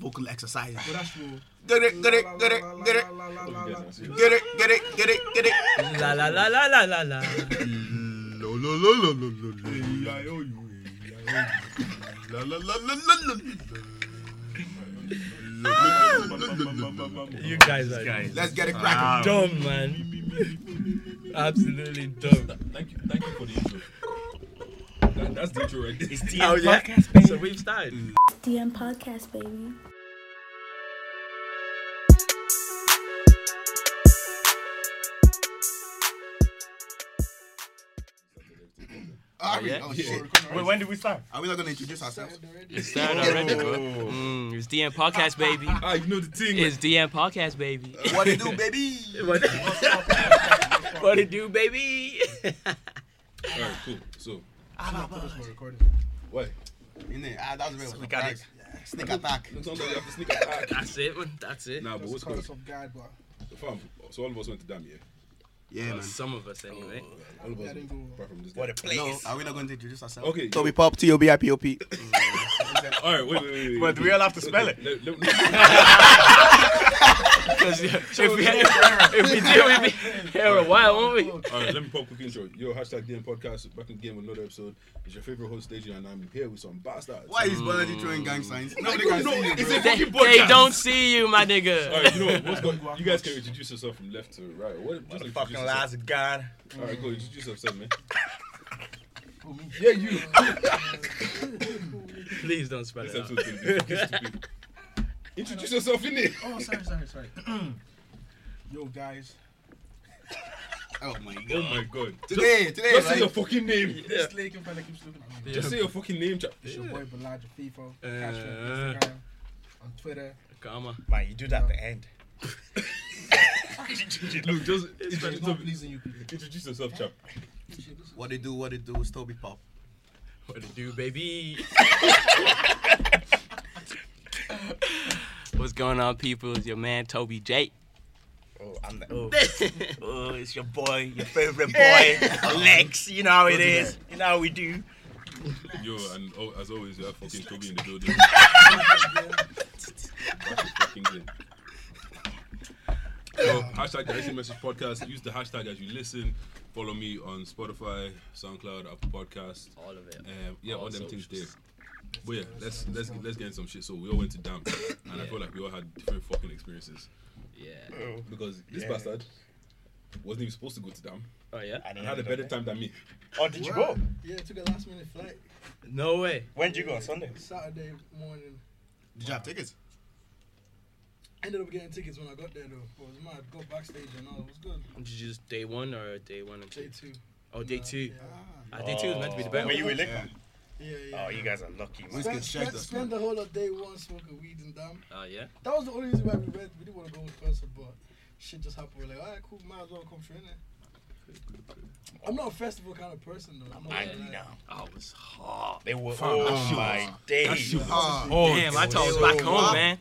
vocal exercises. Well, that's true. Get it, get it, get it, get it, get it, get it, get it, get it. La la la la la la la. Lo, lo, lo, lo, lo, lo, lo. La, la, la, la, la, la. You guys are Guys, Let's get it cracking. dumb, man. Absolutely dumb. Thank you, thank you for the intro. That, that's the intro right there. Mm. it's TM Oh, yeah? podcast, baby. So we've started. DM podcast, baby. Are we? yeah? Oh, shit. Wait, when did we start? Are we not going to introduce ourselves? It's started already, bro. Mm, it's DM podcast, baby. Ah, you know the thing. It's DM podcast, baby. What it do, baby? what what it do, baby? All right, cool. So, why? Innit? Ah, that was a bit of a Sneak attack. surprise. Yeah, Sneak attack. Sometimes you have to sneak attack. That's it. man. That's it. Nah, but what's Call good? us off guard, but Fam, so all of us went to Dam, yeah? Yeah, Well, man. some of us, anyway. All of us, didn't go. apart from this guy. What a place. No, are we not going to introduce ourselves? Okay. Toby Pop, T O B I P O P. All right, wait, wait, wait. wait But wait. we all have to spell it. Let- let- let- Because if we if we did, we'd be here a while, won't we? All right, let me pop quick intro. Yo, hashtag DM podcast. Back in the game with another episode. It's your favorite host, Deji, and I'm here with some bastards. Why is Bolaji throwing gang signs? Nobody can see you, bro. They, they don't see you, my nigga. All right, you know what? What's going You guys can introduce yourself from left to right. What? Just introduce Fucking yourself. lies of God. All right, go introduce yourself, man. Oh, me. Yeah, you. Please don't spell This it. Out. episode's gonna be fucking stupid. Introduce yourself in it. Oh, sorry, sorry, sorry. Yo, guys. Oh my Oh god. my god. Today, today, Just say your right? fucking name. Yeah. This lady can finally keeps looking at me. Just say your fucking name. Cha- It's your boy, Balaja FIFA. Catch me Uh. on Instagram, on Twitter. Comma. Man, you do that at the end. Look, just It's introduce, not yourself. pleasing you people. introduce yourself, chap. What it do, what it do, it's Toby Pop. What to do, baby? What's going on, people? It's your man Toby J. Oh, I'm the, oh. oh, it's your boy, your favorite boy, Lex. You know how it is. You know how we do. Yo, and oh, as always, you have fucking Toby in the building. That's a fucking thing. Yo, hashtag the Instant Message Podcast. Use the hashtag as you listen. Follow me on Spotify, SoundCloud, Apple Podcasts. All of it. Um, yeah, all, All them things there. socials. But yeah, let's let's let's get in some shit. So we all went to Dam, and I feel like we all had different fucking experiences Yeah. because this Yeah. bastard wasn't even supposed to go to Dam Oh yeah. and And he had a ended up better there. time than me. Oh, did you go? Yeah, took a last minute flight. No way. When did you go on Sunday? Saturday morning. Did you have tickets? Ended up getting tickets when I got there, though. But it was mad. Got backstage and all. It was good. Did you just day one or day one and Day two? two. Oh, day Nah, two. yeah. Ah, day two is meant to be the best. Oh. Were you with Yeah. Lincoln? Yeah, yeah. Oh, you guys are lucky. man. When's- Spend, Let's get spend, checked, spend the whole of day one smoking weed and damn. Oh yeah. That was the only reason why we went. We didn't want to go in person, but shit just happened. We're like, alright, cool, might as well come through innit? I'm not a festival kind of person though. I'm not I gonna lie. know. Oh, it was hot. They were. Oh my days. Ah, Oh, damn! I thought I was back home, man.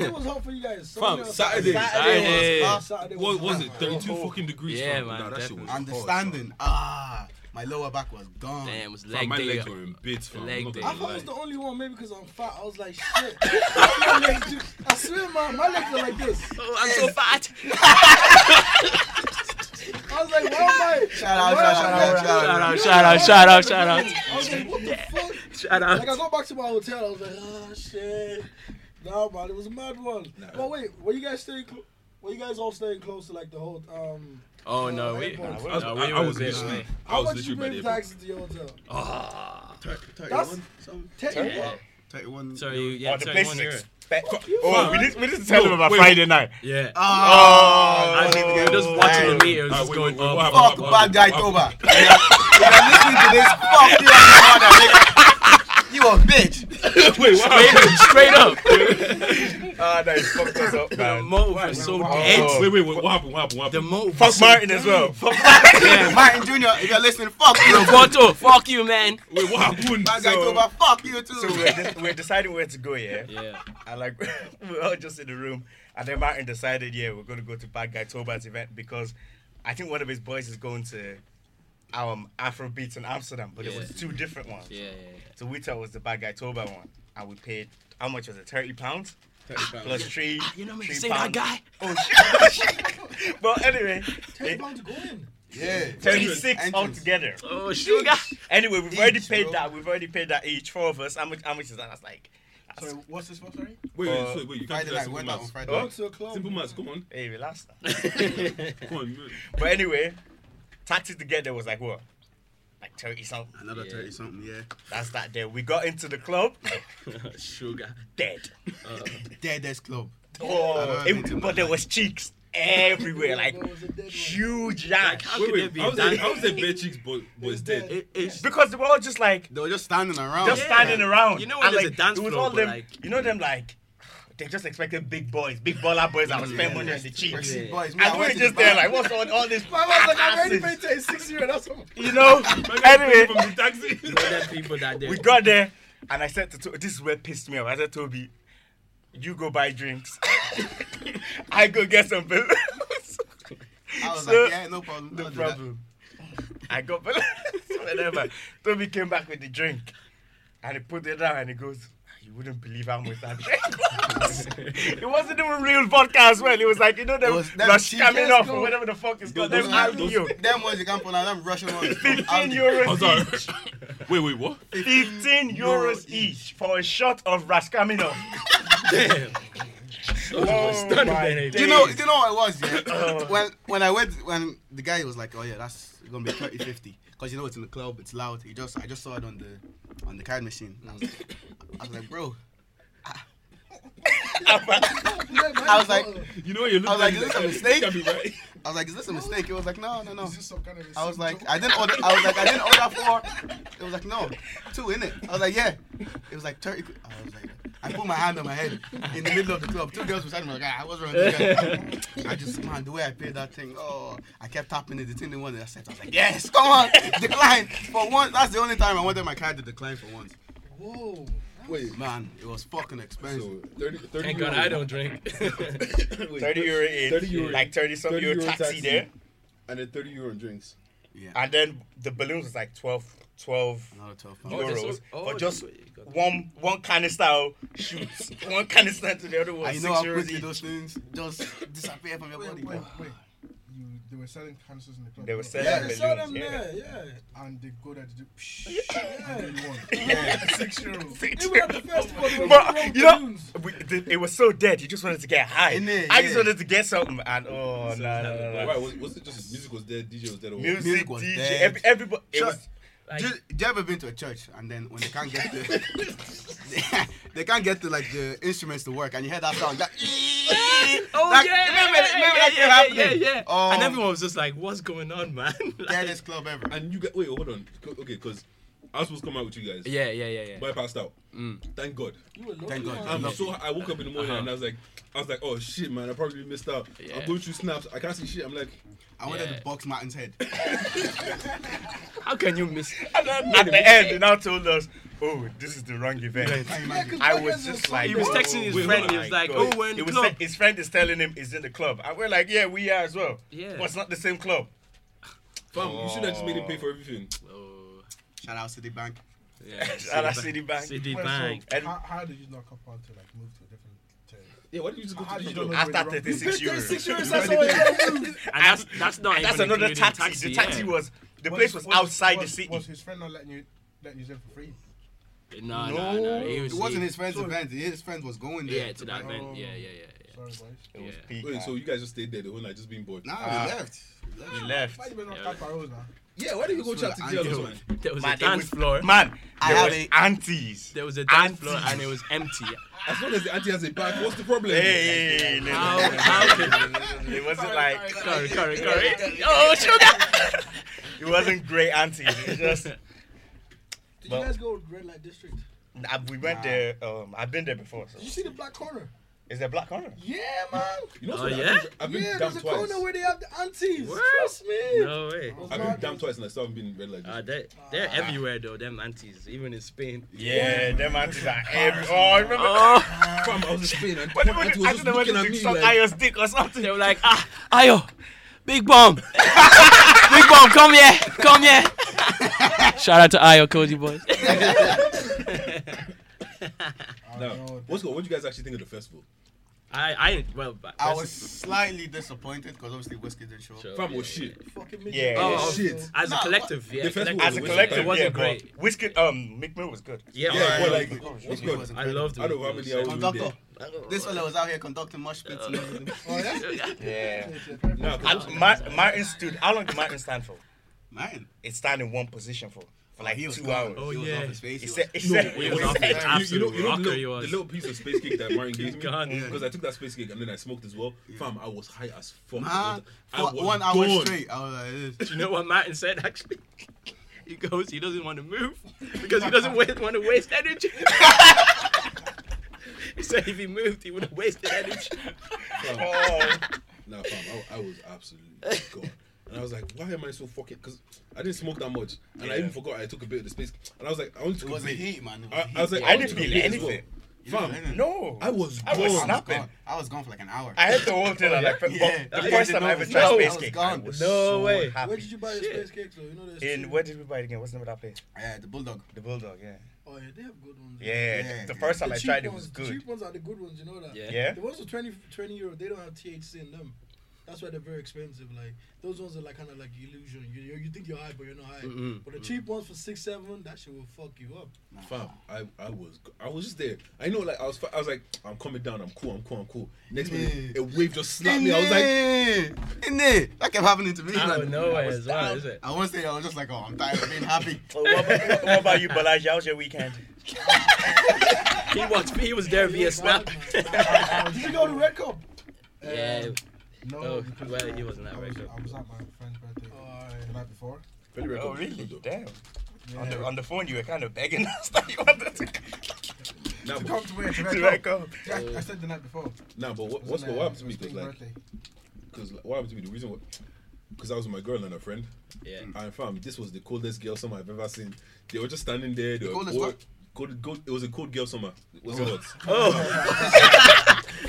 It was hard for you guys. Fam, Saturday. Saturday. Saturday What was hot. it? 32 fucking degrees. Yeah, fam. man, Nah, that shit was understanding. Ah, my lower back was gone. Damn, it was Hard, fam. leg My day. legs were in bits, fam. Leg I'm not day. I gonna thought I was the lie. only one, maybe because I'm fat. I was like, shit. My legs do- I swear, my, my legs are like this. Oh, I'm so fat. I was like, why am I? Shout out, why am I shout out, shout like out. this? Shout out! Shout out! Shout out! Shout out! I was like, what the fuck? Shout out! Like I got back to my hotel, I was like, oh shit. Nah, man, it was a mad one. But wait, were you guys staying? Cl- were you guys all staying close to like the whole? Um, Oh no, we. Nah, No, we- we I was, I, I were was there. literally, I how was much you pay literally by the for airport. taxes to your hotel? Ah. That's 31? something. ten. Yeah. Thirty-one. Sorry, you. Oh, Yeah, the sorry, place one is year. expe- Oh, we didn't, we didn't tell No, them about wait, Friday night. Yeah. Ah, Oh, I mean, we were just watching the meter. It was Ah, just wait, going wait, wait, what up. happened? fuck bad guy Toba. If you're listening to this, fuck you and your mother, nigga. You a bitch. Wait, what happened? Straight up. Ah, no, he fucked us up, The man. motive was so dead. Wait, wait, wait, what happened? What happened? What The happened? motive. was Fuck so Martin as well. Fuck Yeah, Martin Jr., if you're listening, fuck you. Roberto, fuck you, man. Wait, what happened? Bad guy So- Toba, fuck you too. So we're, de- we're deciding where to go, yeah? Yeah. And like, we're all just in the room. And then Martin decided, yeah, we're going to go to Bad Guy Toba's event because I think one of his boys is going to um, Afrobeats in Amsterdam, but Yeah. it was two different ones. Yeah. So we thought it was the Bad Guy Toba one. And we paid, how much was it? 30 pounds? plus three. Ah, You know me. three Say that pound. guy. Oh shit! but anyway, eh, Ten pounds go in. Yeah. thirty-six Entrance. altogether. Oh, sugar. Anyway, we've already Each, paid bro. that. We've already paid that each. Four of us. How much? How much is that? That's like. Sorry, That's, what's this for? Sorry. Wait, wait, Uh, sorry, wait. You can't Friday do that night. simple Went out on maths. Friday. Go night. to a club. Simple maths. Come on, hey, relax. now. come on. man. but anyway, taxi together was like what? Like thirty something. Another Yeah. thirty something. Yeah. That's that day. We got into the club sugar. dead. Uh, Deadest club. Oh, I've it- been to but there was cheeks everywhere, like There was a dead one. huge yak. Like, how Wait, could they wait. be How's that? that? How's that bare cheeks boy? Boy's dead. It- it's Because they were all just like They were just standing around. just Yeah. standing around. You know when And, there's a like, dance it was floor, all but, them, like- you know them like they just expected big boys, big baller boys that would spend money on the cheeks. Backseat Yeah. boys. me, I And went we were to just the there bar. like, what's all, all this? I was like, I've already paid thirty-six euro. That's all. You know. My guy anyway, from the taxi. You know them people that they we got there, and I said to Toby, this is where it pissed me off. I said, Toby, you go buy drinks. I go get some bills. I was So- like, yeah, no problem. no I'll do that. problem. I got balloons, whatever. Toby came back with the drink and he put it down and he goes, You wouldn't believe how much that drink was. it wasn't even real vodka as well. It was like, you know, them, It was them them cheap scamming ass off gold. or whatever the fuck it's Yo, called. those Them are- Aldi those- yo. Them ones you can't put I'm rushing on. 15 Aldi. I'm euros sorry. each. Wait, wait, what? 15 euros euros each for a shot of Raskamino. Damn. Oh Stunning, my man. Do you know? Do you know what it was? Yeah. when when I went, when the guy was like, "Oh yeah, that's gonna be 30, 50. because you know it's in the club, it's loud. He just I just saw it on the on the card machine. And I, was like, I was like, bro. I was like, You know what you look I was like, like? is you this a look mistake? Can't be right. I was like, is this a mistake? He was like, no, no, no. Is this some kind of a I was sick like, joke? I didn't order. I was like, I didn't order four. It was like, no, two in it. I was like, yeah. It was like thirty. quid. I was like, I put my hand on my head in the middle of the club. Two girls beside me were like, ah, what's wrong? With this guy?" I just man, the way I paid that thing. Oh, I kept tapping it. The thing they wanted, I said, I was like, yes, come on, decline for once. That's the only time I wanted my card to decline for once. whoa. Wait. Man, it was fucking expensive. So 30, 30 Thank God I don't drink. 30 euro each. 30 euro. Like 30 some 30 euro euro taxi, taxi. there. and then 30 euro drinks. Yeah, And then the balloons was like 12, 12 another twelve Oh, pounds. that's euros. all- for oh, just that's what you got. one one canister of shoots. one canister to the other one. I six know how euros quickly each. those things just disappear from your Wait, body. wait, wait. You, they were selling cancers in the club. They were no? selling Yeah, balloons, they sold them yeah. there. Yeah. And they go there to do. Psh, yeah. And they won. Six euros. Six Even at the festival, they were throwing But you know, balloons. we, the, it was so dead. You just wanted to get high. Innit, I just yeah. wanted to get something, and oh no, no, no, no. Why? Was, was it just music was dead, DJ was dead? Or what? Music, Music was DJ, dead. every, everybody. It Sure. was, Like, do, you, do you ever been to a church and then when they can't get the they, can't get the like the instruments to work and you hear that sound that oh Like, yeah, remember- yeah, remember yeah, that shit yeah, yeah, yeah, happening? yeah. Oh. and everyone was just like, "What's going on, man?" Like- deadest club ever. And you guys, wait, hold on. Co- Okay, because I was supposed to come out with you guys. yeah, yeah, yeah, yeah. But I passed out. Thank God. You were lucky. Thank God. I'm Lucky. so I woke up in the morning Uh-huh. and I was like, I was like, oh shit, man, I probably missed out. Yeah. I'm going through snaps. I can't see shit. I'm like, I wanted Yeah. to box Martin's head. How can you miss? at the end, they now told us, "Oh, this is the wrong event." Can you Yeah, imagine? 'cause I my was friends were just like, He was "Oh, texting his wait, friend, oh he was my like, God." "Oh, we're in It the was club." te- His friend is telling him he's in the club, and we're like, "Yeah, we are as well." Yeah. but it's not the same club. fam, you should have just made him pay for everything. Oh, Shout out City Bank. yeah. At our city bank. City Wait, so Bank. And- How, how did you not come on to like move to a different? To, Yeah, why did you just go How to did the you club? don't know? After 36 euros. And that's that's not. And that's even another including taxi. The taxi yeah. was the place was outside the city. Was his friend not letting you letting you in for free? No, no, no. he It was- wasn't he- his friend's event. His friend was going there. Yeah, to that event. Yeah, yeah, yeah. yeah. Sorry, boys. It was Yeah. peak. Wait, man. so you guys just stayed there the whole night, just being bored. Nah, Ah. we left. We left. we left. Why you been on Yeah. Cat Barrows now? Yeah, why did you go So chat to I girls, do. man? There was a Man, it dance was- floor. Man, I there have was a- aunties. There was a dance floor Auntie. and it was empty. As long as the auntie has a bag, what's the problem? Hey, hey, hey, no, How? no, no. How can? It wasn't like Curry, curry, curry. Oh, sugar. it wasn't great aunties. It was just Did Well- you guys go to Red Light District? Did I, we went Nah. there. Um, I've been there before. So you see the black corner? is there black corner? Yeah, man. You know Oh, what? I've yeah? been- I've been Yeah, damned there's a twice. corner where they have the aunties. What? Trust me. No way. I've been damned twice and I still haven't been red like Uh, this. they they're everywhere though. Them aunties, even in Spain. Yeah, them aunties are every. Oh, I remember. Oh, Fam, I was in Spain and What, one what, auntie I was don't just know what looking it at is. me Suck like, Ayo's dick or something. they were like, ah, Ayo, big bomb, big bomb, come here, come here. Shout out to Ayo, Koji boys. Oh, Oh, Now, what's going? What do you guys actually think of the festival? I, I didn't. Well, but- I was slightly disappointed because obviously whiskey didn't show up. Sure. Fam was shit. Fucking Mick Yeah. Mill. Oh, Shit. as a Nah, collective, yeah. The first collective- one As a was collective, it wasn't yeah, great. But whiskey, um, Mick Mill was good. Yeah, Yeah, I- but like, Whiskey good. was I incredible. loved. I don't know how many hours we were Conductor. there. This fella was out here conducting mosh pits. and everything. Oh, yeah? Yeah. Nah, And Mar- Martin stood. How long did Martin stand for? Man, It stand in one position for for like he was two gone. hours. Oh, he was yeah. off his face. He He said, was- he said, he he was off said- it. You- you know, you know the, Absolute rocker he little, was. the little piece of space cake that Martin gave me Gone. because I took that space cake and then I smoked as well. Fam, I was high as fuck. Man, I for was one hour done. straight, I was like, this. Do you know what Martin said actually? He goes, he doesn't want to move because he doesn't wa- want to waste energy. he said if he moved, he would have wasted energy. Fam, Oh, nah, fam, I, I was absolutely gone. And I was like, why am I so fucking? Because I didn't smoke that much, and I Yeah. even forgot I took a bit of the space. And I was like, I only took It was a a bit. heat, man. It was I, a I was heat. like, I only didn't took a feel bit as anything. Well. didn't feel Fam, no. I was gone. I was I was snapping. gone. I was gone for like an hour. I had the whole thing. I like, felt- Yeah. the Yeah, first yeah, time no, I ever no, tried I space was cake. I gone. was No so way. happy. Where did you buy your Shit. space cakes, though? You know there's In two. where did we buy it again? What's the name of that place? Yeah, the bulldog. The Bulldog. Yeah. Oh, yeah, they have good ones. Yeah. Yeah, the yeah. first The time I cheap tried it ones- was the good. cheap ones are the good ones, you know that? Yeah. Yeah. The ones for 20, 20 euro, they don't have THC in them. That's why they're very expensive. Like those ones are like kind of like illusion. You, you you think you're high, but you're not high. Mm-mm. But the cheap ones for six seven, that shit will fuck you up. Fam, I, I was go- I was just there. I know like I was fi- I was like I'm coming down. I'm cool. I'm cool. I'm cool. Next minute, Yeah. a wave just slapped me. I was like, like, in there. That kept happening to me. I man. don't know I where was as well, down. is it? I won't say I was just like, oh, I'm tired of being happy. Well, what, about, what about you, Balaji? How was your weekend? He was he was there via snap. Did you go to Red Cup? Yeah. No, Oh, because well, he I- wasn't that I was, regular. I was at my friend's birthday the night before. Very Oh, recommended, really? though. Damn. Yeah. On, the, on the phone, you were kind of begging us that you wanted to, Nah, Come but, to where? To to Red back Cup. up. Yeah, I- I said the night before. nah, but what, It was what's on, what uh, happened to it me? Because was Dean's like, birthday. because like, what happened to me? The reason what, because I was with my girl and her friend. Yeah. And fam, this was the coldest girl summer I've ever seen. They were just standing there. They were coldest cold, what? cold, cold, It was a cold girl summer. It was hot. Fam,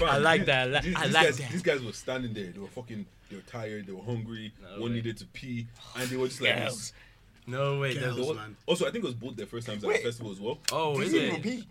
Oh. I like that. I, li- These, I these like guys, that. these guys were standing there. They were fucking. They were tired. They were hungry. No one way. needed to pee, and they were just like. Girls. No way. They That Girls. was, were- man. also, I think it was both their first times at the Wait. festival as well. oh, is Didn't it? pee.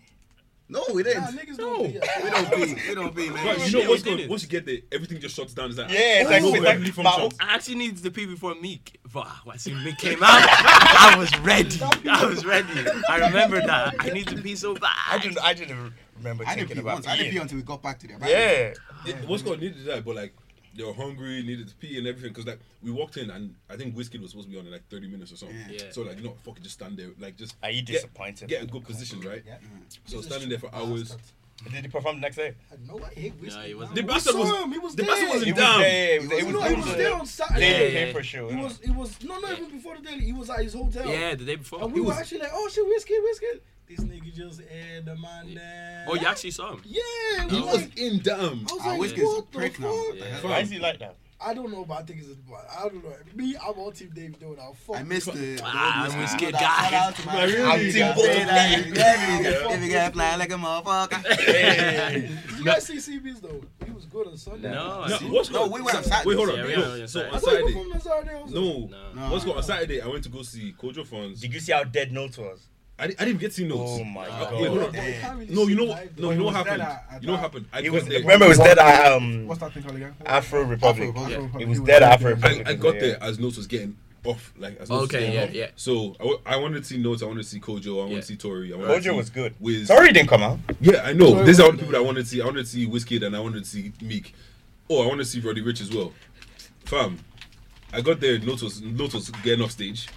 No, we Nah, didn't. niggas don't do that. We don't be. We don't be, But man. you know what's did good? it. Once you get there, everything just shuts down. It's like, Yeah, it's like- oh, it's like- everything but- functions. I actually needed to pee before Meek. But as soon as Meek came out, I was ready. I was ready. I remember that. I need to pee so bad. I didn't. I didn't remember I didn't thinking pee about once. I didn't pee peeing. until we got back to the apartment. Yeah. It, what's called needed that, but like they were hungry, needed to pee and everything. Cause like we walked in and I think whiskey was supposed to be on in like thirty minutes or something. Yeah. Yeah. So like you know, fucking just stand there, like just Are you get- disappointed? Get, a good position, right? Yeah. So standing there for hours. Did he perform the next day? I know I hate whiskey. No, he man. wasn't. The We bastard saw was- him, he was the there. bastard was He in- was Damn. there. It was, He it was, was, no, it he was was a- there on They Saturday. didn't Yeah. pay for sure. He was, he was, no, not even before the daily. He was at his hotel. Yeah, the day before. And we He were was- actually like, oh shit, whiskey, whiskey. This nigga just aired the man down. oh, you actually saw him. Yeah, it He was was like, in damn. I was Ah, like, Whiskey's a what the prick now. fuck? What the hell? Why is he like that? I don't know, but I think it's. I don't know. Me, I'm all team David though. I'll fuck. I missed the. the Ah, old I'm whiskey. scared, Shout out to I my- really I'm team got Bulldog. it. Yeah, yeah, If you get fly like a motherfucker. Did you guys see CBs though? He was good on Sunday. No, No, I see. what's No, called- we went on Sa- Wait, hold on. Yeah, we no, went on so Saturday. on I thought he Saturday, performed on Saturday. Also. no. No. No. What's called on Saturday? I went to go see Kojo Fons. Did you see how dead Notes was? I, di- I didn't get to see notes. Oh my Uh, God. wait, hold on. But you can't really No, see you know, live, though. no, you know what was happened. there at- at You know what that- happened. I He got was. there. Remember, it was dead at um What's that thing called again? Afro Republic. Afro Republic. It was dead at Afro I, Republic. I got there as notes was getting off. Like as notes Okay, was getting yeah, off. yeah. So I, wa- I wanted to see notes. I wanted to see Kojo. I wanted Yeah. to see Tori. I wanted to see Kojo was good. Wiz. Sorry, he didn't come out. Yeah, I know. These are all the people that I wanted to see. I wanted to see Wizkid and I wanted to see Meek. Oh, I wanted to see Roddy Rich as well. Fam, I got there. Notes was notes was getting off stage.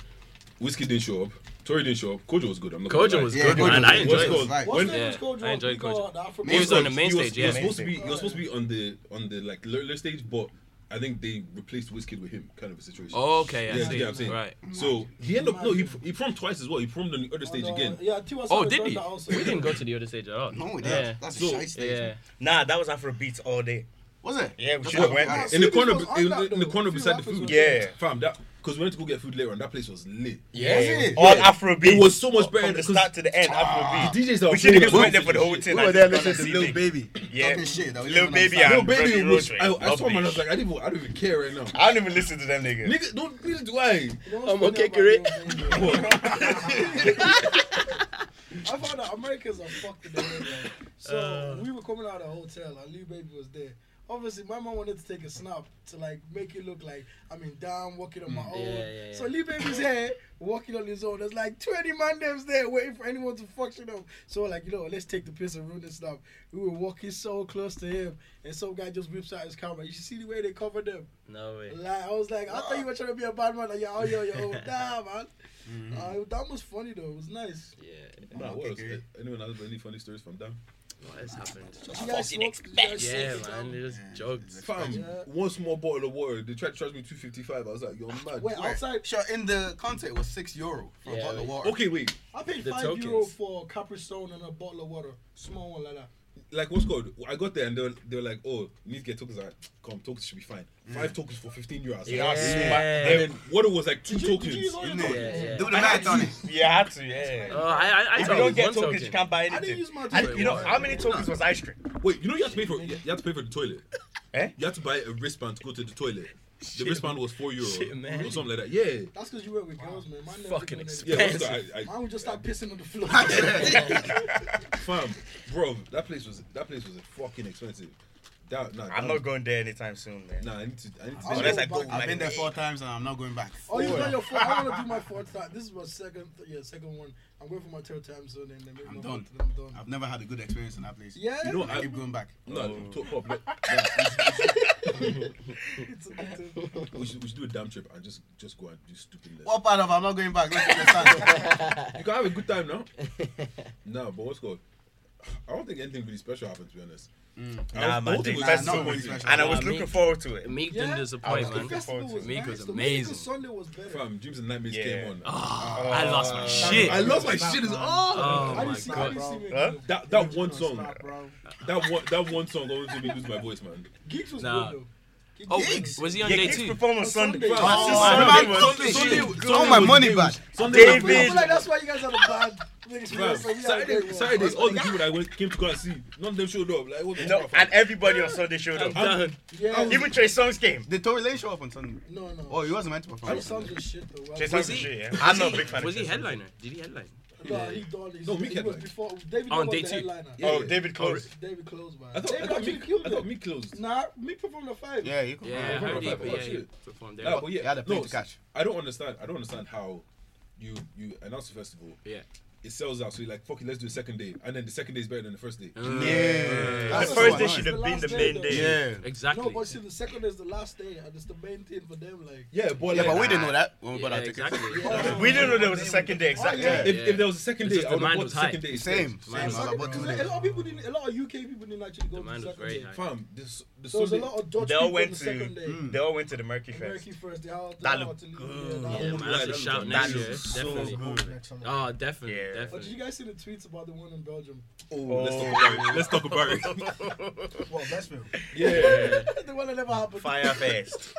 Whiskey didn't show up. Tori didn't show up. Kojo was good. I'm not gonna Kojo lie. was Yeah, good, Kojo man. was I good. What's enjoyed called- it. Like, What's when- the yeah, name of his coach? I enjoyed What's coach. the Afro- He was Most on the times, main he was- stage, He was yeah. supposed to be. He was supposed to be on the on the like lurler stage, but I think they replaced Wizkid with him, kind of a situation. Oh, Okay, I Yeah, see. yeah, I'm saying. Right. So he ended up no, he he performed twice as well. He performed on the other stage Oh, no, again. Yeah, Tiwa Oh, Savage did does he? that also. We didn't go to the other stage at all. No, yeah. that's that's So- a shy stage. Yeah. man. Nah, that was Afro Beats all day. Was it? Yeah, we That's should what have I went forgot. there. in the Seaweed corner, was in, on that in the though. corner Seaweed beside the Waffles food. was- Yeah. fam, that because we went to go get food later, and that place was lit. Yeah, it? all Yeah. Afro Afrobeat. It was so much better from the because- start to the end. Afrobeat. The DJs that were we should have playing just were- went there for the whole thing. We were like, there just listening gonna to see Lil things. Baby. Yeah. Talking shit. that we Lil didn't Baby understand. Yo, and baby, Roddy was, Ah, Rich. I, I saw him and I was like, I didn't, even- I don't even care right now. I don't even listen to them niggas. Nigga, don't, neither do I. You know what's I'm funny okay, about Kirit. Lil Baby? I found out Americans are fucked in the head, man. So Uh. we were coming out of the hotel and Lil Baby was there. Obviously, my mom wanted to take a snap to like make it look like I'm in down walking on my own. Mm, yeah, yeah, So Lil Baby's here walking on his own. There's like 20 man dems there waiting for anyone to fuck shit up. So we're like, you know, let's take the piss and ruin this stuff. We were walking so close to him, and some guy just whips out his camera. You should see the way they covered him. No way. Like I was like, I thought you were trying to be a bad man. Like, yo, yo, yo, nah, man. Mm-hmm. Uh, that was funny though. It was nice. Yeah. Nah, what else? Anyone else got any funny stories from down? What has happened? You guys smoked- you guys Yeah, smoked it man. down? They just joked. Fam, Yeah. one small bottle of water. They tried to charge me two fifty five. I was like, you're mad. Ah, Wait, outside, Sure, in the concert it was six euro for a Yeah, bottle like- of water. Okay, wait. I paid The five euro tokens. for Capri Stone and a bottle of water, small one like that. Like what's called? I got there and they were, they were like, oh, you need to get tokens. I come, tokens should be fine. Five tokens for fifteen euros. Mm. Yeah. And then water was like two Did you, did tokens. you use all your isn't it? tokens? Yeah, yeah. Do the math on it. Yeah, I had to, yeah. Oh, I, I, I If you thought don't it get was one tokens, you token. can't buy I anything. didn't use my I- token. you know, how many tokens was ice cream? Wait, you know you had to pay for you had to pay for the toilet. Eh? You had to buy a wristband to go to the toilet. The wristband was four euro Shit, man. or something like that. Yeah. That's because you went with girls, man. Mine never Fucking did expensive. Yeah, anything. also, I, I, Mine would just start pissing on the floor. fam, bro, that place was that place was fucking expensive. That, nah, I'm that- not going there anytime soon, man. Nah, I need to. I need to. I'll Unless go I go back. with I've my I've been there mate. four times and I'm not going back. oh, you know your fourth. I want to do my fourth time. This is my second, th- yeah, second one. I'm going for my third time zone and then maybe I'm my done. fourth, then I'm done. I've never had a good experience in that place. Yeah, You know, I I, keep going back. no, talk up. let- it's addictive. we, should, we should do a damn trip and just just go and do stupid. lessons. What part of I'm not going back? Let's understand. You can have a good time now. no, but what's called? I don't think anything really special happened to be honest. I Nah, was- I was man, the thinking- nah, festival not really was- special. and I Nah, was me- looking forward to it. Meek Yeah. didn't disappoint, I The was man. festival was Meek nice. was The amazing. Sunday was better. Fam, Dreams and Nightmares Yeah. came on. Oh, I lost my shit. I lost my shit. Is oh. Oh I didn't my see, I god. didn't see me. Huh? That that one Gonna song, stop, bro. that one that one song always made me lose my voice, man. Geeks was Nah. good though. Geeks- Oh, Geeks. was he on Yeah, day Kicks two? performed on On Sunday. Sunday. Wow. Oh, Sunday man, was- Sunday- Sunday- Sunday- All my money back. Sunday, I was- David. feel like that's why you guys are the bad. niggas. Fam, So we had a Saturday, great one. Saturday, all the people that I went came to go and see, none of them showed up. Like, what the No, fuck? and everybody on Sunday showed I'm up. done. Yeah. Oh, Even Trey Songz came. Did Tory Lane show up on Sunday? No, no. Oh, he wasn't meant to perform. Trey Songz was shit though. Well, Trey Songz was was he? shit, yeah. I'm not a big fan Was of he Trey Songz. headliner? Did he headline? No, he done. He, No, he Meek was headlined. before. David On was day the two. headliner. Yeah, Oh, yeah. David closed. David closed, man. I thought, David I thought, actually me, killed I thought it. me closed. Nah, me performed the five. Yeah, you could. Yeah, I heard he, Yeah, yeah, he shit. performed Nah, there. but yeah, He had a plane no, to catch. I don't understand. I don't understand how you you announce a festival, Yeah. it sells out, so you're like, fuck it, let's do a second day, and then the second day is better than the first day. Yeah. The That's Yeah. first what day I should The have been last the day, main though. want. day. Yeah. Exactly. No, but see, the second is the last day, and it's the main thing for them. Like, Yeah, but Yeah, like, but we didn't know that when we yeah, got our tickets. exactly. We didn't know there was a second day exactly. yeah. if, Yeah. if there was a second It's day, just I the would have mind bought was the second high. day. Same. instead. Same. I was second- about two a days. lot of people didn't. A lot of UK people didn't actually go The to man the was second very day. high. Fam, this the So there's a Sunday. lot of Dutch They people all on went the to second day. they all went to the Mercury Fest. Mercury first. They all That they all looked had to leave. Yeah, that Yeah, was- man, that's a That shout is next so year. Definitely. good. Next song. Oh, definitely. Yeah. But did you Definitely. guys see the tweets about the one in Belgium? Oh, Let's talk about it. Let's talk about it. Well, that's real. yeah. the one that never happened. Fire Fest.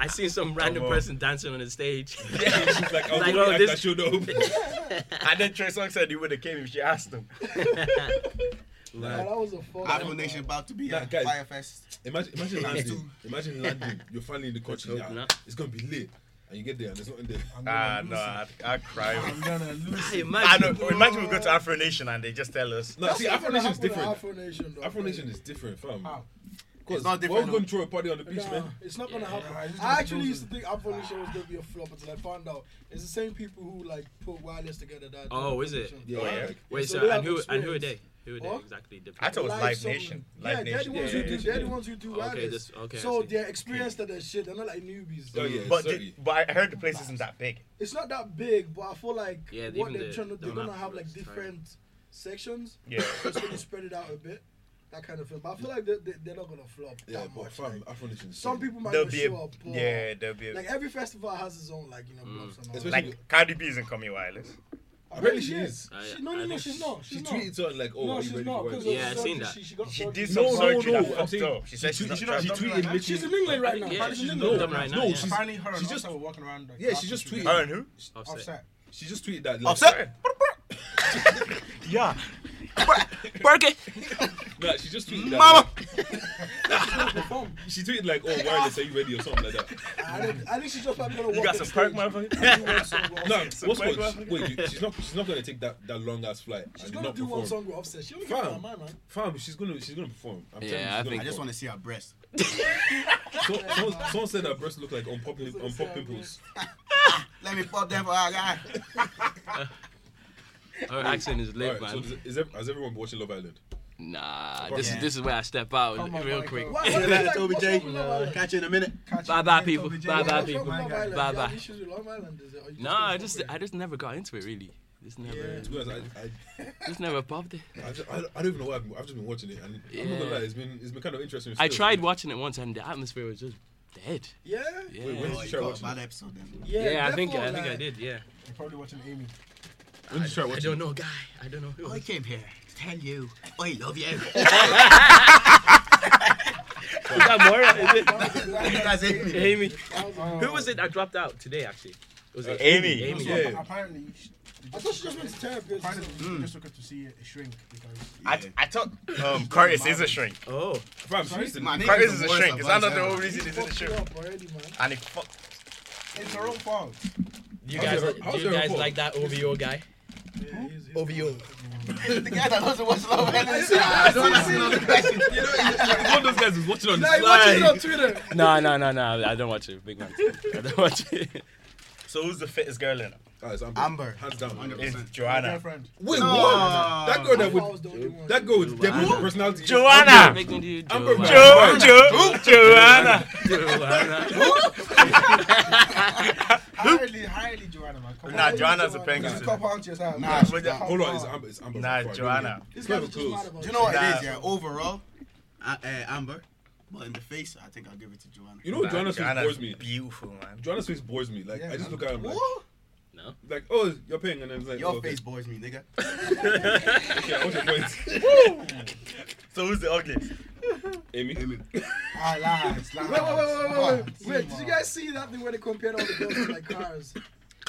I seen some random on. person dancing on the stage. She's like, I was Like, like, oh, this- I showed up. And then Trey Songz said he would have came if she asked him. Oh, Yeah, that was a fuck. Afro Nation about to be Nah, at guys. Firefest. Imagine, imagine landing. too. Imagine landing. You're finally in the country. hope yeah. not. It's gonna be lit, and you get there and there's nothing there. I'm gonna Ah, lose no, it. I'd, I'd cry. Oh, I'm gonna lose. I it. I know. imagine. Imagine we go to Afro Nation and they just tell us. No, That's see, not Afro gonna Nation is happen to different. Afro Nation, though. Afro Nation is different, fam. How? Cause It's not Why are different, we going though. to throw a party on the beach, Nah, man? it's not gonna happen. Nah, it's just I gonna actually be used to think Afro Nation was gonna be a flop until I found out it's the same people who like put wireless together. That Oh, is it? Yeah. Yeah. Oh, yeah. Like, Wait, So so, they have and who and who are they? experience. Who are they Huh? exactly? The I people? thought it was Live Nation. Yeah, Live they're the Nation. ones who do. yeah, They're yeah. the ones who do Okay, wireless. this- okay, I so see. they're experienced at that shit. They're not like newbies. oh yeah, But, sorry. the, but I heard the place isn't that big. It's not that big, but I feel like Yeah, what even they're the- trying to the they're gonna map have like was tiny. different sections. Yeah. Just gonna spread it out a bit. That kind of thing. But I feel like they, they, they're not gonna flop yeah, that but much. fam, like. Afro Nation. is Some different. people might There'll not be show a, up. but- yeah, there'll be Like a, every festival has its own like you Mm. know blocks and all. Especially- like Cardi B isn't coming wireless. Apparently she Yeah. is. I- She, no, I no, no, think she's not. She's She not. tweeted something like, "Oh, no, are you she's ready not. for Because work?" Yeah, I've surgery, seen that. She, she got She surgery. did No, some no, no. surgery that I'm fucked saying up. She said she, tweeted- she's not she, trapped. tweeted Like, literally. she's in England right now. Yeah, she's she's in no, England. dumb right now. no, yeah. she's Apparently, her She she just- just walking around. Like, yeah, she just tweeted. Her and who? Offset. Offset. She just tweeted that. Like, Offset. Yeah. Work it. Nah, she just tweeted that. Mama. She tweeted like, "Oh, wireless, are you ready?" or something like that. I think- I think she's just probably gonna walk. You got on some perk, stage. motherfucker? She's gonna do one song with No, Offset. what's wait, what? wait. Wait, you, she's not. She's not gonna take that that long ass flight She's and gonna not do perform. one song with Offset. She only Fam. got on my man. Fam, she's gonna. She's gonna perform. I'm Yeah, I telling you, think- she's I just gonna want to see her breast. perform. So- someone, someone said her breasts look like unpop, unpop pimples. Let me pop them for her guy. Her accent is lit, Alright, so man. does- is, ev- has everyone been watching Love Island? Nah, this Yeah. is this is where I step out Come on, real Michael. quick. Why- why you like- what's up with Love Island? uh, Catch you in a minute. Bye bye people. Bye What's bye up with people. Love Island? Bye You have bye. issues with Love Island, is it? Or you No, I don't just fuck with I just never got into it really. Just never, To be honest, I, I, just never popped it. I, just, I, don't- I don't even know why I've, been- I've just been watching it, and I'm not gonna Yeah. lie, it's been it's been kind of interesting. I still. tried watching it once and the atmosphere was just dead. it? Yeah. Yeah, Oh, Wait, when did you Got try a watching? bad it? episode then. Yeah, yeah I think I therefore, think I like, did. Yeah, You're probably watching Amy. When did you try I watching? don't it? know, guy. I don't know. It I was- came here to tell you I love you. Is that Moira? Is That's it it. Amy? Who was it that dropped out today? Actually, was it Amy. Amy. Yeah. Apparently, you should- I thought she just went to therapy. or apparently something. you just took her to see a shrink because I, I thought um, Curtis is a shrink. Oh, Fam, she used to. My nigga's Curtis is the a worst shrink. Is that advice not the ever. whole reason he's in a Fucked you shrink? up already, man. And he fuck. it's her own fault. you How's guys, your- do how's you your guys report? like that OVO guy? Yeah, he's- he's- OVO. The guy that doesn't watch Love Island. I don't want to see another question. You know, he's one of those guys who's watching on the Nah, he watches it slide. on Twitter. No, no, no, no. I don't watch it. Big man. I don't watch it. So who's the fittest girl in it? Guys, Amber. Amber. Hands down. It's My Joanna. girlfriend. Wait, No. what? That girl I that thought I was would. the only one. That girl with devil Joanna. personality. Joanna. Making you Amber Joanna. Joe. Jo- Jo- Joanna. Joanna. Highly, highly Joanna, man. Come Nah, on. Joanna's a Just penguin. cop out yourself. Nah, man. she- Cop Hold on, out. it's Amber. It's Amber. Nah, Fuck, Joanna. This Clever guy's just clothes. mad about Do you know what it Nah. is? Yeah, overall, uh, uh, Amber. But in the face, I think I'll give it to Joanna. You know what Joanna's face bores me? beautiful, man. Joanna's face bores me. Like, I just look at him like, What? like, oh, you're paying, and then it's like, Your oh, okay. face bores me, nigga. Yeah, what's your point? So who's the ugliest? Amy. Amy. Ah, lies, Wait, wait, wait, wait, wait, lies. wait. Come on, Wait, did come you on. guys see that thing where they compared all the girls to like cars?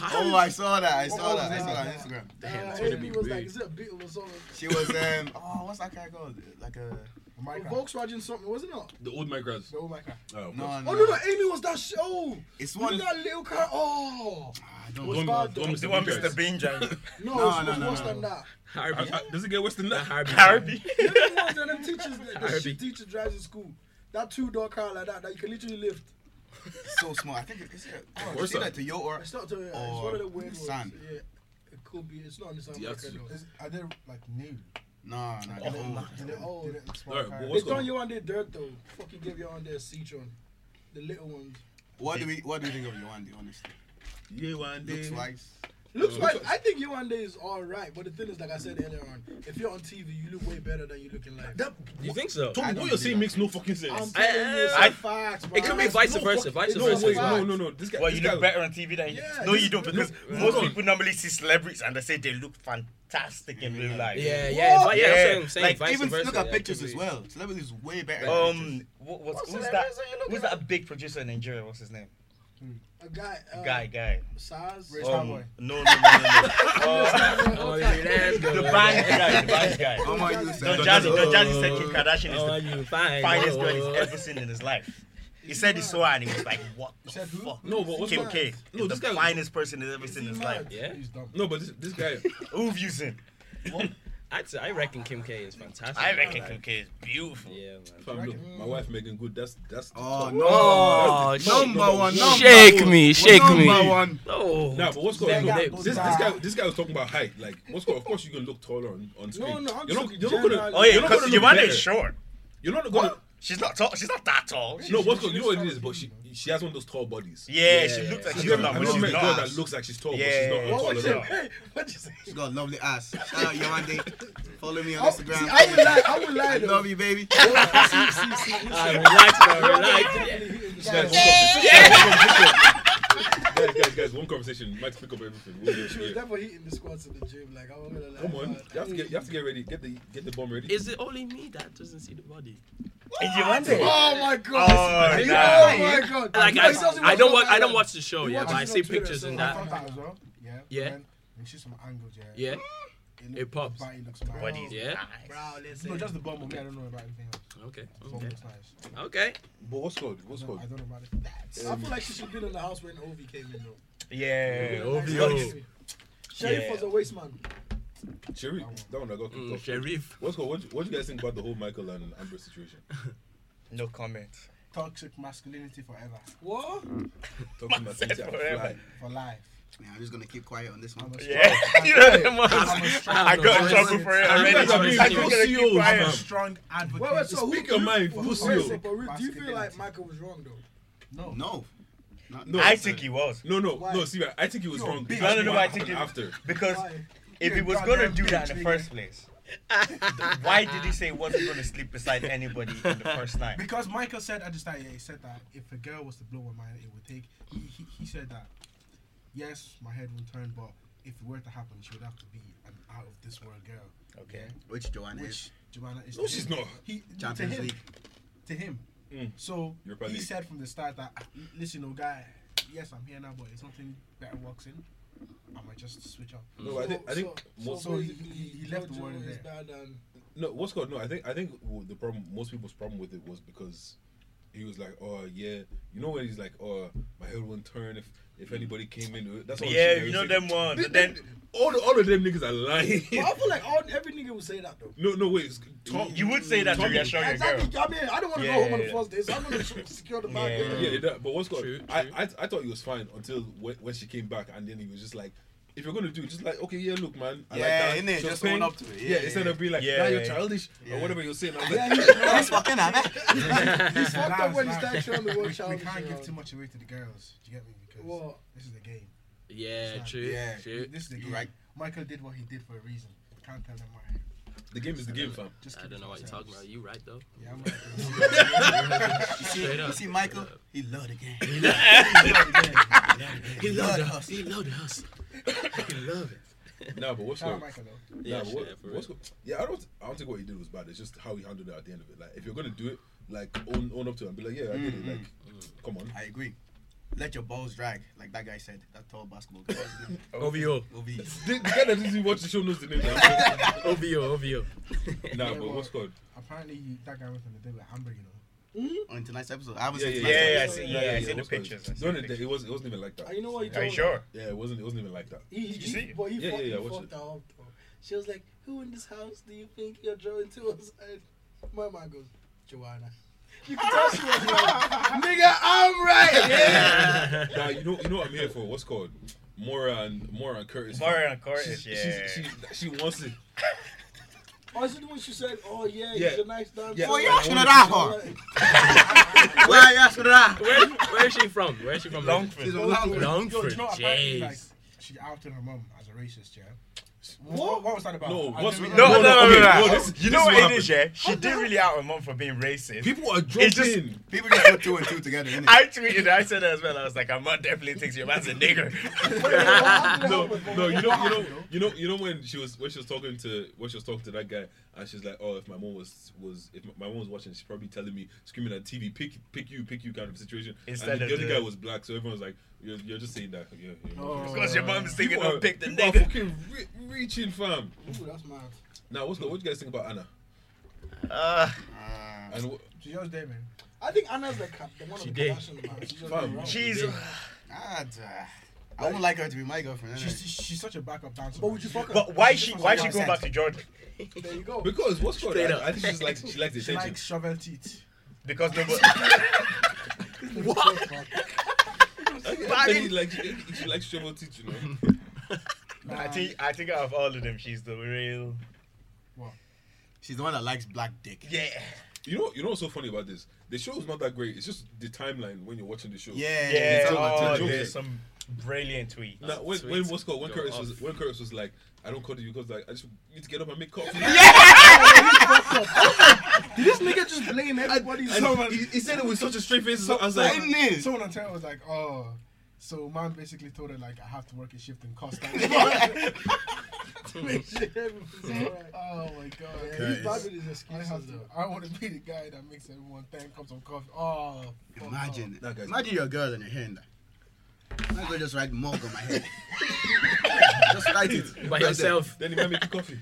Oh, I saw that. I saw Oh, that. I saw that on yeah. Instagram. Damn, uh, that's gonna Amy be was big. like, is it a Beetle or something? She was um. Oh, what's that guy called? Like a. A Micah. Volkswagen something, was it not? The old Minecraft. Oh my god. Oh, of course. No, no. Oh no, no, Amy was that sh- Oh, It's with one. that little car. Oh, Ah, don't- Don't- bad, don't though. miss The the one big Mr. guys. Bean driver. no, No, it was no, no, worse no. than that. Harvey. I- I- Does it get worse than that? Harvey. You know the ones that them teachers, that the Harvey. shit teacher drives in school. That two door car like that, that you can literally lift. It's so small. I think it- it's. it- Oh, course it's either not. Toyota or. It's not to, it's Or one of the weird ones. Nissan. Yeah, it could be. It's not in the San Yeah, it's- Marcos. Is- Are they like new? No, no. they're old. Did it, Oh. did it expire? Alright, but They what's done going on? you on their dirt though. Fucking give you on their Citron, the little ones. What do we? What do you think of Yawande? Honestly, Yeah, one looks wise. Looks Uh, like looks- I think Yewande is all right, but the thing is, like I said earlier on, if you're on TV, you look way better than you look in life. That, You think so? Tommy, I don't what you're believe saying that. makes no fucking I'm sense. telling you, I- some facts, It could be bro. vice no versa. fucking- Vice No, wait, versa. no, no, no. This guy. Well, this you guy- look better on TV than you. Yeah, no, this- you don't because no, most hold on. people normally see celebrities and they say they look fantastic in real life. Yeah, yeah, but yeah, Yeah. same, same. Like, vice Even versa, look yeah, at it could pictures as be. well. Celebrities is way better. Um, what, what's, who's that? celebrities are you looking Who's that big producer in Nigeria? What's his name? A guy, uh, guy, guy. Saz. Rich Um, Homeboy. no, no, no, no. no. Uh, Oh, let's go. the band guy, the band guy. How much you Don said? Jazzy, Don Jazzy said Kim Kardashian is Oh, the you fine. finest Oh. girl he's ever seen in his life. He said he saw her and he was like, "What the said who? fuck?" No, but what's Kim mad? K, No, is this the guy- finest person he's ever seen in his life. Yeah, He's dumb. No, but this this guy. Who've you seen? I'd say, I reckon Kim K is fantastic. I reckon Like, Kim K is beautiful. Yeah, man. Fam, look, my wife Megan Good. That's that's. the Oh top. no! Oh, That's the top Number one, number Shake one. me, shake me. Number one. Oh. Nah, but what's going Megan on? Good. This this guy this guy was talking about height. Like, what's going? Of course, you're gonna look taller on on No, screen. no, I'm You're not talking you're not gonna. generally. Oh yeah, you're not because gonna look Giovanna better. is short. You're not gonna. She's not tall. She's not that tall. No, what's going? You know what it is, but she she has one of those tall bodies. Yeah, Yeah, she yeah, looks yeah. like she's I've never, not, I've but never met she's a girl not. that looks like she's tall, Yeah. but What was she's not it? tall at all. Hey, what'd you say? She's got a lovely ass. Shout out Yawande. Follow me on Oh, see, Instagram. I would lie. I would lie I though. love you, baby. Oh, see, see, see, Ah, listen. relax, man, relax. Guys, one conversation. Guys, guys, guys, one conversation. Mike's pick up everything. We'll do it. She was Yeah. definitely hitting the squats in the gym. Like, I'm not gonna lie. Come on, man. you have to get you have to get ready. Get the get the bomb ready. Is it only me that doesn't see the body? Giovanna. Oh my god. Oh, oh nah. my god. Like No, I, he doesn't I don't Love watch, I don't Island. watch the Oh, show, He yeah, but I watches see it on Twitter, pictures so and I I that. found that as well. Yeah. Yeah. And she's some angles. Yeah. Yeah, It, It pops. The body looks nice. Body's Yeah. nice. No, just the bum. on Me, I don't know about anything else. Okay. Bum Okay. looks nice. Okay. But what's called? What's No, called? I don't know about it. I feel like she should be in the house when Ovi came in though. Yeah. Obvio. Sheriff Yeah. was a waste man. Cherry, that one I got kicked Mm, off. Sharif. What's called? What, do- what do you guys think about the whole Michael and Amber situation? No comment. Toxic masculinity forever. What? Talking about things that are forever. fly. For life. Yeah, I'm just gonna keep quiet on this one. Yeah. you know them ones. I got in choice. trouble for it I already. really got I'm just choice. gonna keep CEOs, I'm a quiet. strong advocate. Wait, wait, so Speak who, your mind, who- who- pussy. wait, so, but Ruth, do you feel like Basketball. Michael was wrong though? no. No. Not, No. I think he was. No, no, Why? no. See, I think he was wrong. because No, no, no, what I think happened it- after. Because Why? if he You're a was gonna goddamn do that bitch, in nigga. the first place, why did he say he wasn't gonna sleep beside anybody in the first night? Because Michael said at the start, yeah, he said that if a girl was to blow my mind, it would take. He, he, he said that, yes, my head will turn, but if it were to happen, she would have to be an out of this world girl. Okay. Which Joanna is? Which Joanna is. No, to she's him. not. He, Champions to him, League. To him. Hmm. Mm. So Europa he League. said from the start that, "Ah, listen, old guy, yes, I'm here now, but if something better walks in, I might just switch up. No, I think. I think. so, most- So he- basically, he- he left the Jojo word in is there. better than- No, what's called? No, I think I think w- the problem, most people's problem with it was because he was like, oh yeah, you know when he's like, oh my head won't turn if if anybody came in. That's all. the Mm. Yeah, shit that you he know said. them ones. They- But then all the, all of them niggas are lying. But I feel like all, every nigga would say that though. no, no wait. it's- Tom, you would say that to Tommy- reassure your girl. Exactly. I mean, I don't want to Yeah, go home on the yeah, first day, so I'm gonna tr- secure the bag. Yeah. Yeah, it does, but what's called? True, I, true. I I thought he was fine until when, when she came back, and then he was just like, if you're gonna do, it, just like okay, yeah, look, man, I Yeah, like that. innit? She was Just own paying- up to it. Yeah, Yeah, instead yeah. of being like, Yeah, nah, yeah. you're childish or whatever you're saying. I was like, He's fucking at it. He's fucked up Lies, when he lies. starts showing the word We child. can't give too much away to the girls. Do you get me? Because What? this is the game. Yeah. True. Yeah. True. This is the You game. right. Michael did what he did for a reason. Can't tell them why. the game is the game, fam. Just I keep it don't know to what you're talking ourselves. about. You right though. Yeah, I'm right. You see, Straight you up. see Michael? He loved the game. He loved the house. He loved the house. He love it. Nah, but what's Oh Shout out called? Michael though. Yeah, Yeah, but what, shit, for what's real. go- yeah, I don't, I don't think what he did was bad. It's just how he handled it at the end of it. Like, if you're gonna do it, like own, own up to it and be like, yeah, I did it. Like, come on. I agree. Let your balls drag, like that guy said. That tall basketball guy. OVO. Ovi. The, the guy that didn't watch the show knows the name. Like, OVO. OVO. nah, Yeah, but well, what's called? Apparently he, that guy went on the date with Amber, you know. Hmm? On tonight's episode, I haven't Yeah, seen yeah, tonight's Yeah, yeah, I episode. see. Yeah, I see the what's called? pictures. I see No, the no, it pictures. wasn't. It wasn't even like that. And Uh, you know what he told Are you her? sure? Yeah, it wasn't. It wasn't even like that. He, he, you see it? But he Yeah, fucked, yeah, yeah, I he watched fucked it. her up, though. She was like, "Who in this house do you think you're drawing to?" us?" And my man goes, "Joanna." You can tell she was like, "Nigga, I'm right." Nah, you know, you know what I'm here for. What's called? Mora and Mora and Curtis. Mara and She's, Curtis, yeah. she's, she, she wants it. Or is it when she said, "Oh yeah, Yeah. he's a nice dancer"? Yeah. Why you I asking her that wanted to- hard? Why you asking her that? Where Where is she from? Where is she from? She's Longford. on loud. Yo, do Longford. you know apparently like Jeez. she outed her mum as a racist, yeah? What? What was that about? No, I what's- didn't No, no, know. no, no, no, okay, no. no, this- You this know is what what it is, yeah? She did really out her mom for being racist. People are It's just- dropping. People just put two and two together, innit? I tweeted, I said that as well. I was like, I'm not definitely thinks your man's a nigger. no, no, you know, you know, you know, you know when she was when she was talking to when she was talking to that guy, and she's like, "Oh, if my mom was was if my mom was watching, she's probably telling me screaming at TV, pick pick you, pick you kind of situation." and Instead the of other the- guy was black, so everyone was like, "You're, you're just saying that." Yeah, yeah. Oh. Because your mom's thinking, People are, don't pick the people are nigger. fucking re- reaching, fam. Ooh, that's mad. Now, what's the, what do you guys think about Anna? Uh, And what, She just there, man. I think Anna's the cap, the one She of the did. Kardashian man. She's just Fam, wrong. she's. Ah, duh. I wouldn't like her to be my girlfriend. She's, innit? she's such a backup dancer. But man. would you She- fuck her? But why she why she go back to Jordan? There you go. because what's called? Straight I, up. I think she's like she likes the She attention. likes shovel teeth. Because nobody. I think- I Body. think she likes she, she likes shovel teeth, you know. I think I think out of all of them, she's the real. She's the one that likes black dick. Yeah. You know, you know what's so funny about this? The show is not that great. It's just the timeline when you're watching the show. Yeah. Yeah. it's all about Oh, two jokes. there's some brilliant tweets. Nah, when, Sweet. when what's called when Go Curtis off. was when Curtis was like, I don't cuddle you because like I just need to get up and make coffee. Did this nigga just blame everybody? And he, he said it with such a straight face. I was like, Isn't it? Someone on Twitter was like, oh, so man basically told her like I have to work a shift in Costa. oh Mm-hmm. Oh my god. He's bad with his I excuses have to. though. I want to be the guy that makes everyone thank cups of coffee. Oh, fuck Imagine, That guy's- imagine you're a girl and you're hearing that. I'm gonna just write mug on my head. just write it. By Right there. yourself. Then he might make you coffee.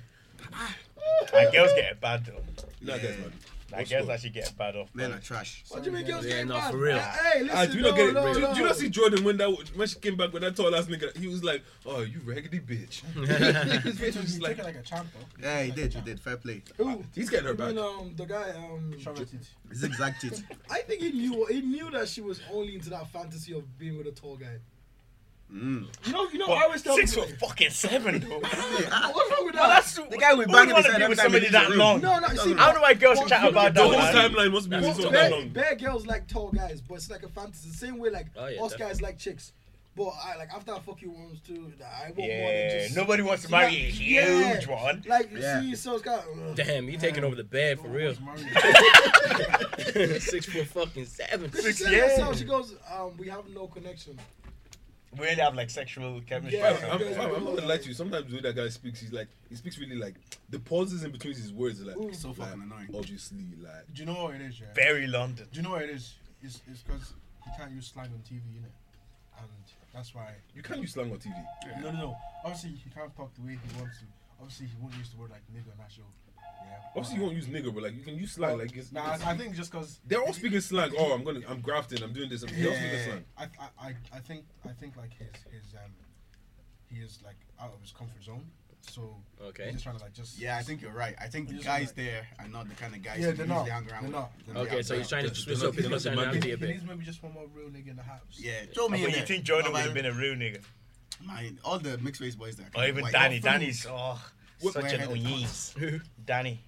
And girls get it bad though. No, guys, man. Like girls actually get it bad off. Men are trash. What do you mean girls Yeah, getting no, bad? for real. Hey, listen, Ah, do you not no, get it? no, do, no. do you not see Jordan when that when she came back with that tall ass nigga? He was like, "Oh, you raggedy bitch." His face was You just take like, it like a champ, though. Yeah, he did. He did. Fair play. Who? "He's getting her You back." mean, um, the guy, um, Charlotte it. Zigzagged it. I think he knew he knew that she was only into that fantasy of being with a tall guy. Mm. You know, you know, I But always tell six people, foot fucking seven though. what's wrong with Well, that? that's The guy with who banging wanna his head be every with time he somebody leaves the that room? long. No, no, you see, Oh, How do my girls Well, chat you- about The that? whole man? timeline must be this one that Bare, long. bare girls like tall guys, but it's like a fantasy. The same way like Oh, yeah, us guys like chicks. But I like after I fuck you once too, I want more than Yeah, just nobody wants to Yeah, marry a huge yeah. one. Like you Yeah. see, so it's uh, kind of Damn, you taking over the bed for real. Six foot fucking seven. Cause she said yeah. herself, she goes, um, we have no connection. We really have like sexual chemistry. Yeah. I'm, I'm, I'm, I'm not gonna lie to you. Sometimes the way that guy speaks, he's like, he speaks really like the pauses in between his words are like Ooh. So fucking like, annoying. Obviously, like Do you know what it is, yeah? Very London. Do you know what it is? It's because you can't use slang on TV, you know, and that's why. you can't use slang on TV. No, no, no. Obviously, he can't talk the way he wants to. Obviously, he won't use the word like nigga on that show. Yeah. Obviously, you won't use nigger, but like you can use slang. Like it's, Nah, I, I think just because they're all speaking slang. Oh, I'm gonna, I'm grafting. I'm doing this. I'm, They're all speaking Yeah. slang. I, I, I, I think I think like his his um he is like out of his comfort zone, so Okay. he's just trying to like just Yeah, I think you're right. I think the He's guys like- there are not the kind of guys Yeah, who they're usually not. hang around They're with. not. They're Okay, not. so you're trying to switch not- up your it's not He, personality he a bit. needs maybe just one more real nigga in the house. Yeah, throw But me in you there. think No, Jordan would have man, been a real nigga? man, all the mixed race boys there. Or even White- Danny. Oh, Danny's oh, Wh- such an Where- unease. Danny.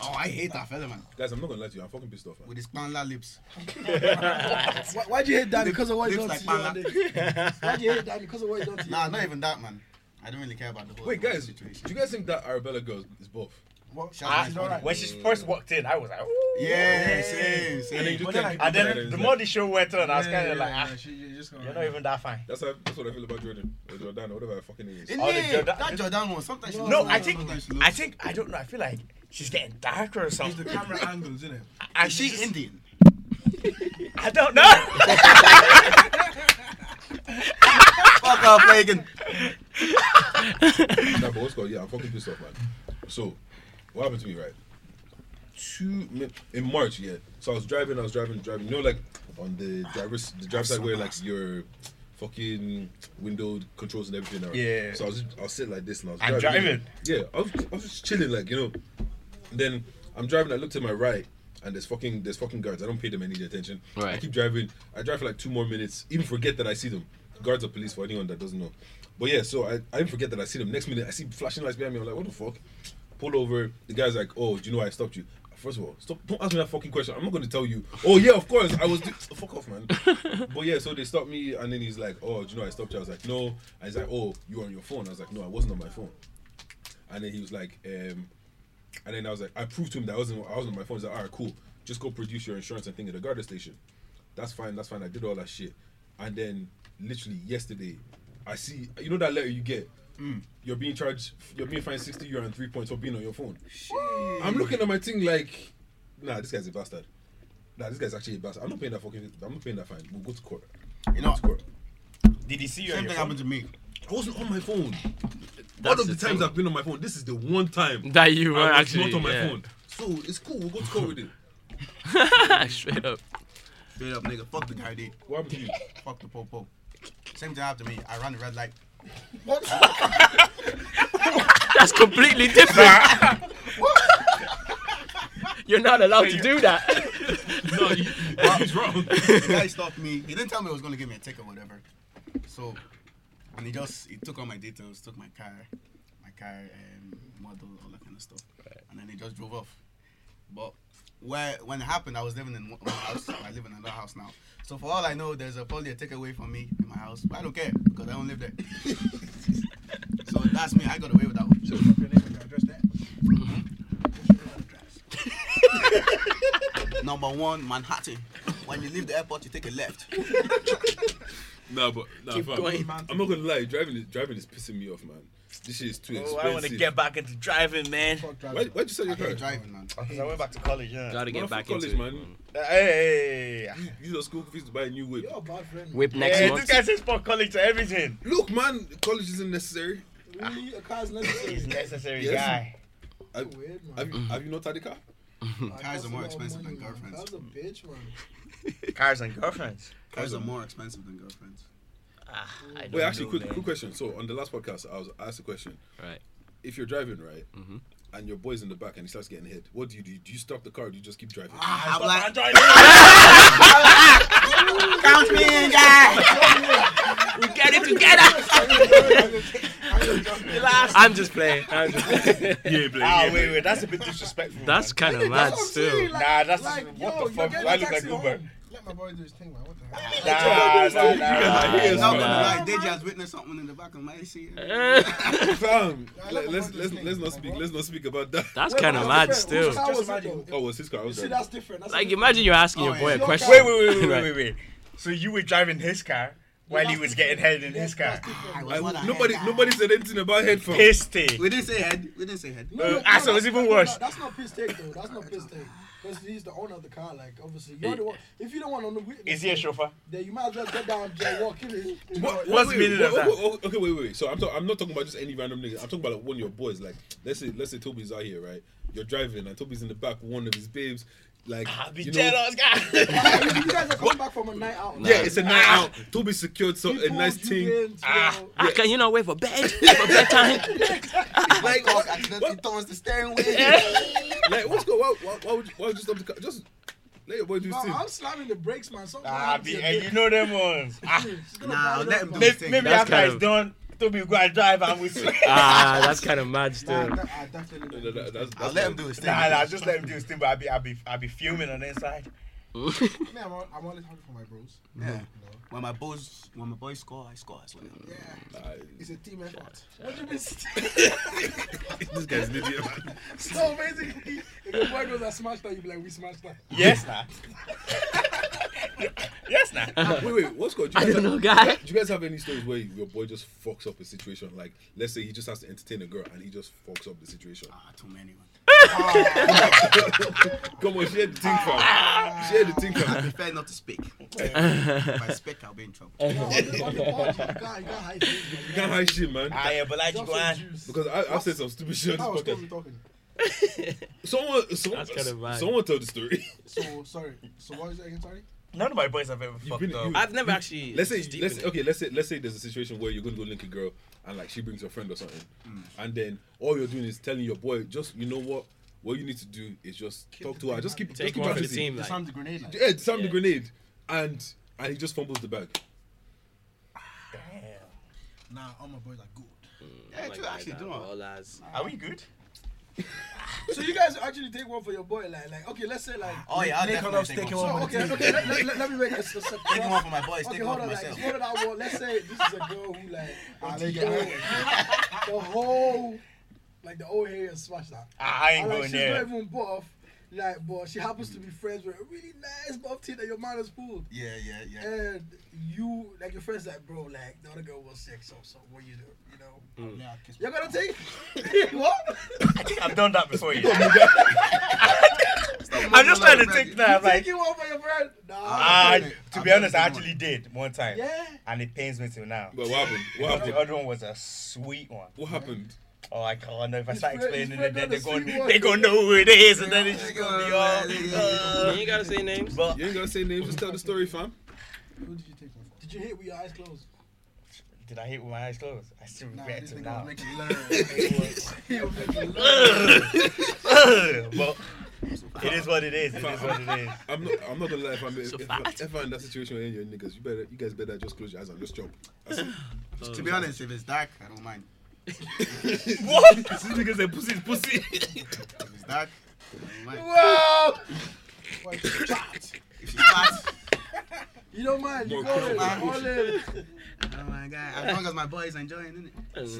Oh, I hate that fella, man. Guys, I'm not gonna lie to you. I'm fucking pissed off. Man. With his panla lips. Why, why'd you hate Danny? Lips- Because of what he lips done like to Bala. you. Andy. Why'd you hate Danny? Because of what he done to you. Nah, not even that, man. I don't really care about the whole Wait, the whole guys, do situation. you guys think that Arabella girl is buff? Well, Ah, she's no, alright. When she first walked in, I was like, ooh. Yeah, same, same. And then you just But then can't I- keep And looking at her then the it's more like- the show went on, I was kind Yeah, of like, yeah, ah, yeah, she- you're just gonna- you're not even that fine. That's how, that's what I feel about Jordan or Jordan or whatever her fucking name is. Isn't All Oh, the it? Jordan- that Jordan one. Sometimes she No, looks I nice, think, sometimes she looks- I think, I don't know. I feel like she's getting darker or It's the something. camera angles, isn't it? And Is she she's- Indian? I don't know. Fuck off, Reagan. Nah, but what's called? Yeah, I'm fucking pissed off, man. So, what happened to me, right? Two mi- in March, yeah. So I was driving, I was driving, driving. You know, like on the driver's the driver's side where like your fucking window controls and everything. Are. Yeah. So I was just, I was sitting like this and I was And driving. Yeah, I was, I was just chilling, like you know. And then I'm driving. I look to my right. And there's fucking there's fucking guards. I don't pay them any attention. I Right. keep driving. I drive for like two more minutes. Even forget that I see them. Guards are police for anyone that doesn't know. But yeah, so I, I didn't forget that I see them. Next minute I see flashing lights behind me. I'm like, what the fuck? Pull over. The guy's like, oh, do you know why I stopped you? First of all, stop! Don't ask me that fucking question. I'm not gonna tell you. Oh yeah, of course. I was. fuck off, man. but yeah, so they stopped me, and then he's like, "Oh, do you know why I stopped you?" I was like, "No." And he's like, "Oh, you were on your phone." I was like, "No, I wasn't on my phone." And then he was like, um, and then I was like, I proved to him that I wasn't I wasn't on my phone. He's like, all right, cool. Just go produce your insurance and thing at the guard station. That's fine, that's fine. I did all that shit. And then literally yesterday, I see you know that letter you get? You're being charged you're being fined sixty euro and three points for being on your phone. I'm looking at my thing like, nah, this guy's a bastard. Nah, this guy's actually a bastard. I'm not paying that fucking I'm not paying that fine. We'll go to court. You Go know, to court. Did he see you? on same thing your phone? happened to me. I wasn't on my phone. That's all of the, the times thing. I've been on my phone, this is the one time That you were I was actually not on my yeah. phone. So it's cool, we'll go to court with it. Straight up. Straight up, nigga. Fuck the guy, dude. What happened to you? Fuck the popo. Same thing happened to me. I ran the red light. That's completely different. You're not allowed to do that. no, you, he's wrong. The guy stopped me. He didn't tell me he was gonna give me a ticket or whatever. So, and he just he took all my details, took my car, my car um, model, all that kind of stuff, and then he just drove off. But where when it happened, I was living in one one house. I live in another house now. So for all I know, there's a, probably a ticket away from me in my house, but I don't care because I don't live there. so that's me. I got away with that one. Your name and your address there. Number one, Manhattan. When you leave the airport, you take a left. Nah, but nah, Keep fam, going. I'm not gonna lie. Driving is driving is pissing me off, man. This shit is too Oh, expensive. I want to get back into driving, man. Fuck Why, driving. why'd you sell I your car? hate driving, Oh, man. Because Oh, I went back to college, yeah. Gotta Motherfucker get back college, into it. man. Hey, These are school fees to buy a new whip. You're a bad friend. man. Whip next hey, this month. guy says fuck college to everything. Look, man, college isn't necessary. Ah. Really, a car's necessary. He's necessary Yes. guy. Have, Weird, man. have, you, have you not had a car? Like, Cars that's are a more lot of expensive money, than man. girlfriends. That's a bitch, man. Cars and girlfriends. Cars are more expensive than girlfriends. Ah, I don't Wait, actually, know, quick, man. quick question. So on the last podcast, I was asked a question. Right. If you're driving, right, Mhm. and your boy's in the back and he starts getting hit, what do you do? Do you stop the car? or Do you just keep driving? Ah, I'm black. trying Count me in, guy. We get it together. I'm just playing. I'm just playing. yeah, Blake. Ah, wait, wait, that's a bit disrespectful. That's kind of mad still. Nah, that's- what the you're fuck? getting Why a look like taxi Uber? home. Let my boy do his thing, man. What the hell? man. nah, nah, nah, nah. Yeah, Not gonna Nah. lie, Deji has witnessed something in the back of my seat. Fam, I let, love let's the let's thing. let's not speak. Let's not speak about that. That's Wait, kind of but mad that's still. different. Whose car Just was it, imagine. though? Oh, was his car? I You was see, driving. that's different. That's a Like, different- imagine you're asking Oh, your boy yeah. a Your question. Wait, wait, wait, wait, wait, Right. wait, wait. So you were driving his car while he was getting head in his car. That's different. I I- was not a nobody head guy. nobody said anything about headphone. Pissed it. We didn't say head. We didn't say head. No, no, no, Axel, that's- it's even no, no, worse. That's not piss take though. That's not piss take. Because he's the owner of the car. Like obviously, you're the one. If you don't want to, Is he a chauffeur? Then you might as well get down, just walk in it. What, What's wait, the meaning of wait, that? wait, wait, okay, wait, wait. So I'm, talk- I'm not talking about just any random nigga. I'm talking about like one of your boys. Like, let's say, let's say Toby's out here, right? You're driving, and Toby's in the back with one of his babes. Like, I'll be you know- jealous, guy. Like, you guys are coming back from a night out. yeah, it's a night Ah. out. Toby secured so a nice thing. Ah. I can, you know, wait for bed, for bedtime. Like, cock accidentally towards the steering wheel. Like, what's going? Why, why, why would you, why would you stop the car? Just let your boy do his Bro, thing. I'm slamming the brakes, man. Something Ah, happens be, here. and you know them ones. Ah, She's gonna Nah, bother let us, him man. do his maybe maybe That's after kind it's of- done, Toby will go and drive and we swim. Ah, that's kind of mad Nah, still. that- I definitely No, no, no, that's- I'll let that's fine. him do his thing. Nah, nah, just let him do his thing, but I'll be, I'll be, I'll be fuming on the inside. Man, I'm, al- I'm always happy for my bros. Yeah. No. When my boys, when my boys score, I score. I swear. Yeah, Alright, it's a team effort. What do you mean? this guy's an idiot. man. So basically, if your boy goes and smashed that, you be like, we smashed that. Yes, nah. yes, nah. wait, wait, what's going? I don't know, guy. Do you guys have any stories where your boy just fucks up a situation? Like, let's say he just has to entertain a girl and he just fucks up the situation. Ah, too many. man. Come on, share the thing, fam. Share the thing, I fam. prefer not to speak. if I speak, I'll be in trouble. No, on the, on the pod, you can't, you can't hide things, man. You can't hide shit, man. Ah, yeah, but like you Just go say on. juice. Because I, I've said some stupid shit That on was this Toby podcast. talking. Someone, someone, That's kinda mad. someone tell the story. So, sorry. So, what is it again, sorry? None of my boys have ever You've fucked been- up. you- I've never actually. Let's say, deep let's in it. okay, let's say, let's say there's a situation where you're gonna go link a girl and like she brings her friend or something, and then all you're doing is telling your boy, just you know what, what you need to do is just talk to her, just keep, just Take keep one her for the busy. team. Like, Disarm the grenade. Like. Yeah, disarm the Yeah. grenade, and and he just fumbles the bag. Nah, all my boys are good. Yeah, like true. that, Actually, that, do it. all as- Are we good? So you guys actually take one for your boy, like, like okay, let's say like. Oh yeah, I'll Nick definitely Huddle's take taking one. So one. okay, okay, let, let, let, let me make this. this- this- Taking one for my boys. Okay, Taking one hold for on. Like, myself. it's one of that one. Let's say this is a girl who like wants to go. the whole, like the whole area smashed that. Ah, I ain't And, like, going she's there. not even buff. Like, but she happens to be friends with a really nice buff teen that your man has pulled. Yeah, yeah, yeah. And you, like your friends, like bro, like the other girl was sick, so so what you do, you know? Mm. Yeah, I kiss You're gonna take it? what? I've done that before you. I'm just trying to think now. I'm like, Take you one for your friend? Nah. Ah. ah, I've done it. to I've be done honest, it I before. actually did one time. yeah. And it pains me till now. But what happened? What But happened? the other one was a sweet one. What happened? Oh, I can't know if I start friend- his explaining it, friend then done a they're going, sweet one. they're going to know who it is, and then it's just Yeah, going to be yeah, all. yeah. uh, You ain't gotta say names. But You ain't gonna say names. Just tell the story, fam. you. Who did you take one for? Did you hit with your eyes closed? did I hit with my eyes closed? I still Nah, regret it this till nigga now. will make it learn. He will make it learn. but it is what it is. It is what it is. I'm not. I'm not gonna lie. If I'm if, if, I- if I'm in that situation with any of you niggas, you better. You guys better just close your eyes and just jump. That's it. To be honest, if it's dark, I don't mind. What? These niggas say pussy is pussy. If it's dark, I don't mind. Wow! If she's fat, You don't mind, you More go in, crowd. all I in. don't mind. oh my guy. As long as my boy is enjoying, innit?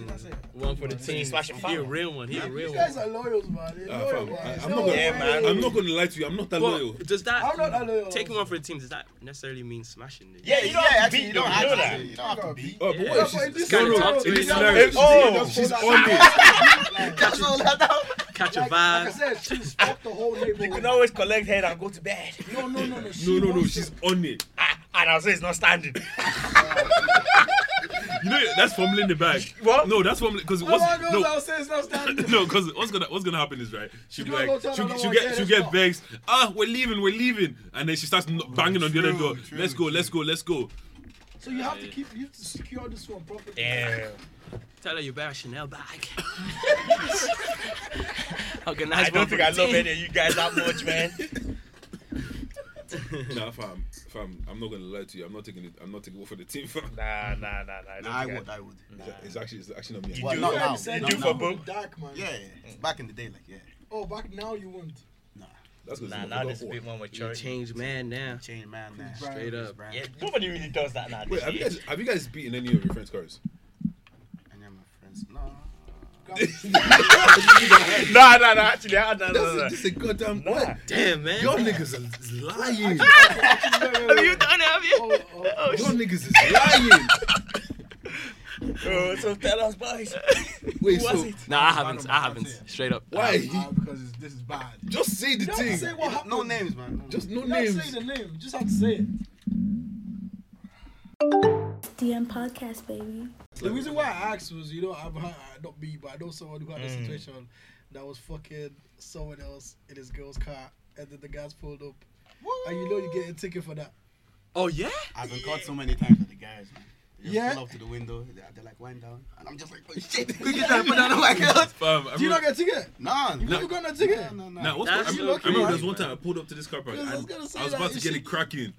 That's it. One for the team. Smash and He a power. real one. He a real You one. guys are loyals, man. They're Ah, loyal, fam, I- man. I'm not No gonna- way. I'm not gonna lie to you. I'm not that loyal. But does that I'm not that loyal. taking one for the team? Does that necessarily mean smashing? It? Yeah, you don't have to beat them. You know that. You don't have to beat. Oh, but Yeah, what but if in she's this no, no, scenario- in this Yeah. scenario, Oh. she's, she's on it. That's all that out. catch a Like, like I vibe. said, she's fucked the whole You neighborhood. can always collect head and go to bed. No, no, no, no. No, she no, no, wants she's it. on it. Ah, And I'll say it's not standing. You know that's fumbling the bag. What? No, that's fumbling because No what's one goes no. downstairs, no standing. No, because what's gonna what's gonna happen is right. She'll be You don't like, go tell she'll, another she'll one, yeah, get she'll let's get go. vexed. Ah, we're leaving, we're leaving, and then she starts kno- banging on the other true, door. true, Let's go, let's go, let's go. So you have to keep, you have to secure this one properly. Yeah. Tell her you buy a Chanel bag. I Organize one don't for think I the love team. any of you guys that much, man. Nah, fam, fam, I'm not gonna lie to you. I'm not taking it. I'm not taking it for the team, fam. Nah, nah, nah, nah. Nah, I would, I would. It's actually it's actually not me. Well, do- not you now. said not you do now. for both. Dark, man. Yeah, yeah. Back in the day, like, yeah. Oh, back now you won't. That's because Nah, now there's a bit more You maturity. change man now. Chain man, man. Straight up. Brand. Yeah, nobody really does that now. Wait, have you guys have you guys beaten any of your friends' cars? And then my friends, no. Nah, nah, nah. Actually, nah, nah, nah, nah. This is a goddamn Nah. what? Damn man. Y'all niggas are- is lying. have you done it? Have you? Oh, oh, oh. Y'all niggas is lying. Oh, so tell us, boys. Wait, Who was so it? Nah, I haven't. I That's haven't. it. Straight up. why? Ah, because it's, this is bad. Just say the Don't say thing. what happened. No names, man. No Just no Don't say names. the name. Just have to say it. DM podcast, baby. The reason why I asked was, you know, I've had, not me, but I know someone who had Mm. a situation that was fucking someone else in his girl's car, and then the guys pulled up, and you know you get a ticket for that. Oh yeah. I've been caught so many times with the guys, man. They just Yeah. pull up to the window, they're, they're like, wind down. And I'm just like, oh shit, quick, you trying to put down on my girls. Fam, I Do you not remember- get a ticket? Nah, You never got a ticket. No, no, Nah, no. what's That's I, you remember, lucky, I remember man. there was one time I pulled up to this car park Yes, I and I was was, gonna say about that, to you get see- it cracking,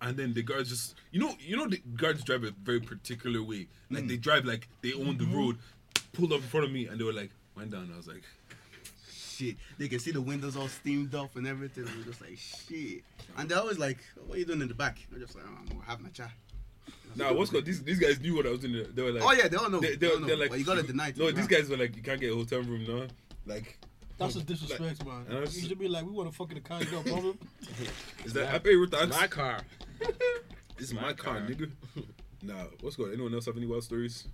and then the guards just, you know, you know, the guards drive a very particular way. Like they drive like they own the road. Pulled up in front of me and they were like, "Went down." I was like, Shit. They can see the windows all steamed up and everything. I'm just like, shit. And they're always like, what are you doing in the back? I'm just like, oh, I'm having a chat. "Nah, what's good?" These these guys knew what I was doing. They were like, Oh, yeah, they all know. they, They, they, all are know. like, but you gotta deny it. No, these guys were like, "You can't get a hotel room now." Like, Mm. That's a disrespect, and I man. was- You should be like, we want to fuck in the car, you got a problem? is that I pay with tax? My car. This is my car, nigga. nah, what's good? Anyone else have any wild stories?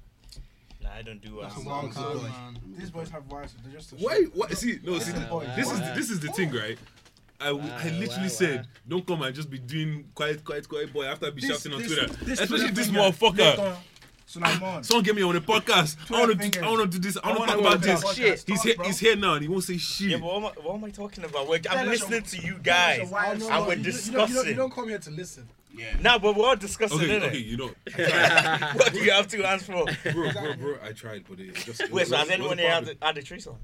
Nah, I don't do uh, That's Wild wild card, boy. man. These boys have wives. They're just. a Why? shit. What? See, no. See, Wow. this is the, this is the thing, right? I, I literally wow, said, wow. don't come and just be doing quiet, quiet, quiet, boy. After I be shouting on this- Twitter, this especially Twitter this finger. motherfucker. Later, Sulaiman. Someone get me on a podcast. I want to, fingers. do, I want to do this. I want to wanna talk go about on this. podcast. Shit. He's Talk, here. bro. He's here now, and he won't say shit. Yeah, but what am, I, what am I talking about? We're, us I'm your- listening to you us guys, your wild and story. we're You don't- you don't- you don't- You discussing. don't come here to listen. Nah, but we're all discussing, okay, innit? okay, you know, What do you have two hands for? bro, bro, bro. I tried, but it just. it Wait, so was- has it anyone was here had popping. the, had the threesome?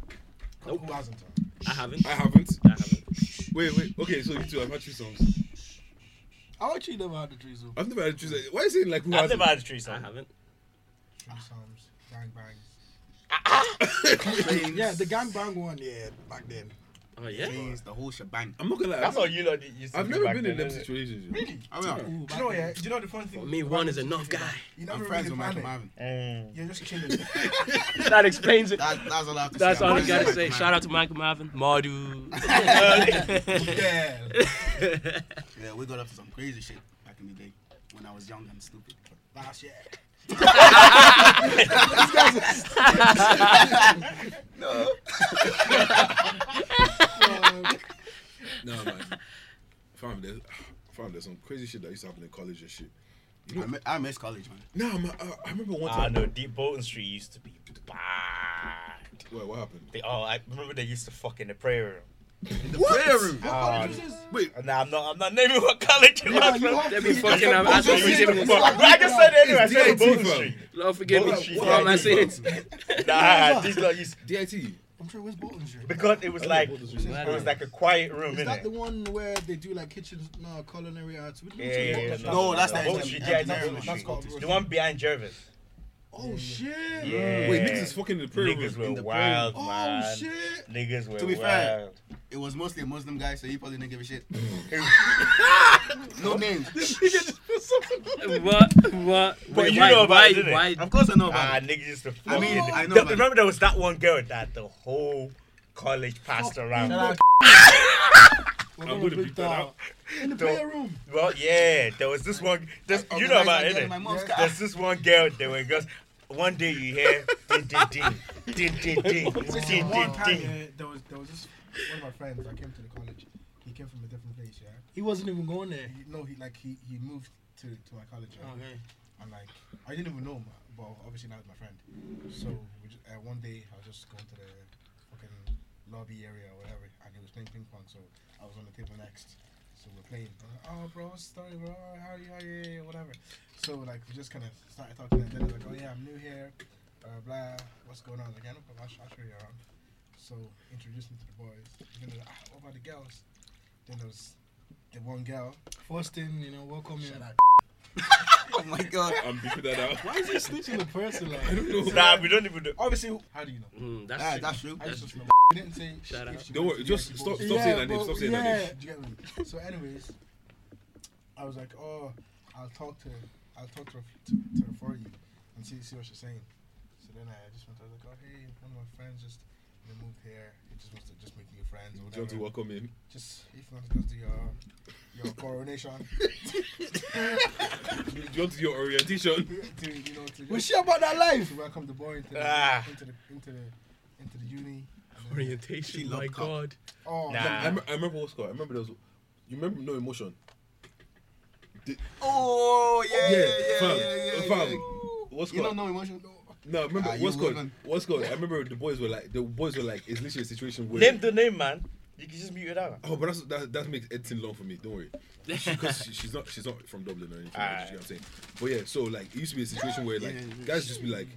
Who hasn't? I haven't. I haven't. I haven't. Wait, wait. Okay, so you two, I've had three songs. I actually never had a threesome. I've never had three. songs. Why is it like who I've has? never had a I threesome. haven't. Threesomes, bang bangs. Yeah, the gangbang one, yeah, back then. Oh yeah. Please, the whole shebang. I'm not gonna lie. That's all you lot used to I've do never back been then, in them innit? situations. you know. I mean, Ooh, Do back you know then. yeah? Do you know the funny thing? Me about one is this enough thing is guy. that You never I'm really friends with plan Michael it. Marvin. Mm. You're just chilling. That explains it. That, that's all I have to That's say. all I'm I gotta friends say. with Shout Michael out to Michael Marvin, Mardu. yeah. Marvin. Yeah, we got up to some crazy shit back in the day when I was young and stupid. Last year. No, man. Fam, there's, fam, there's some crazy shit that used to happen in college and shit. I, mi- I miss college, man. No, man, I, I remember one Ah, time. no, Deep Bolton Street used to be bad. Wait, what happened? They, oh, I remember they used to fuck in the prayer room. The what? prayer room. Ah, Wait, nah, I'm not. I'm not naming what college it was. bro. Let me fucking have as for Bolton Street. forgiveness. Fuck. I just said it anyway. I It's said DIT, Bolton bro. Street. Lord forgive Bolton me Street, for all my yeah. sins. Nah, these lot used DIT. I'm sure, where's Bolton Street? because it was like Bolton Street. it was like a quiet room, Is that the innit? one where they do like kitchen, no, culinary arts? Which Yeah, one's it? yeah, yeah. Bolton Street? No, that's the Bolton engineering- Street. Yeah, it's not engineering Bolton one. Street. That's The one behind Jervis. Oh shit! Yeah. Wait, niggas is fucking in the prayer Niggas room. were wild, Oh man. shit! Niggas were To be wild. fair, It was mostly a Muslim guy, so he probably didn't give a shit. no names. What? What? But Wait, you why, know about why, it, didn't it? why, Of course I know Ah, about it. niggas used to I fuck mean, it. I know The- about it. remember there was that one girl that the whole college passed around. Shout I'm gonna beat that out. In the The- prayer room. Well, yeah, there was this one. This, Oh, I you know organized about that it. girl innit? in my mom's Yes. car. There's this one girl. There were girls. One day you hear ding ding ding ding ding ding Listen, ding one ding time, ding. uh, there was there was this one of my friends that came to the college. He came from a different place, yeah. He wasn't even going there. He, no, he like he, he moved to, to my college. Yeah? Okay. And like I didn't even know him, but obviously now he's my friend. So we just, uh, one day I was just going to the fucking lobby area or whatever, and he was playing ping pong. So I was on the table next. So we're playing. I'm like, oh, bro, what's the story, bro? How are you? How are you? Yeah, yeah, Whatever. So like we just kind of started talking, and then I was like, oh yeah, I'm new here. Blah blah. What's going on? Again, I'll, I'll show you around. So introduced me to the boys. And then, ah, what about the girls? Then there was the one girl. First thing, you know, welcome in. Oh my god. I'm beeping that out. Why is he snitching the person? Like, Nah, we don't even know. Obviously, how do you know? Mm, Ah, that's that's true. I just know. He didn't say. Shout if out. she Don't wants worry, to be just actually stop, both. stop saying that name. but- Stop saying that name. Do you get me? So, anyways, I was like, oh, I'll talk to, I'll talk to her, to, to her for you, and see see what she's saying. So then I just went. I was like, oh hey, one of my friends just they moved here. He just wants to just make new friends or Do you want to whatever. welcome him? Just if you want to go to your your coronation, Do you want to do your orientation? to you know to, was she just, about that life? to welcome the boy into the, Ah. Oh, into the into the into the uni. and then- orientation. My God. Oh, Nah. I, rem- I remember what's called. I remember there was. You remember no emotion. Oh yeah, yeah, yeah, fam, yeah, yeah, fam. yeah. What's You called? don't know emotion. No, I remember Ah, you what's called. wouldn't. What's called? I remember the boys were like the boys were like it's literally a situation where. Name the name, man. You can just mute it out. Oh, but that's, that that makes everything long for me. Don't worry, because she, she's not she's not from Dublin or anything. Aye. You know what I'm saying? But yeah, so like it used to be a situation where like guys just be like,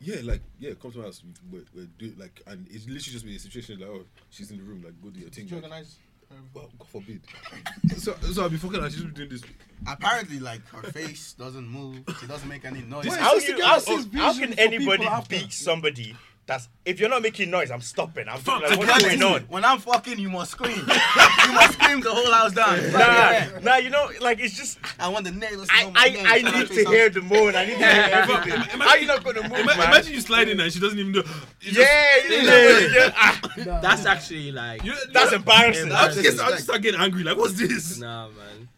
yeah, like yeah, come to my house, we we we do it, like, and it's literally just be a situation like, oh, she's in the room, like go do your thing. Did you Like, organize? well, God forbid. so so I'll be fucking her. She's been doing this. Apparently, like her face doesn't move. She doesn't make any noise. This- How, Just you, to how, get this how vision can for anybody people after. beat somebody that's if you're not making noise? I'm stopping. I'm like, That's what's going it. on? When I'm fucking, you must scream. you must scream the whole house down. It's like, yeah. Nah, nah. You know, like it's just I want the nails. Oh I I, I need to hear the moan. I need to hear everything. How you not gonna move, Ima- man? Imagine you sliding and she doesn't even know. You just- Yeah, you know, yeah. Ah, That's actually like. you- that's embarrassing. I That's- just, I just start getting angry. Like, what's this? Nah, man.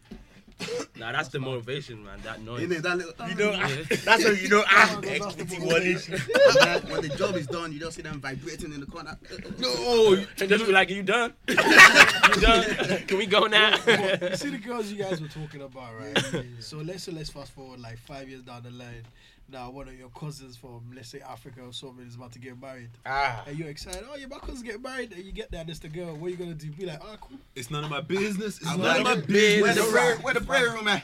Nah, that's the motivation, man. That You noise. know, that little, You know, ah, Yeah. that's how you know. Oh, Ah, it's Wally. that, when the job is done, you don't see them vibrating in the corner. No, And just be like, you done? you done? Can we go now? You see the girls you guys were talking about, right? So let's say let's fast forward like five years down the line. Now one of your cousins from let's say Africa or something is about to get married, Ah, and you're excited. Oh, yeah, my cousin's getting married, and you get there, and it's the girl. What are you gonna do? Be like, oh, cool. it's none of my business. It's I'm none of my like, Where business. the prayer, where the prayer room at?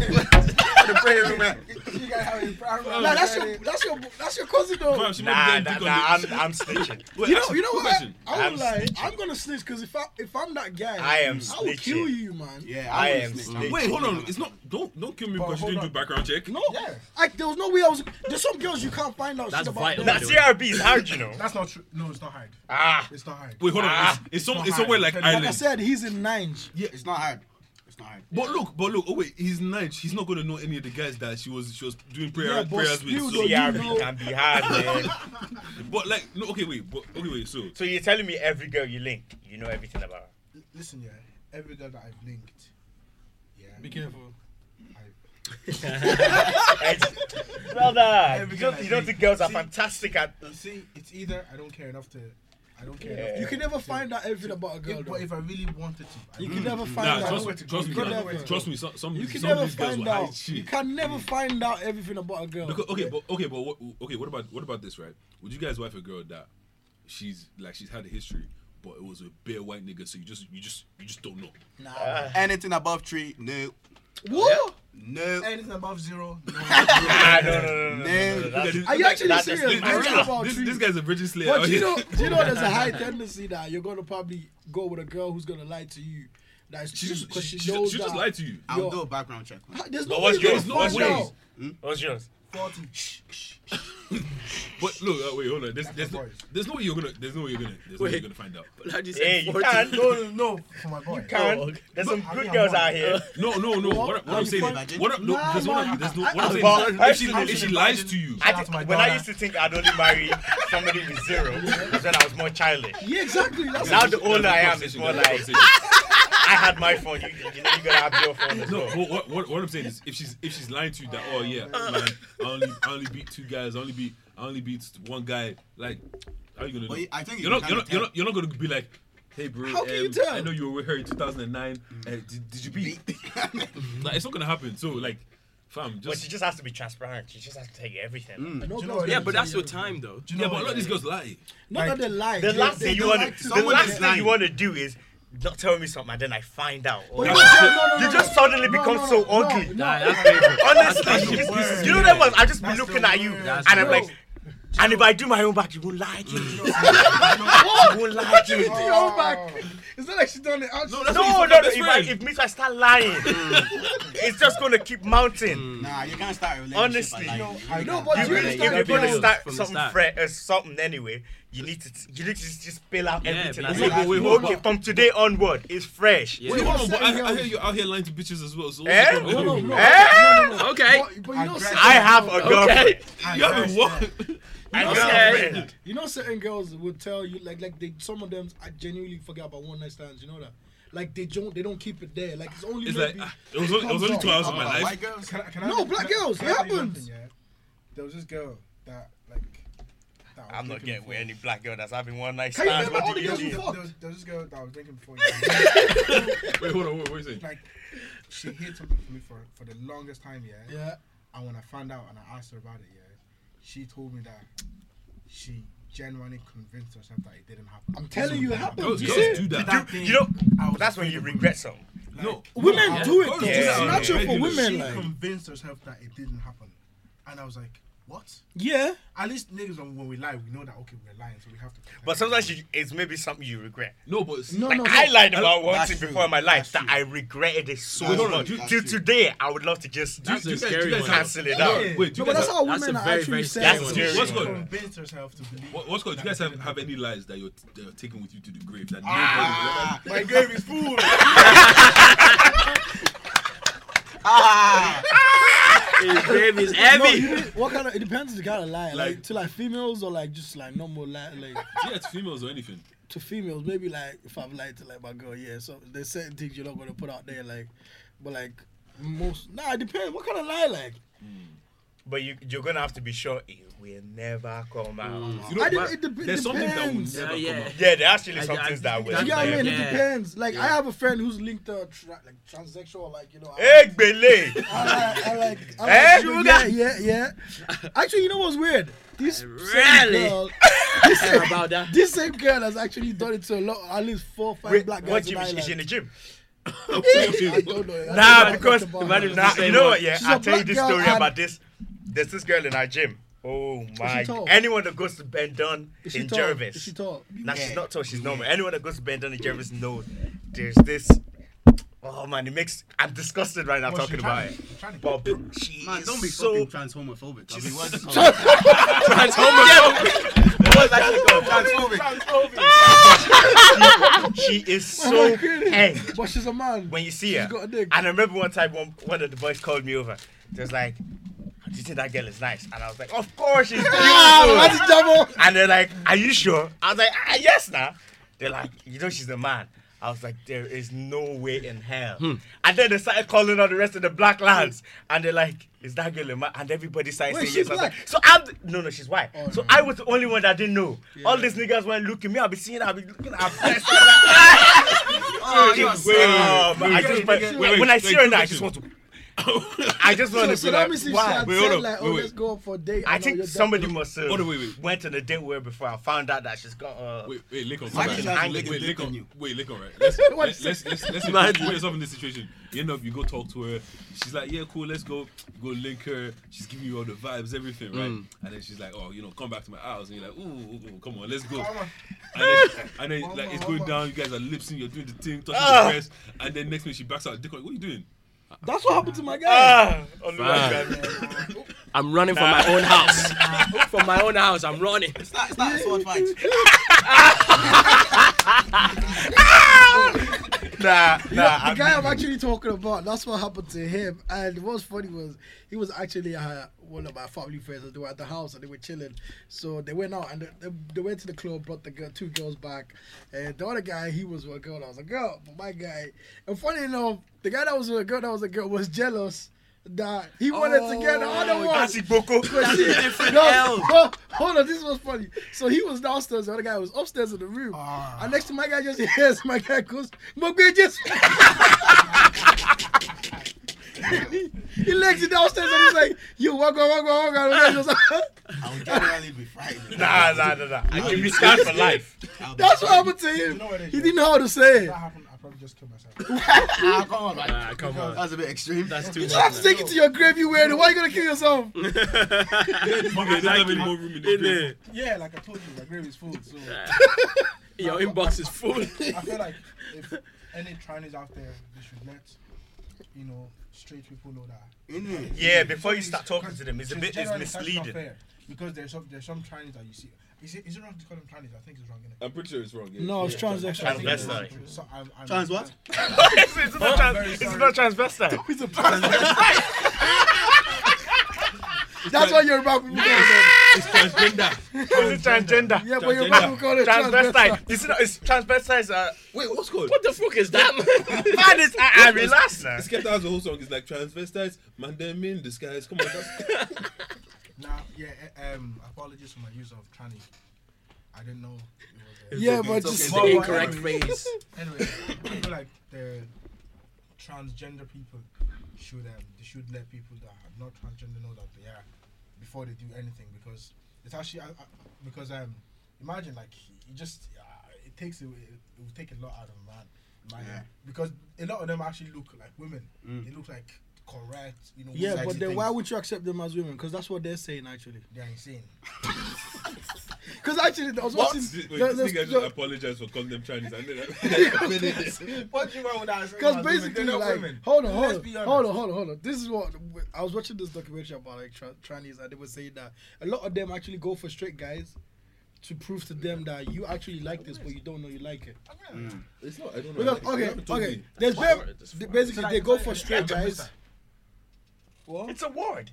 where the prayer room at? You guys have a problem. Nah, that's your that's your that's your cousin though. Fam, she might nah, be nah, getting nah. dick on I'm the- I'm snitching. Wait, You know, actually, you know quick what? question. I I'm was like, snitching. I'm gonna snitch because if I if I'm that guy, I am I will kill snitching. you, man. Yeah, I wanna am sneak. snitching. Wait, hold on. It's not. Don't don't kill me because you hold didn't on. do background check. No, Yeah. like there was no way I was. There's some girls you can't find out That's shit about. vital. them. That CRB is hard, you know. That's not true. No, it's not hard. Ah, It's not hard. Wait, hold on. It's, it's, some, it's somewhere like Like I Ireland. said, he's in nine. Yeah, it's not hard. It's not hard. But look, but look. Oh wait, he's nine. She's not gonna know any of the guys that she was she was doing prayer, Yeah, but prayers with. still So, though, you know- CRB can be hard, man. But like, no. Okay, wait. But okay, wait. So So you're telling me every girl you link, you know everything about her? L- Listen, yeah. Every girl that I've linked, yeah. Be careful. Ex- Brother, Every you girl don't, I you don't see. think girls are See- fantastic at You see, it's either I don't care enough to, I don't care Yeah. enough. You can never find out everything about a To, girl, if, though. but if I really wanted to, I You would. can never find Mm. nah, I out. know trust, where to go. trust me. You can nah, never- Trust me. Some some, you can some never of these guys find were high out. You shit. can never find out everything about a girl. Because, okay, but okay, but what, okay. What about what about this? Right? Would you guys wife a girl that she's like she's had a history, but it was a bare white nigga? So you just you just you just don't know. nah. Ah. Anything above three, no, what? no. Anything above zero, no. Ah, no, no, no, no, no, no, no. Nah. That's, Are you actually That is- serious? This, I You're this, talking don't guy- about this, three. this guy's a British slayer. But out you here. know, do you know, there's a high tendency that you're gonna probably go with a girl who's gonna lie to you. That's she true just because she, she, she, knows she just that. lied to you. I'll Yo. do a background check. There's no But way what's you can yours? find What's out. yours? What's yours? forty. But look, uh, wait, hold on. There's, there's, no, boys. there's no way you're gonna. There's no way you're gonna. There's no Wait. way you're gonna find out. How do you Hey, say you 40? can't. No, no, no. for my boy. Can't. There's some I good mean, girls I'm out here. No, no, no. What, what I'm saying is, imagine? what, I'm- no, Nah, there's what, I'm- man. there's no, what I- I'm I- saying I is, if she, should if she imagine. lies to you, I Shout out think to my when I daughter. used to think I'd only marry somebody with zero, was when I was more childish. Yeah, exactly. That's Now That's the a older I am, it's conversation, more that's a like conversation. I had my phone. You, you know, you gotta have your phone as No, well. but what, what, what I'm saying is, if she's if she's lying to you that oh yeah, man, I only I only beat two guys, I only beat I only beat one guy. Like, how you gonna? But know? I think you're you not can you're not, tell. you're not you're not gonna be like, hey bro, How can you um, tell? I know you were with her in 2009. Uh, did, did you beat? like, it's not gonna happen. So like, fam, But she just just has to be transparent. She just has to tell you everything. No, you know girls what- Yeah, don't but tell that's you your time, though. Do you know yeah, but a what- lot of these girls lie. Not that they lie. The they- last they thing you don't want, like to, the someone last is thing lying. you want to do is not tell me something, and then I find out. Or- No, no, no, no, you just suddenly become so ugly. No, Nah, no, that's painful. Honestly, That's the you just- word. you know that was. I just be That's the looking at you, word. and That's I'm the like, word. and if I do my own back, you won't like it. What? You won't like You it. do your own back. It's not like she done it. out- that's No, no, what you no. fucking best If, I, friend. if me, if I start lying, it's just gonna keep mounting. Nah, you can't start a relationship. Honestly. by lying. I No, know, but You you really, if understand you're the gonna point. start From the something, start. fre- uh, something anyway, you need to, you need to just spill out Yeah, everything. but and wait, say, wait, wait, okay, but- from today onward, it's fresh. Yeah. Wait, You hold on, are but I, saying I hear girls- you're out here lying to bitches as well. So Eh? what's No, wrong no, with no. you? Eh? Okay. But, but you know, certain I have a girls- girlfriend. Okay. You haven't what? A Okay. girlfriend. You know, certain girls would tell you like like they some of them I genuinely forget about one night stands. You know that. Like they don't, they don't keep it there. Like it's only It's like maybe. ah, it was only, it was only two hours of my About life. white girls? Can I, can I, No, black can I- girls, can it I tell you one happens. thing, yeah? There was this girl that like. That I was I'm not drinking getting with before. any black girl that's having one night Can you stands. remember all What do the you girls do? you There fucked? was, there was this girl that I was drinking before. Yeah. Wait, hold on, what, what are you saying? like, she hid something from me for for the longest time. Yeah. Yeah. And when I found out and I asked her about it, yeah, she told me that she genuinely convinced herself that it didn't happen. I'm telling you, it happens. Girls, You girls see? do that. You, you know, that's when you regret something. No, Women no, do it, girls though. that It's on a natural for regular. women. She like- convinced herself that it didn't happen, and I was like, what? Yeah. At least niggas, when when we lie, we know that okay, we're lying, so we have to. pretend. But sometimes you, it's maybe something you regret. No, but it's- No, Like no. I no. lied about one That's thing true. before in my life That's that true. I regretted it so That's much. true. That's Till true. today, I would love to just Do you- That's do a you guys- scary do you guys one. have- cancel it out. No, Wait, do No, you but guys that's have- how That's women a are very, actually very saying. scary one. That's What's She good? Convinced herself to believe. What, what's good? Do you that guys it have, didn't have happen. any lies that you're, that you're taking with you to the grave? That Ah, nobody my grave is full. His baby is No, heavy. you didn't- what kind of? It depends on the kind of lie. Like, Like- to like females or like just like normal lie. Like yeah, it's females or anything. to females, maybe like if I've lied to like my girl, yeah. So there's certain things you're not gonna put out there, like, but like most. Nah, it depends. What kind of lie? Like But you, you're gonna have to be sure it will never come out. You know, I didn't- but it dep- it there's something that will depends. never Yeah, come yeah. out. Yeah, there are actually I- some I things think that will. that's- you get what I Yeah. mean? It Yeah. depends. Like I Yeah. have a friend who's linked to tra- like transsexual, like you know. I- Hey, Bele! I like, I like, I Eh, like sugar? yeah, yeah, yeah. Actually, you know what's weird? This same Really? girl, Tell about that. this same girl has actually done it to a lot, at least four, five Wait, black what guys in gym is, is she in the Ireland. gym? I don't know. I don't know Nah, what because about man her. is- nah, the you same know one. what? Yeah, She's a I'll tell you black this girl story and- about this. There's this girl in our gym. Oh my! tall? Anyone that goes to Bendon Is she in tall? Jervis, Is she tall? Nah, she's not tall. She's normal. Anyone that goes to Bendon and Jervis knows there's this. Oh man, it makes. I'm disgusted right now Well, talking she about tried- it. she tried to- But bro, she Man, is don't be so. fucking transhomophobic. I mean, what's it called? That's homophobic. What's that shit called? Transphobic. she is so hang. But she's a man. when you see her. got a dick. And I remember one time, one, one of the boys called me over. They was like, "Do you think that girl is nice?" And I was like, "Of course she's Ah, beautiful." that's double. and they're like, "Are you sure?" I was like, ah, "Yes, now." They're like, "You know she's a man." I was like, "There is no way in hell." Hmm. And then they started calling out the rest of the black lads, and they're like, "Is that girl a man?" And everybody started Wait, saying she's yes. I was like, black? so I'm the- no, no, she's white. Oh, so no. I was the only one that didn't know. All these niggas weren't looking me. I'll be seeing. I'll be looking at her face. I'm like, Ah, Oh, you are Wait, sick. um, I just, but wait, wait, when I wait, see her quick now, I just want to. I just want So, to so be that like, means if she why? had Wait, hold said on. like, Wait, oh, wait. let's go out for a date. I and all think your somebody dad- must Hold have on, wait, wait. went on a date with her before I found out that she's got. Uh, Wait, wait, lick on. Why Wait, did you have to lick wait, a dick lick on on. you? Wait, lick on, right? Let's What? let's let's let's let's Man. put yourself in this situation. You end up, you go talk to her. She's like, yeah, cool, let's go. You go link her. She's giving you all the vibes, everything, right? And then she's like, oh, you know, come back to my house. And you're like, ooh, ooh, ooh come on, let's go. And then, and then like it's going down. You guys are lip syncing. You're doing the thing, touching Ah. the breast. And then next minute she backs out. Dick, on you. what are you doing? That's what happened to my guy. ah, oh, no, Fine. God. I'm running from my own house. from my own house. I'm running. It's not, it's not a sword fight. Nah, You know, nah. the guy I'm actually talking about, that's what happened to him. And what's funny was he was actually uh, one of my family friends. and They were at the house and they were chilling. So they went out and they, they, they went to the club, brought the girl, two girls back. And the other guy, he was with a girl. and I was a girl, but my guy. And funny enough, the guy that was with a girl, that was a girl, was jealous. That he wanted to get the other one. That's Igboko. That's it. No, no, hold on, this was funny. So he was downstairs, the other guy was upstairs in the room. And next to my guy just hears my guy goes, Mugbe just he, he legs it downstairs and he's like, you walk on, walk on, walk on. And I was like, I would generally be frightened. Nah, nah, nah, nah. I can be scared for life. I'll be That's what frightened. happened to him. know what it is, He yeah? didn't know how to say it. that happened, I probably just killed myself. Ah, come on, man. Ah, come That on. was a bit extreme. That's too You have to much. take it to your grave, you weirdo. Why are you gonna kill yourself? They don't have any more room in the grave. yeah, like I told you, my grave is full. So Your inbox is full. I feel like if any Chinese out there, they should let you know straight people know that. Innit? Yeah, before you start talking Because to them, it's a since bit it's generally that's not misleading. fair, because there's some there's some Chinese that you see. Is it is it wrong to call them Chinese? I think it's wrong. Innit? I'm pretty sure it's wrong. Yeah. No, it's I transaction. think it's Transvestite. wrong. So I'm, I'm, Trans what? it's, it's not trans, it's not transvestite. That's why you're about people call it. It's transgender. It's transgender. Yeah, but you're about call it transvestite. Transvestite. It's not. It's transvestite. Is, uh, Wait, what's called? What the fuck is that, man? man, it's, I, I relax now. Skepta has a whole song. It's like transvestites, man, them in disguise. Come on, that's Now, yeah, eh, um, apologies for my use of tranny. I didn't know. It was, Yeah, but just It's the incorrect phrase. uh, anyway, I feel like the transgender people should um, they should let people that are not transgender know that they are before they do anything because it's actually uh, uh, because um imagine like you just uh, it takes away it will take a lot out of a man. Imagine. Yeah. Mm. Because a lot of them actually look like women. They look like correct. You know. Yeah, sexy but then things. why would you accept them as women? Because that's what they're saying actually. They are insane. Because actually, I was what? watching. This, wait, there- this nigga there's- just apologized for calling them Chinese. I know that. What do you want with that? Because basically, like, hold on, hold Let's on, be honest. hold on, hold on, hold on. This is what I was watching this documentary about like tra- trannies, and they were saying that a lot of them actually go for straight guys to prove to them that you actually like this, but you don't know you like it. it's not. I don't know. Because You okay, haven't told okay, me. there's them. they- Basically, Like, they go like, for like, straight like, guys. like, It's a word.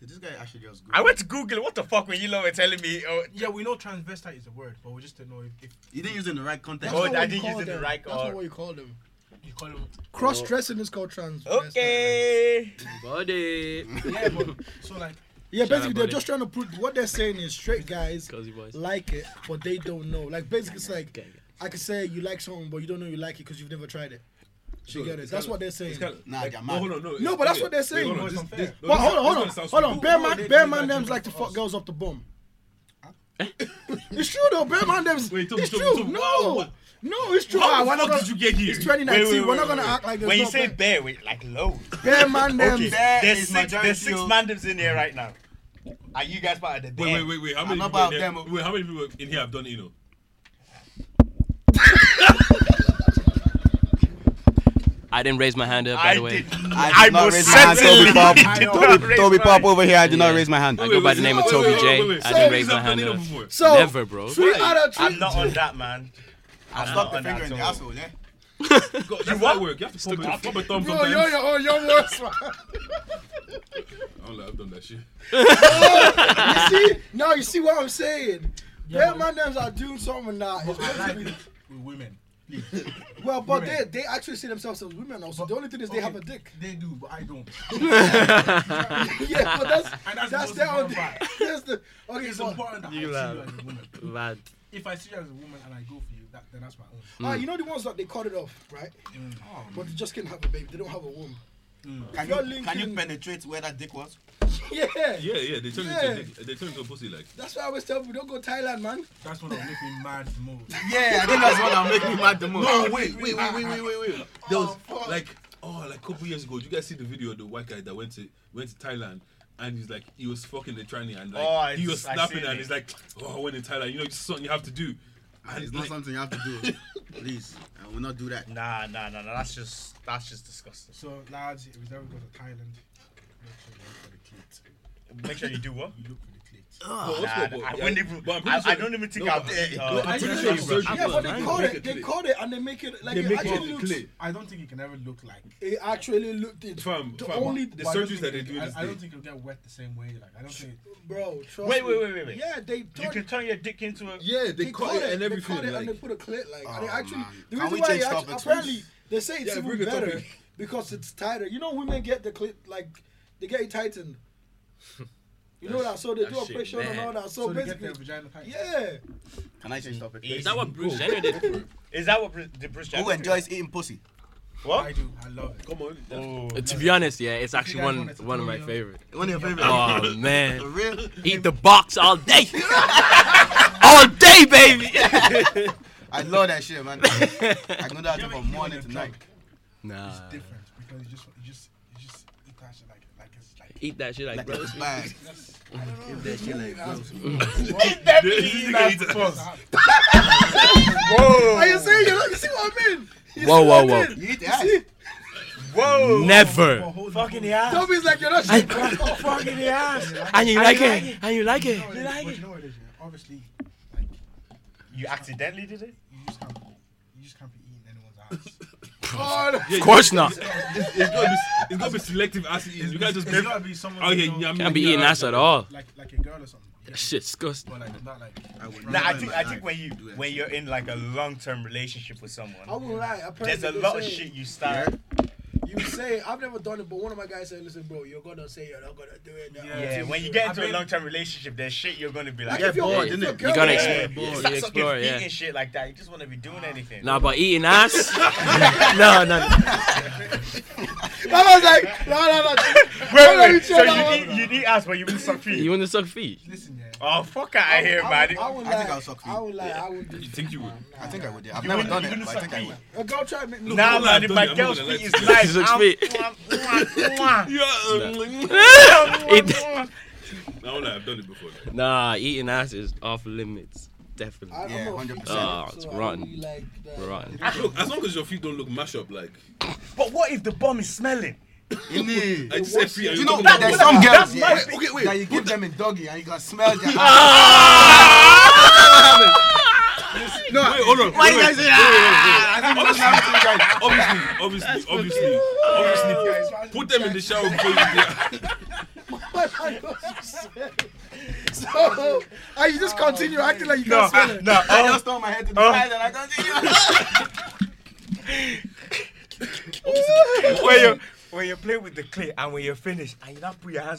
Did this guy actually just go? I went to Google. it. What the fuck were you lot were telling me? Oh, Yeah, we know transvestite is a word, but we just don't know if, if You didn't use it in the right context. That's Oh, not I what you didn't call use it in the them. right That's not or- what you call them. you call them. Cross dressing is called trans. okay. Buddy. Yeah, but so like Yeah, Shout out, basically they're buddy. just trying to prove what they're saying is straight guys Cozy boys. like it, but they don't know. Like basically, it's like Okay. I could say you like someone, but you don't know you like it because you've never tried it. Sure, get it. it's That's kinda- what they're it's saying. kinda- Nah, like, they're no, mad. hold on, no. it's- No, but that's okay, what they're wait, saying. hold on, No, it's this- unfair. this- no, But hold this- on, this hold one on, sounds hold on. stupid. Bear No, man, they- bear they man, like them's you like to for fuck us. girls off the bum. It's true though, bear man, them's. Wait, Toby, It's Toby, true. Toby, wow, No, what- no, it's true. How Ah, the we're not fuck gonna- did you get here? It's 2019. Wait, wait, we're not wait, gonna wait, act like there's When you no say bear, bear, wait, like low. bear man, them's. Okay. Bear There's is six. There's six majority of- mandems in here right now. Are you guys part of the bear? Wait, wait, wait, wait. How many not people in about here? them. Wait, how many people in here have done you know? I didn't raise my hand up, by I the way. did. I I, did not most raise my hand, certainly Toby Pop. did not Toby, raise Toby my Pop hand. over here. I did not raise my hand. I go by the name of Toby J. I didn't raise my hand up. So Never, bro. Three out of I'm three. not on that, man. I'm Stop not the on finger that. in the at all. asshole, yeah? You what? Work. You have to pump it- pump a thumb Bro, you're sometimes. your own, you're worse. man. I don't know. I've done that shit. Oh, You see? Now you see what I'm saying. Bear man, them's are doing something now. It's I like basically- it with women. Please. Well, but they Women. they actually see themselves as women also. The only thing is they Okay, have a dick. They do, but I don't. Yeah, but that's And that's the that's, that's most their own important thing. part. That's the okay. It's but- important that I see You you as laugh. a woman. Lad. If I see you as a woman and I go for you, that, then that's my Oh, own. Mm. Mm. Ah, you know the ones that they cut it off, right? But they just can't have a baby. They don't have a womb. Can You're you, can you linking- penetrate where that dick was? Yeah. Yeah, yeah. They turn Yeah. into they, they turn into a pussy like. That's why I always tell people don't go Thailand, man. That's what will make me mad the most. Yeah, I think that's what I'm making mad the most. No, wait, wait, wait, wait, wait, wait, wait. There was like, oh, like a couple years ago. Did you guys see the video of the white guy that went to went to Thailand? And he's like, he was fucking the tranny, and like, Oh, I he was just- I snapping, seen and it. he's like, oh, I went in Thailand. You know, it's something you have to do. And It's it's not like, something you have to do. Please, I will not do that. Nah, nah, nah, nah. That's just that's just disgusting. So, lads, if we ever go to Thailand, make sure you look for the kids. Make sure you do what? You look for the clit. No, what's Nah, going on? I Yeah. wouldn't even. But I'm pretty I, I sure- don't even think No, I'll. but- eh, no, uh, I'm pretty Yeah, sure you brush yeah, it but up. they You call make it. it They clear. call it, and they make it like They it make it actually look looks. clear. I don't think it can ever look like. It actually looked it. Fam, The fam, only- the but I don't surgeries think that they it- do I, this I don't day. think it'll get wet the same way. Like I don't think. bro. Trust Wait, me. wait, wait, wait, wait. Yeah, they. You Taught, can turn your dick into a. Yeah, they, cut it and everything. They cut it and they like- put a clip like. and they Oh, actually, man. the Can reason we why change they actually, topics, apparently please? they say it's Yeah, even bring the better topic. because it's tighter. You know, women get the clip like they get it tightened. You know that, so they that do shit operation and mad. all that. So, So, they get basically, their vagina tight. yeah. Can I change topic? Is that what Bruce Jenner did? Is that what Bru- the Bruce Jenner Who did? enjoys eating pussy? I What? do. I love it. Come on. Oh. to be honest, yeah, it's actually guys one wanted to one of my throw me favorite. One of your favorite. Oh For man, real? eat the box all day, all day, baby. I love that shit, man. I know that from morning to night. nah, It's different because you just you just you just eat that shit like like it's like. eat that shit like Like bro. a bag. Are you saying you, you see what I mean? You Whoa, whoa, see what I whoa. mean? You eat the You ass. see? Whoa. Never. Fucking the ass. Tommy's like you're not. I- fucking the ass. And you like it? And you like it? You know what it is, but you know what it is, yeah? Obviously, like you You accidentally did it? just can't you just can't be eating anyone's ass. Of course not. It's, it's gotta be, it's gotta be selective as it is. You can't just be It's gotta be someone. out you here know, yamming Can't be your eating ass ass at all. Like like a girl or something. That shit's disgusting. But like not like. Nah, I think I think when you when you're in like a long term relationship with I someone, won't lie. Apparently there's a they lot of say- shit you start. You say I've never done it, but one of my guys said, "Listen, bro, you're gonna say you're not gonna do it." Yeah, Yeah. when you get into I mean- a long term relationship, there's shit you're gonna be like. Like if you're, bored, if isn't your it? girl- You gotta yeah, explore. you boy, start you sucking explore, feet yeah. and shit like that. You just wanna be doing anything. Nah, but eating ass? no, no. I was like, no, no, no. Wait, Why wait, don't you wait. So chill you out? need you need ass, but you will suck You feet. want to suck feet? Listen, yeah. Oh fuck out of here, I, man. would- I, would I think lie. I'll suck I would lie. I would. You Do think you would? I think I would. Yeah. I've You never done wouldn't- you it, wouldn't but I think suck I feet. would. a girl try to make me. Nah, Hold on, man, if my Tony, I'm girl's gonna let feet is you- nice, Suck I'm- feet. Yeah. Eat- Now like, I've done it before. Like. nah, eating ass is off limits. Definitely. I, Yeah, I'm a 100%. freak, Oh, it's so I rotten. really Like that. Right. Look, as long as your feet don't look mash up, like But what if the bum is smelling? Innit? I just said feet. and Do you know you're talking about- there's some girls that's yeah, my wait, thing. okay, wait, that you give them a doggy and you can smell their Ah, ass. No, wait, hold on. Why you guys Obviously, obviously, obviously, obviously. Put them in the shower before you do But I know what you said. So, I you just continue acting like you No, can't smell it. no. I oh, just throw my head to the Oh. side and I can't see you. oh, when you when you play with the clay and when you're finished and you not put your Ah!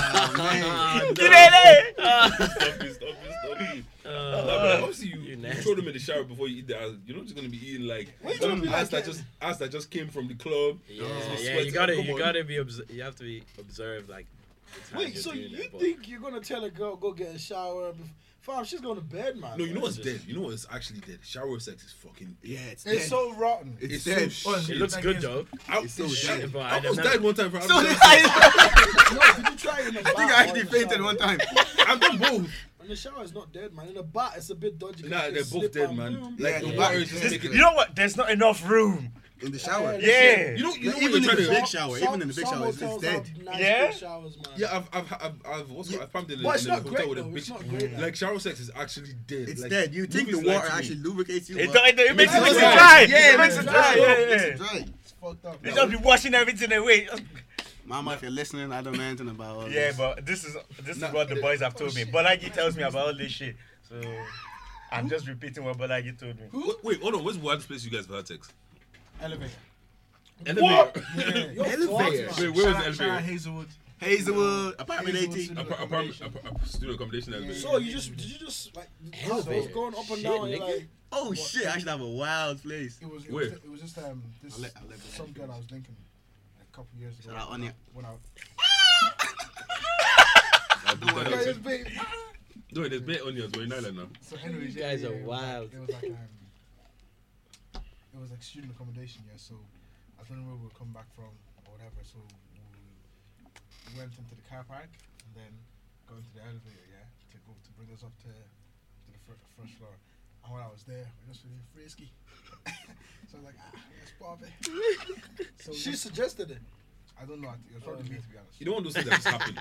hands on it, you do that. Get it, eh? Stop it, stop it, stop it. No, but obviously, you, you throw them in the shower before you eat the ass. You're not just gonna be eating like ass that just ass that just came from the club. Yeah, Some yeah, sweat, you gotta, come you on. gotta be, obs- you have to be observed, like. the time Wait, you're so doing you it, but- think you're gonna tell a girl go get a shower? bef- Fam, she's going to bed, man. No, you know what's dead. You know what's actually dead. Shower sex is fucking. Yeah, it's It's so rotten. It's dead. so shit. It looks Like good it's- though. I, It's so shit. shit. But I I don't almost know. died one time for So having did sex. I No, did you try it in a I think bath? or I in actually the fainted shower? one time. I've done both. In the shower, it's not dead, man. In the bath, it's a bit dodgy. 'cause Nah, you can they're both slip dead, and man. boom. Like the Yeah. water is just This- making. You know what? There's not enough room. In the shower. Yeah. You know, you know, Like, when even you're in trying the to- big shower, even in the big Some shower, it's it's hotels have dead. Nice Yeah? big showers, man. Yeah, I've, I've, I've, I've also I've pumped in, a- But it's in a not hotel great, with a though. It's bitch. not great, like- Like shower sex is actually dead. It's like, dead. You think the movies lie water to me. actually lubricates you? It, but don't- it, it makes it, makes makes it it dry. dry. Yeah, it makes it dry. Yeah, yeah. It's dry. It's fucked up. You just be washing everything away. Mama, if you're listening, I don't know anything about all Yeah, this. but this is this is what the boys have told me. Bolagi tells me about all this shit, so I'm just repeating what Bolagi told me. Wait, wait, hold on. What's the wildest place you guys have had sex? Elevator. Elevator. You're Elevator. fucked, man. wait, where was the Shout out- shout out elevator? Hazelwood. Hazelwood, apartment Hazelwood 80. Studio Apart- Apartment, accommodation. apart- apart- student accommodation elevator. So you just did you just like so it's going up and Shit, down? you're nigga. like, Oh shit, I should have a wild place. It was. It Where? was, it was just um. This I'll let- I'll let some girl I was linking a couple years ago. Shout out Anya. When I, I've been there. "Guys, babe, No, there's bare onions, but in Ireland now. so anyways, You yeah, guys yeah, are yeah, it was like- wild. It was like um. It was like student accommodation, yeah. So I don't know where we were coming back from or whatever. So we went into the car park and then got into the elevator, yeah, to go to bring us up to to the fir- first floor. And when I was there, we just feeling frisky. so I was like, ah, let's pop it. So we she just- suggested it. I don't know. It was probably me to be honest. You don't want those things that just happen.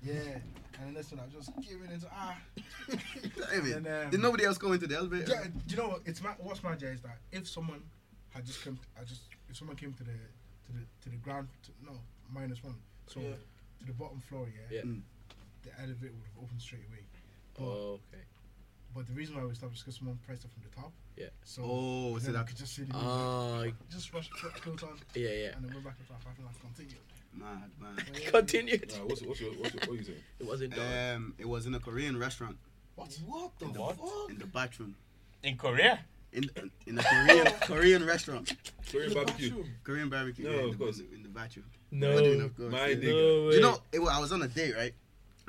Yeah. And then this one, I was just giving into ah. I mean, And, um, did nobody else go into the elevator? Yeah, do you know what? It's my what's my idea is that if someone had just come, I just if someone came to the to the to the ground, to, no minus one, so Yeah. to the bottom floor, yeah, Yeah. Mm. the elevator would have opened straight away. But, Oh, okay. but the reason why we stopped is because someone pressed it from the top. Yeah. So Oh, so then I that could just see the Ah. Oh, just rushed put the clothes on yeah, yeah. and then went back into our bathroom and continued. mad man. Continued. Nah, what's, what's your, what's your, what are you saying? It wasn't done. Um, it was in a Korean restaurant What? What the in the, fuck? in the bathroom In Korea? in in a Korean Korean restaurant Korean barbecue. Bathroom. Korean barbecue. No, yeah, in of the- course. in the bathroom. Wedding, No. of course, my yeah. nigga. No Do way. you know, it, wa- I was on a date, right?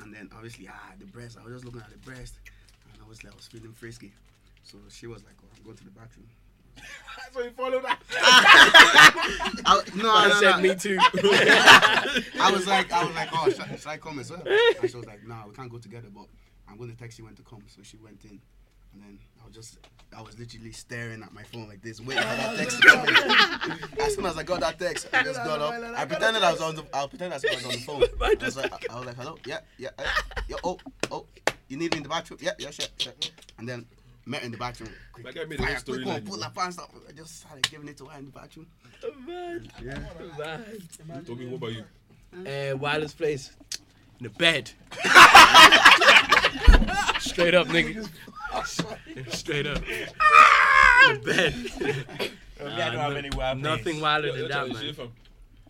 And then obviously, ah, the breast. I was just looking at the breast, and I was like, I was feeling frisky. So she was like, oh, "I'm going to the bathroom." So he followed that. I, no, I no, no, said no. me too. I was like, I was like, oh, should, should I come as well? And she was like, nah, we can't go together, but I'm going to text you when to come. So she went in, and then I was just, I was literally staring at my phone like this, waiting for that text. to come in. as soon as I got that text, I just got up. I pretended I was on the, I pretended I was on the phone. I was like, I was like, hello, yeah, yeah, eh, yeah, oh, oh, you need me in the bathroom? Yeah, yeah, sure, sure. And then met in the bathroom. Quick, That guy made a whole fire, quick one, pull storyline. that pants up. I just started giving it to her in the bathroom. Oh, Man. Man. bro. Toby, what about you? Uh, wildest place. In the bed. Straight up, nigga. Straight up. In the bed. Okay, I don't have any wild Nothing place. wilder You're than that, trying to man. shit fam.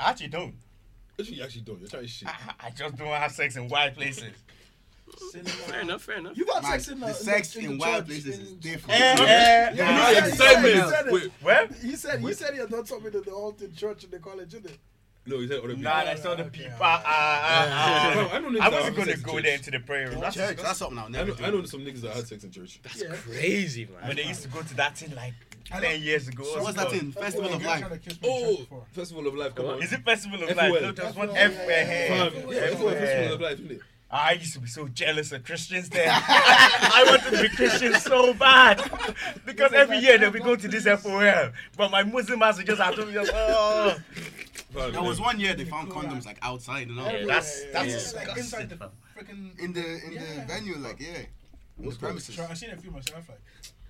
I actually don't. Actually, you actually don't. You're trying to shit. I, I just don't have sex in wild places. Fair enough, fair enough. You got Man, sex in the sex in, wild places is different. Eh, eh, Yeah, eh. yeah, yeah, yeah. Wait, Well, He said he said he had done something in the altar church in the college, didn't it? no, he said other people. nah, that's not the people. Ah, ah, Fam, ah, I know niggas ah. I that have wasn't gonna sex in go church. there into the prayer room. That's Church, that's something I'll I never know, do. I know some niggas that had sex in church. yeah. Crazy, man. when they used to go to that thing like ten years ago. So what's that thing? Festival of Life. Oh, Festival of Life, come on. Is it Festival of Everywhere. Life? No, there's one everywhere. Fam, here. yeah, Festival Festival of Life, isn't it? I used to be so jealous of Christians there. I wanted to be Christian so bad. Because every year they would go to this FOL. But my Muslim master just had to be just, oh. Fam, There was one year they found condoms like outside and all. That's, that's like disgusting. inside the freaking. in the in the Yeah. venue, like yeah, in the What's premises. Sure, I've seen a few myself. Like,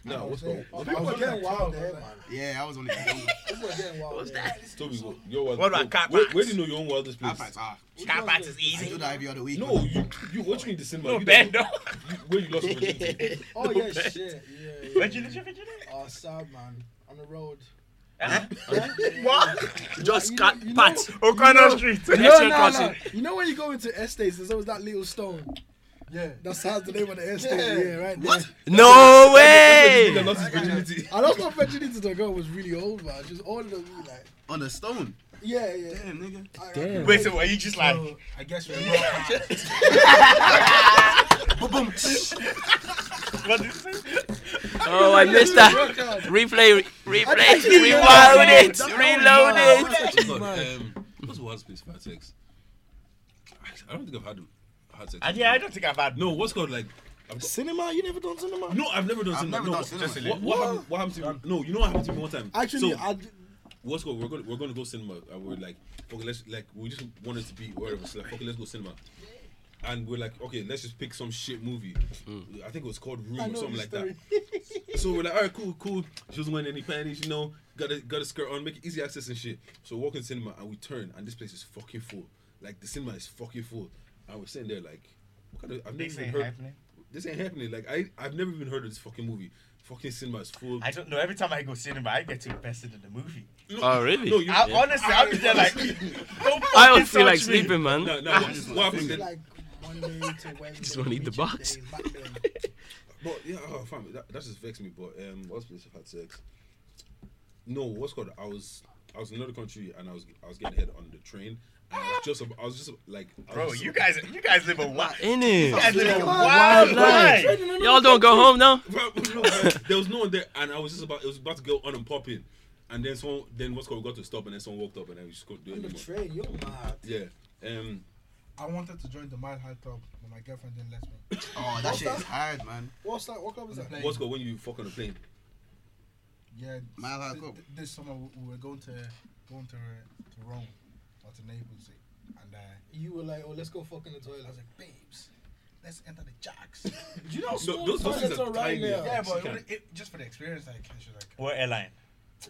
Nah, what's going on? I People was are getting getting wild wild there, man. Yeah, I was only young. People are getting wild. What's that? Toby, what? Your wild, What about oh, cat where, parts? where do you know your own wildest place? Outfits, ah, Carpat is I do easy. that every other week. No, you, you, what you mean the cinema? No, you Ben, don't- no. You, where you lost virginity? Oh yeah, shit. Yeah, yeah. Where'd you live? Oh, sad man. On the road. What? Just You know- got you know- pat. O'Connor Street. No, Extra no, no. crossing. You know when you go into estates, there's always that little stone. yeah. That's how's the name of the estate. Yeah, right. There. No You way. lost his virginity. I don't know if Virginity to the girl was really old, man. She was older than me, like. on a stone. Yeah, yeah. Damn, nigga. Damn. Wait, so were you just like, So, I guess we're not. Boom, boom. what did you say? Oh, I missed that. Replay, re- replay, rewind it, reload it. Hold on, um, what's the wildest place for had sex? I don't think I've had had sex. And yeah, I don't think I've had. No, what's called like? I've got, Cinema? You never done cinema? no, I've never done I've cinema. never no, done cinema. just- What, what, happened, what happened to me? No, you know what happened to me one time. Actually, so, I d- what's called? We're gonna we're gonna go cinema, and we're like, okay, let's like we just wanted to be wherever. So like, okay, let's go cinema. And we're like, okay, let's just pick some shit movie. Hmm. I think it was called Room I or know something the like story. that. So we're like, all right, cool, cool. She wasn't wearing any panties, you know. Got a got a skirt on, make it easy access and shit. So we walk in cinema and we turn, and this place is fucking full. Like the cinema is fucking full, and we're sitting there like, what kind of? I've never This even ain't heard. happening. This ain't happening. Like I, I've never even heard of this fucking movie. Fucking cinema is full. I don't know. Every time I go cinema, I get too invested in the movie. Oh, really? No, you. I, honestly, I'm just there like, don't I fucking don't feel like touch me. sleeping, man. no, no. What, what happened? Then? like Monday to Wednesday. Just wanna eat the midget box. days back then. But yeah, oh, fam, that, that just vexed me. But um, what's place I've had sex? No, what's called? I was I was in another country and I was I was getting head on the train. And I was just ab- I was just like I was Ah! Bro, just you ab- guys, you guys live a wild, you In it. guys live a wild life. Y'all don't go home now. Bro, no, man, there was no one there, and I was just about it was about to go on and pop in, and then someone then what's called got to stop, and then someone walked up, and then we just couldn't do it On the anymore. train, you're mad. Yeah. Um, I wanted to join the Mile High Club, but my girlfriend didn't let me. Oh, that shit is hard, man. What's that? What club is that? Like, what's called when you fuck on a plane? Yeah, Mile High th- Club. th- This summer we we were going to going to uh, to Rome. or to Naples, and uh, You were like, oh, let's go fuck in the toilet. I was like, babes, let's enter the jacks. yeah, you know, small those- those toilets things are are right tiny. now. Yeah, but it, would- it, just for the experience, like, and she was like, What airline?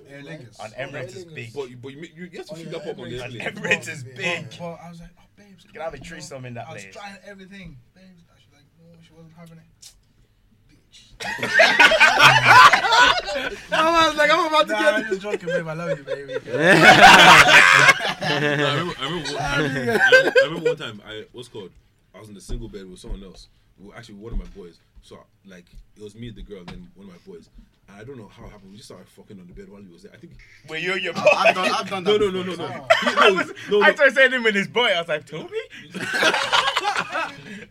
Air Lingus. On But- Emirates is big. You But, but you, make- you, you have to Oh, pick yeah, that up on the Emirates. airplane. Emirates is But- big. But I was like, oh, babes, can have a threesome in that I was place. trying everything, babes. And she was like, no, she wasn't having it. Bitch. I was like, I'm about to Nah, I'm just joking, babe. I love you, baby. No, I remember, I remember, one, I, remember, I remember one time I what's called I was in a single bed with someone else. Well, actually, one of my boys. So I- like it was me, the girl, and then one of my boys. And I don't know how it happened. We just started fucking on the bed while he was there. I think. Were you and your boy? I've done, I've done that. No, no, no, before. no, no. He- no, no, I no. thought said him and his boy. I was like, Toby?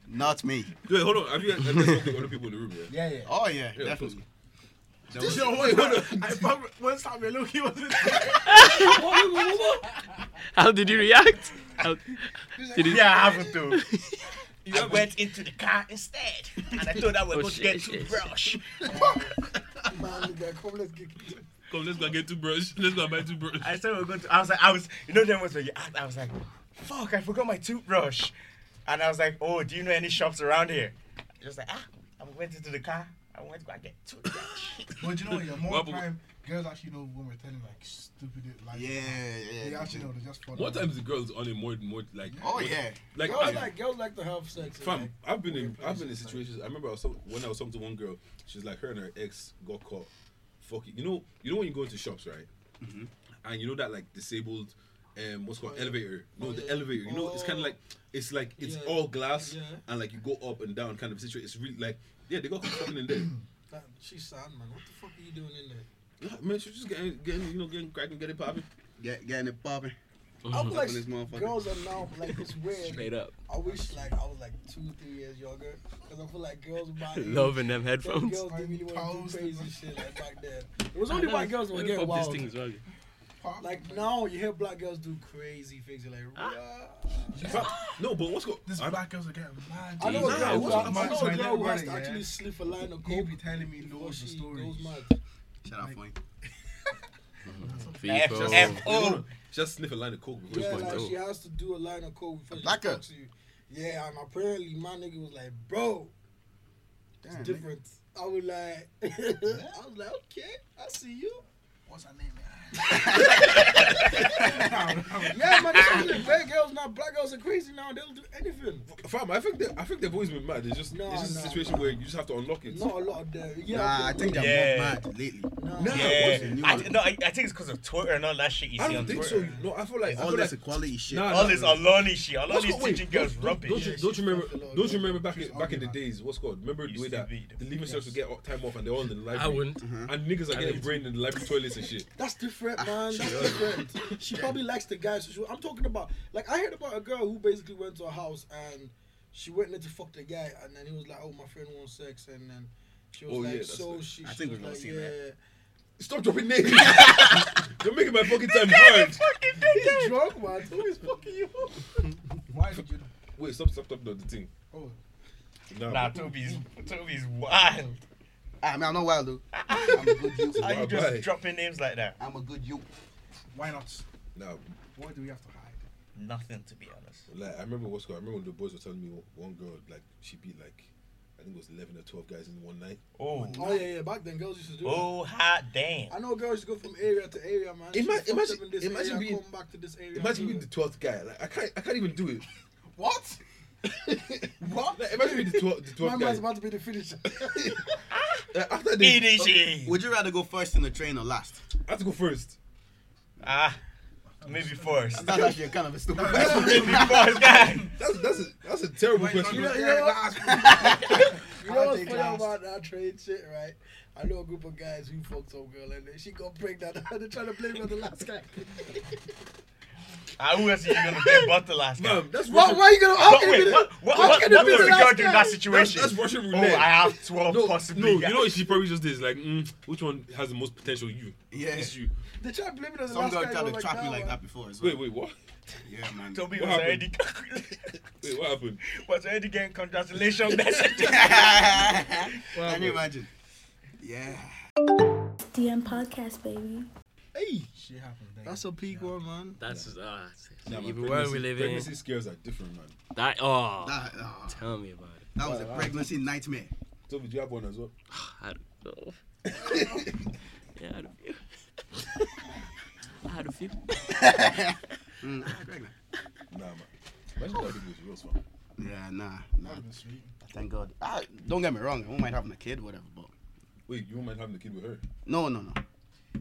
Not me. Wait, hold on. Have you guys have you guys talked to other people in the room? Yeah. Yeah, yeah. Oh yeah, Yeah, of course. definitely. Yo, wait, hold on. I probably, once time I look, he wasn't. How did you react? How, did you, Yeah, I haven't though. I went into the car instead, and I thought I was Oh, going to shit, get shit, shit. toothbrush. Man, nigga, come, let's get. Come, let's go and get toothbrush. Let's go and buy toothbrush. I said we we're going to. I was like, I was. You know, there was when you asked, I was like, fuck, I forgot my toothbrush, and I was like, oh, do you know any shops around here? Just like ah, I went into the car. I went to go and get toothbrush. But you know what? Yeah, more Well, but- time, girls actually know when we're telling like stupid lies. Yeah, They yeah. actually know. They just follow. One time the girls on it more, more like. Oh more- yeah. Like, Girls I- like, girls like to have sex. Fam, I've been in I've been in places, like- situations. I remember I was talk- when I was talking to one girl. She's like, her and her ex got caught. Fuck it. You know, you know when you go into shops, right? And you know that like disabled, um, what's called elevator. No, the elevator. You know, it's kind of like it's like it's Yeah. all glass, Yeah. and like you go up and down kind of situation. It's really like yeah, they got caught fucking in there. Fam, she's sad, man. What the fuck are you doing in there? Yeah, man, she's just getting getting you know getting cracking, getting popping. Get, getting it popping. I'm like, this motherfucker. girls are now like it's weird. Straight up. I wish like I was like two, three years younger, cause I feel like girls buy Loving them Them headphones. girls didn't really want Pals. to do crazy shit like back then. It was only white girls who were Fuck getting this wild. thing as well. Pop, Like now, you hear black girls do crazy things. You're like, "Rah." Fam, no, but what's called? This I'm- black girls are getting mad. I know a Nah, girl who, what's I up, know a man? girl who has to Yeah. actually slip a line of He coke be telling me before loads of she goes stories. mad. Shut up, boy. F People. F oh, Hold O. on. Just sniff a line of coke before Yeah, you like oh. fucking she go. has to do a line of coke before she Black girl. talks to you. Yeah, and apparently my nigga was like, bro, it's Damn, nigga. different. I was like, I was like, okay, I see you. What's her name? Yeah, man, this is like black girls now. Black girls are crazy now. They'll do anything. Fam, I think they, I think they've always been mad. It's just No, it's just no, a situation where you just have to unlock it. Not a lot of them. Yeah, Nah, I think they're Yeah. more mad lately. Nah. Yeah, what's the new I, one? no, I, I think it's because of Twitter and all that shit you I see on don't Twitter. think so. No, I feel like I All feel this like equality shit. Nah, All this Aloni shit, What's Aloni's called- wait, teaching girls don't- rubbish. Don't you, don't you remember? Yeah, Don't you remember back she's in, back in the arguing. days? What's called? Remember the Used way to that be the- the leaving cells would get all- time off and they're all in the library. I wouldn't. Mm-hmm. And niggas are getting did. brained in the library toilets and shit. That's Ah, different, man. That's different. She probably likes the guy. So she, I'm talking about. Like I heard about a girl who basically went to a house and she went there to fuck the guy, and then he was like, "Oh, my friend wants sex," and then she was Oh, like, yeah, that's "So it. she." I she think was we've all like, seen yeah. that. Stop dropping names. You're making my fucking time hard. He's drunk, man. Who is fucking you? Why did you? Wait, stop, stop, stop, stop the thing. Oh, Nah, Nah, Toby's Toby's wild. Ah, I mean, I'm not wild though. I'm a good you. How you just Bye-bye. dropping names like that? I'm a good you. why not? nah. Why do we have to hide? Nothing, to be honest. Like I remember what's called. I remember when the boys were telling me one girl like she beat like I think it was eleven or twelve guys in one night. Oh, Oh yeah, yeah. Back then, girls used to do. that. oh, hot damn. I know girls used to go from area to area, man. She Ima- fucked up imagine- in this imagine area, being- come back to this area. Imagine do being the it. twelfth guy. Like I can't, I can't even do it. what? what? Like, imagine being the twelfth, the My twelfth guy. man's about to be the finisher. Like, after this, Eating shit. Would you rather go first in the train or last? I have to go first. Ah, maybe first. That's actually a kind of a stupid question. maybe first, guy. That's that's a that's a terrible you question. know- you know You know I'll what's take funny last. about that trade shit, right? I know a group of guys who fucked some girl and then she got pregnant and they're trying to blame it on the last guy. Ah, who else are you gonna get but the last guy? Ma'am, that's Why, Russian. why are you gonna But argue wait, with what, it? what, How what, can what, it be does the a girl last do in guy? that That's, situation? that's Russian oh, roulette. I have 12 no, no, possibly. you know what she probably just did is like, mm, which one has the most potential? You. Yeah. It's you. They try to blame it on the Some last guy. oh girl tried you're to like, trap nah, me like man. that before as well. Wait, wait, what? Yeah, man. Toby What was already, Wait, what happened? was already getting congratulations messages. Can you imagine? Yeah. DM podcast, baby. Hey, Shit happened. There. that's a peak one, man. That's uh, Nah, man, even where we pregnancy- live in. Pregnancy scares are different, man. That oh, That, ah, tell me about it. that was a pregnancy nightmare. Toby, do you have one as well? I don't know. yeah, I had a few. I had a few. Mm, I got pregnant. Nah, man. Imagine that baby is real, fam. Yeah, nah, nah. That would've been sweet. Thank God. Ah, don't get me wrong. I won't mind having a kid, whatever. But Wait, you won't mind having a kid with her? no, no, no.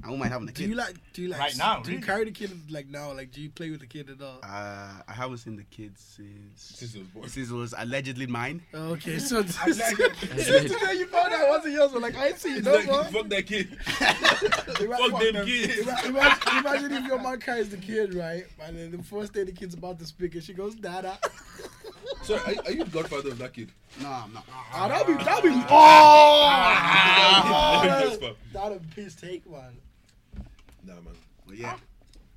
I won't mind having a Do kid. you like? Do you like? Right now, do you really? carry the kid like now? Like, do you play with the kid at all? Uh, I haven't seen the kids since Since he was born. since it was allegedly mine. Oh, Okay, so I'm like, since today you found out it wasn't yours, but like I see, you know Like, what? fuck that kid. Ima- Fuck them kids. ima- Imagine, imagine if your man carries the kid, right? And then the first day the kid's about to speak, and she goes, "Dada." So, are, are you the godfather of that kid? No, I'm not. Ah, that'd be that'd be Oh! Oh. Yes, fam. that'd be piss take, man. Nah, man. But yeah,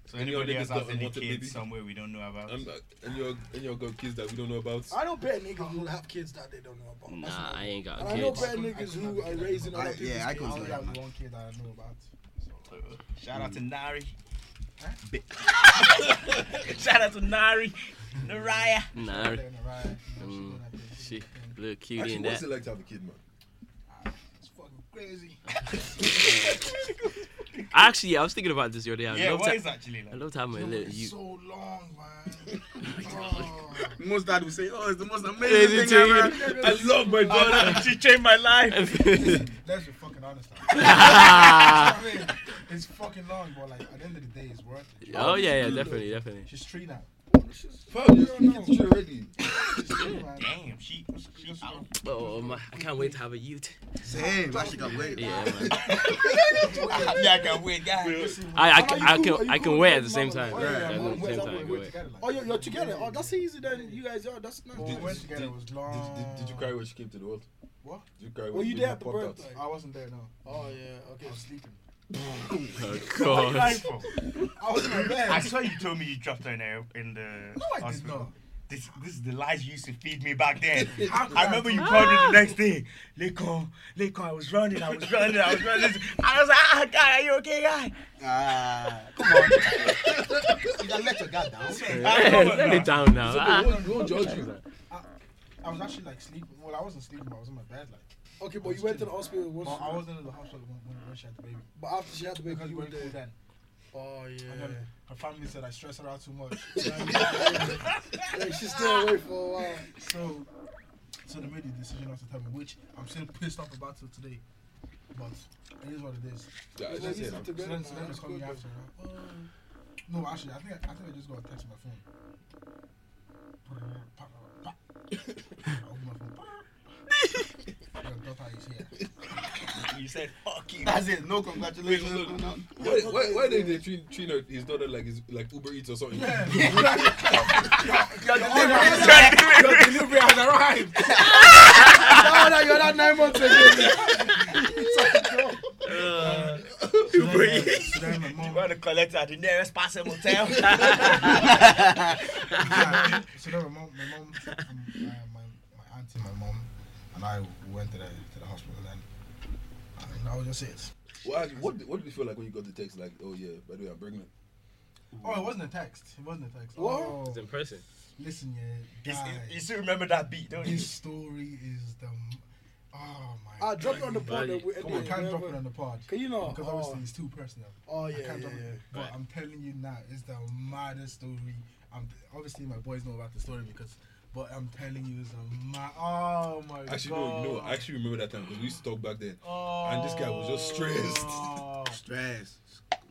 So Any anybody other else niggas has got any unwanted baby? kids somewhere we don't know about? And, uh, and your and your got kids that we don't know about. I don't bet niggas will have kids that they don't know about. That's Nah, not- I ain't got And I know kids. bad niggas who are raising I- other people's yeah, I kids. couldn't do I that, man. have one kid that I know about. So, shout out to Nari. Bi- shout out to Nari. Naraya. Nah, Then Mariah, you know, she Mm. don't have kids. she little cutie Actually, in what's that. it like to have a kid, man? It's fucking crazy. Actually, I was thinking about this the other day. I Yeah, love what to, is actually like? I love to have my little. It's You, so long, man. Oh. most dad will say, "Oh, it's the most Amazing amazing to thing you. ever." I love my daughter. Oh, she changed my life. Let's be fucking honest. Now. I mean, it's fucking long, but like at the end of the day, it's worth it. oh yeah, yeah, definitely, definitely. She's three now. Fam, you're freaking three already. She's three, man. Damn, she she out. Oh man, I can't wait to have a youth. Same. I should wait. Yeah, man. yeah, I can wait, guys. I, I, Are can, I you cool? Are can, you I can cool wait with at the same mama? time. Oh, yeah, Yeah, at mama, the same wait, mama, time, I can We're wait. together, like. Oh, you're, you're together. Oh, that's easy then. You guys are. That's nice. When we went Did- together, it was long. Did, did, did you cry when she came to the world? What? Did you cry when Were you when there she at the popped birth? out? I wasn't there, no. Oh yeah. Okay. I was sleeping. Oh, God. I was in my bed. I saw you told me you dropped her in the in the No, I did hospital. not. This this is the lies you used to feed me back then. How could I remember you called me the next day. Leko, Leko, I was running, I was running, I was running. I was like, ah, guy, are you okay, guy? Ah, come on. you can let your guard down. Let it down now. But Ah. won't- won't judge you. I was actually like sleeping. Well, I wasn't sleeping, but I was in my bed. Like, Okay, but you went to the hospital. Once, but I wasn't in the hospital when, when, when she had the baby But after she had the baby, because you we went weren't cool there. then. Oh And yeah. then her family said I stressed her out too much. yeah. She stayed away for a while. so, so they made the decision not to tell me, which I'm still pissed off about till today. But it is what it is. Yeah, I Well, just you said, sit I'm- So together, then, so man. then they That's called me good, after. like, "Oh." No, actually, I think I, I think I just got a text on my phone. Pa- pa- I opened my phone. Your daughter is here. You said, fuck you. That's it. No congratulations. Wait, no, no. Why, why, why did they treat, treat her, his daughter like his, like Uber Eats or something? Delivery has arrived. Oh no, you're not nine months ago. So then, uh, so then my You mom, want to collect her at the nearest possible hotel? yeah, so then my mom, my mom, um, my, my, my auntie, my mom, and I went to the to the hospital then. And that was just it. What, what, did- what did you feel like when you got the text? Like, oh yeah, by the way, I'm pregnant. Oh, it wasn't a text. It wasn't a text. What? Oh, in person. listen, yeah, It's- guy, it- you still remember that beat, don't you? this story is the. m- Oh my. I dropped it on the board. and we- Come on, I can't drop it wherever- on the pod. Can you not? Because Oh. obviously it's too personal. Oh yeah, I yeah, can't drop yeah. it. But I'm telling you now, it's the maddest story. I'm obviously my boys know about the story because, but I'm telling you, it's a mad. Oh my god. Actually, no, you know, I actually remember that time because we used to talk back then. Oh. and this guy was just stressed. Stress.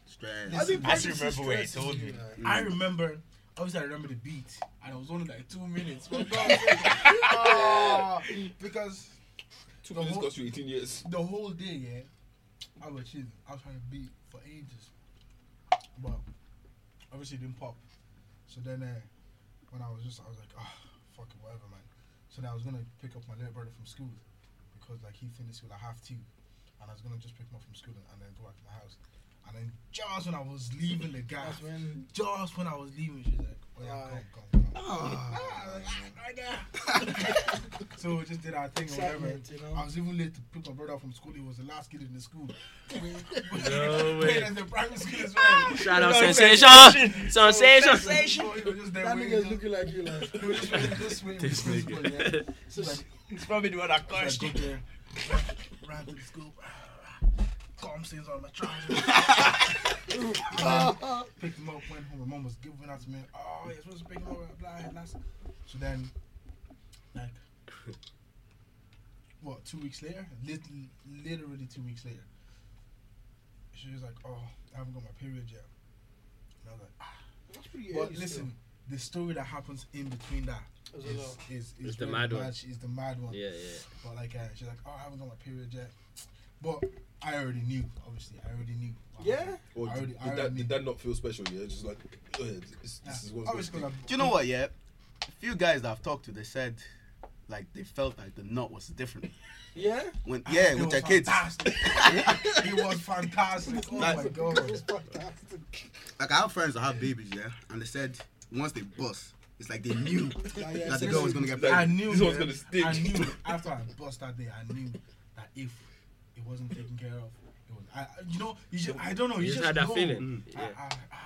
Stress. I think I still remember where he told me. I remember. Obviously, I remember the beat, and it was only like two minutes. But oh, because Two The minutes whole- cost you 18 years. the whole day, yeah, I was chilling. I was trying to beat for ages, but obviously it didn't pop. So then, uh, when I was just, I was like, ah, fuck it, whatever, man. So then I was gonna pick up my little brother from school because like he finished school at half two, and I was gonna just pick him up from school and, and then go back to my house. And then just when I was leaving the guy, That's when. just when I was leaving, she's like, oh yeah, Right. come, come, come. Ah, I was like, ah, right there. So we just did our thing or whatever. Excitement, you know? I was even late to pick my brother up from school. He was the last kid in the school. No Playing way. as the primary school as well. Shout out sensation, sensation. So he was just there That waiting, nigga's just- looking like you, like. he was just waiting- just waiting for This nigga. the principal, yeah. So like, It's probably the one that I caused go you. there, ran to the school, calm stains on my trousers. picked him up, went home. My mom was giving out to me. Oh, you're supposed to pick him up, blah, blah, blah. So then, like, what, two weeks later? Lit- literally two weeks later. She was like, oh, I haven't got my period yet. And I was like, ah. that's pretty But early listen, the story that happens in between that still. is, There's a lot. is, is, It's the really mad one. She- Is the mad one. Yeah, yeah. But like, uh, she's like, oh, I haven't got my period yet. But I already knew, obviously. I already knew. Yeah? Or I already- did, I did that, already- did that not feel special? Yeah, just like uh, this, Yeah. this is what's Obviously, going to 'cause Do you know what? Yeah, a few guys that I've talked to, they said, like they felt like the nut was different. Yeah? When I'm- yeah, It with was their kids. fantastic. It was fantastic. Oh my god. Like I have friends that have babies, yeah, and they said once they bust, it's like they knew Yeah, yeah, that the girl was gonna get pregnant. I knew. This one's yeah. gonna stick. I knew after I bust that day. I knew that if it wasn't taken care of, it was. I, I- you know, you just. I don't know. You, just had that know. feeling. Mm. I, Yeah. I, I-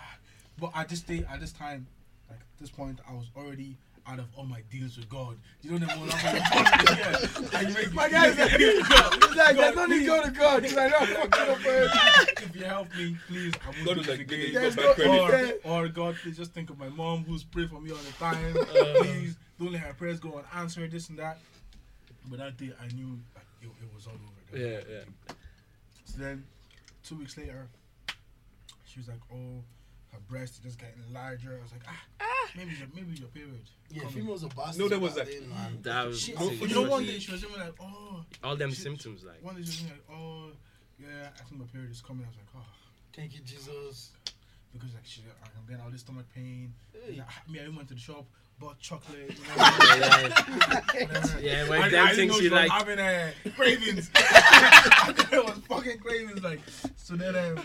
but at this day, at this time, like at this point, I was already out of all my deals with God. You don't even want to. My guys, It's like, there's no need to go to God. He's like, no, fuck it up for him. if you help me, please. I will God do was it like, again. nigga, you There's got no- back credit. Or, or God, please just think of my mom who's prayed for me all the time. Uh. please don't let her prayers go unanswered, this and that. But that day I knew like, it, it was all over. Yeah, yeah. So then, two weeks later, she was like, "Oh, her breasts are just getting larger." I was like, "Ah, maybe your, maybe your period." Yeah, coming." females are bastards. No, there was back that- then, man. That was She- Oh, She- you know, one day she was even like, "Oh, all them she- symptoms like one day she was even like, oh, yeah, I think my period is coming." I was like, "Oh." Thank you, Jesus. because like she, I'm getting all this stomach pain. Hey. Like, me, I even went to the shop, bought chocolate. You know, yeah, whatever. yeah, I, when didn't- I them didn't know things she you was like having uh, cravings. I thought it was fucking cravings. Like so then, um,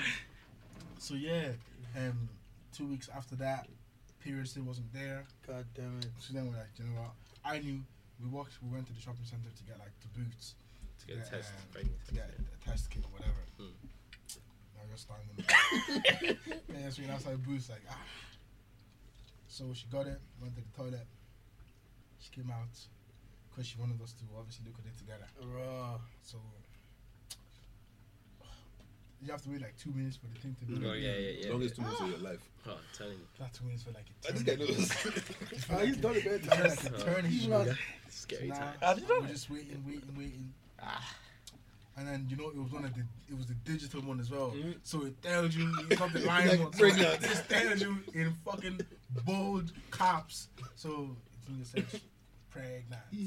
so yeah, um, two weeks after that, period still wasn't there. God damn it. So then we're like, you know what? I knew. We walked. We went to the shopping center to get like the boots to get a test. um, pregnancy. Yeah, a test kit or whatever. Hmm. Mm. Now you're standing. yeah, just waiting outside the booth, like ah. So she got it, went to the toilet. She came out because she wanted us to obviously look at it together. Raw. So you have to wait like two minutes for the thing to do. Oh yeah, yeah, yeah. Longest two months of your life. Oh, I'm telling you, Not two minutes for like Ah, This eternity. guy knows. It felt Oh, he's like done it it- better it than felt us. like Uh, eternity. Even us. So scary now time. we're just waiting, waiting, waiting. And then you know it was one of the it was the digital one as well. So it tells you it's not the line one. So it just tells you in fucking bold caps. So it's in the section pregnant. So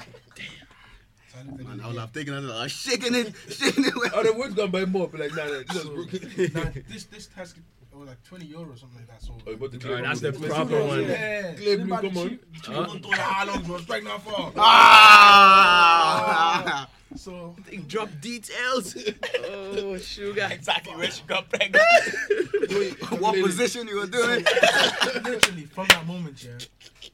I looked at Man, it I was again. like thinking, I was like shaking it, shaking it. Oh, the words gone by more, but like, nah, nah, this was broken. Now, this this task it was like twenty euros or something like that. So Oh, you bought the Oh, clay that's the blue. proper one. yeah. Clay blue, come on. She even told her how long she was pregnant for. Ah! So Drop details. Oh, sugar. Exactly where she got pregnant. what position you were doing? literally from that moment, yeah,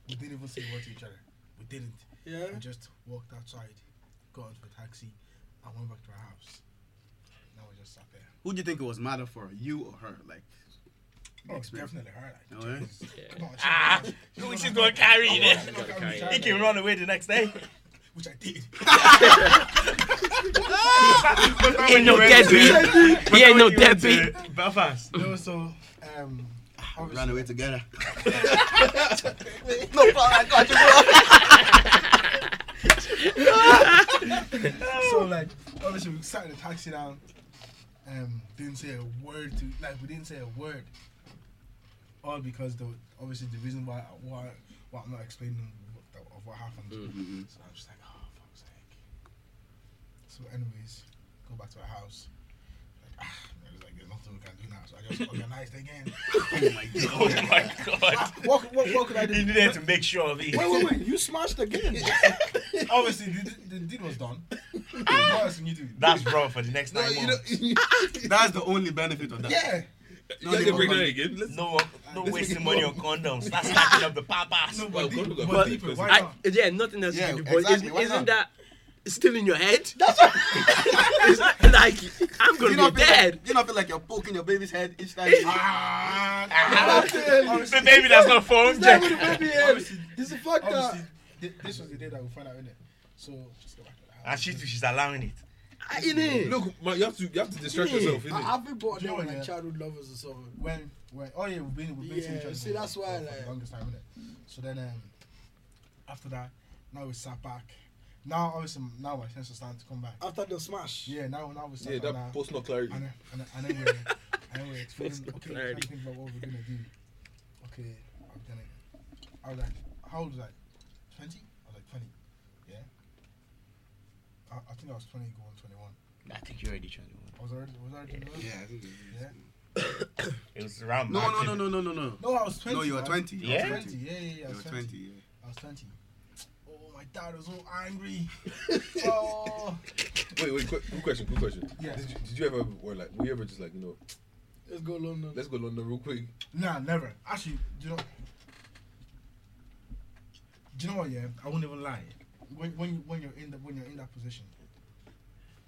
we didn't even say a word to each other. We didn't. Yeah? We just walked outside, got into a taxi, and went back to our house. Now we just sat there. Who do you think it was matter for, you or her? Like, Oh, experience. definitely her. Like, Oh, yeah? Jesus. Yeah. Come on, she's Ah, gonna- she's Who gonna- she's gonna carry Oh, it? she's gonna Gonna carry carry He it. can run away the next day. Which I did. He ain't no deadbeat. He ain't no deadbeat. Belfast. no, so um, we obviously, ran away together. no problem, I got you, bro. so like obviously we sat in the taxi down um didn't say a word to like we didn't say a word all because the obviously the reason why why why I'm not explaining what, the, of what happened Mm-hmm. so I'm just like oh fuck's sake so anyways go back to our house like ah I was like there's nothing we can do now so I just organized again Oh my god. What, what, what could I do? He needed to make sure of it. Wait, wait, wait. You smashed again. obviously the, the deed was done what Ah! else can you do That's raw for the next nine months. That's the only benefit of that. yeah No, you they can break won't. down again. Let's No, no wasting money on condoms. That's stacking up the papas. No, Well, but, deep, Congo got but deep deeper, as why well. I, not? yeah, nothing else Yeah, you can do. But exactly, is, why isn't not? that still in your head? That's right. like I'm You gonna not be feel like- dead. you not feel like you're poking your baby's head each time. you- Ah. The baby that's not phone That check. would have been him. He's a fuck Ah! that. Obviously, thi- this was the day that we found out, innit? So, just go back to the house. And she too, she's allowing it. I in it. Look, man, you have to you have to distract yourself, I, innit? have been bought You know them what, like yeah? childhood lovers or something. when, when, oh yeah, we've been, we've been Yeah, to each other see, for- that's why, for like- the longest time, innit? So then, um, after that, now we sat back. Now, obviously, now my sense is starting to come back. After the smash. Yeah, now, now we sat Yeah, down. now- that post not clarity. and, then- and, then- and then we're, and then we're explaining, not okay, trying clarity. to think about what we're gonna do. Okay, I've done it. I was like, how old was I? 20? I was like 20. Yeah. I, I think I was 20 going 21. I think you already trying to. I was already, was I already 21? Yeah, I think it is. Yeah. It was around. No, March, no, no, isn't it? no, no, no, no. No, I was 20. No, you were man. 20. I was Yeah? 20. Yeah, yeah, yeah. I You were was 20. 20. yeah. I was 20. Oh, my dad was so angry. oh. Wait, wait, quick, quick question, quick question. Yeah. Did you, did you ever were like were you ever just like, you know, Let's go London. let's go London real quick? Nah, never. Actually, do you know? Do you know what? Yeah, I won't even lie. When when you, when you're in the when you're in that position,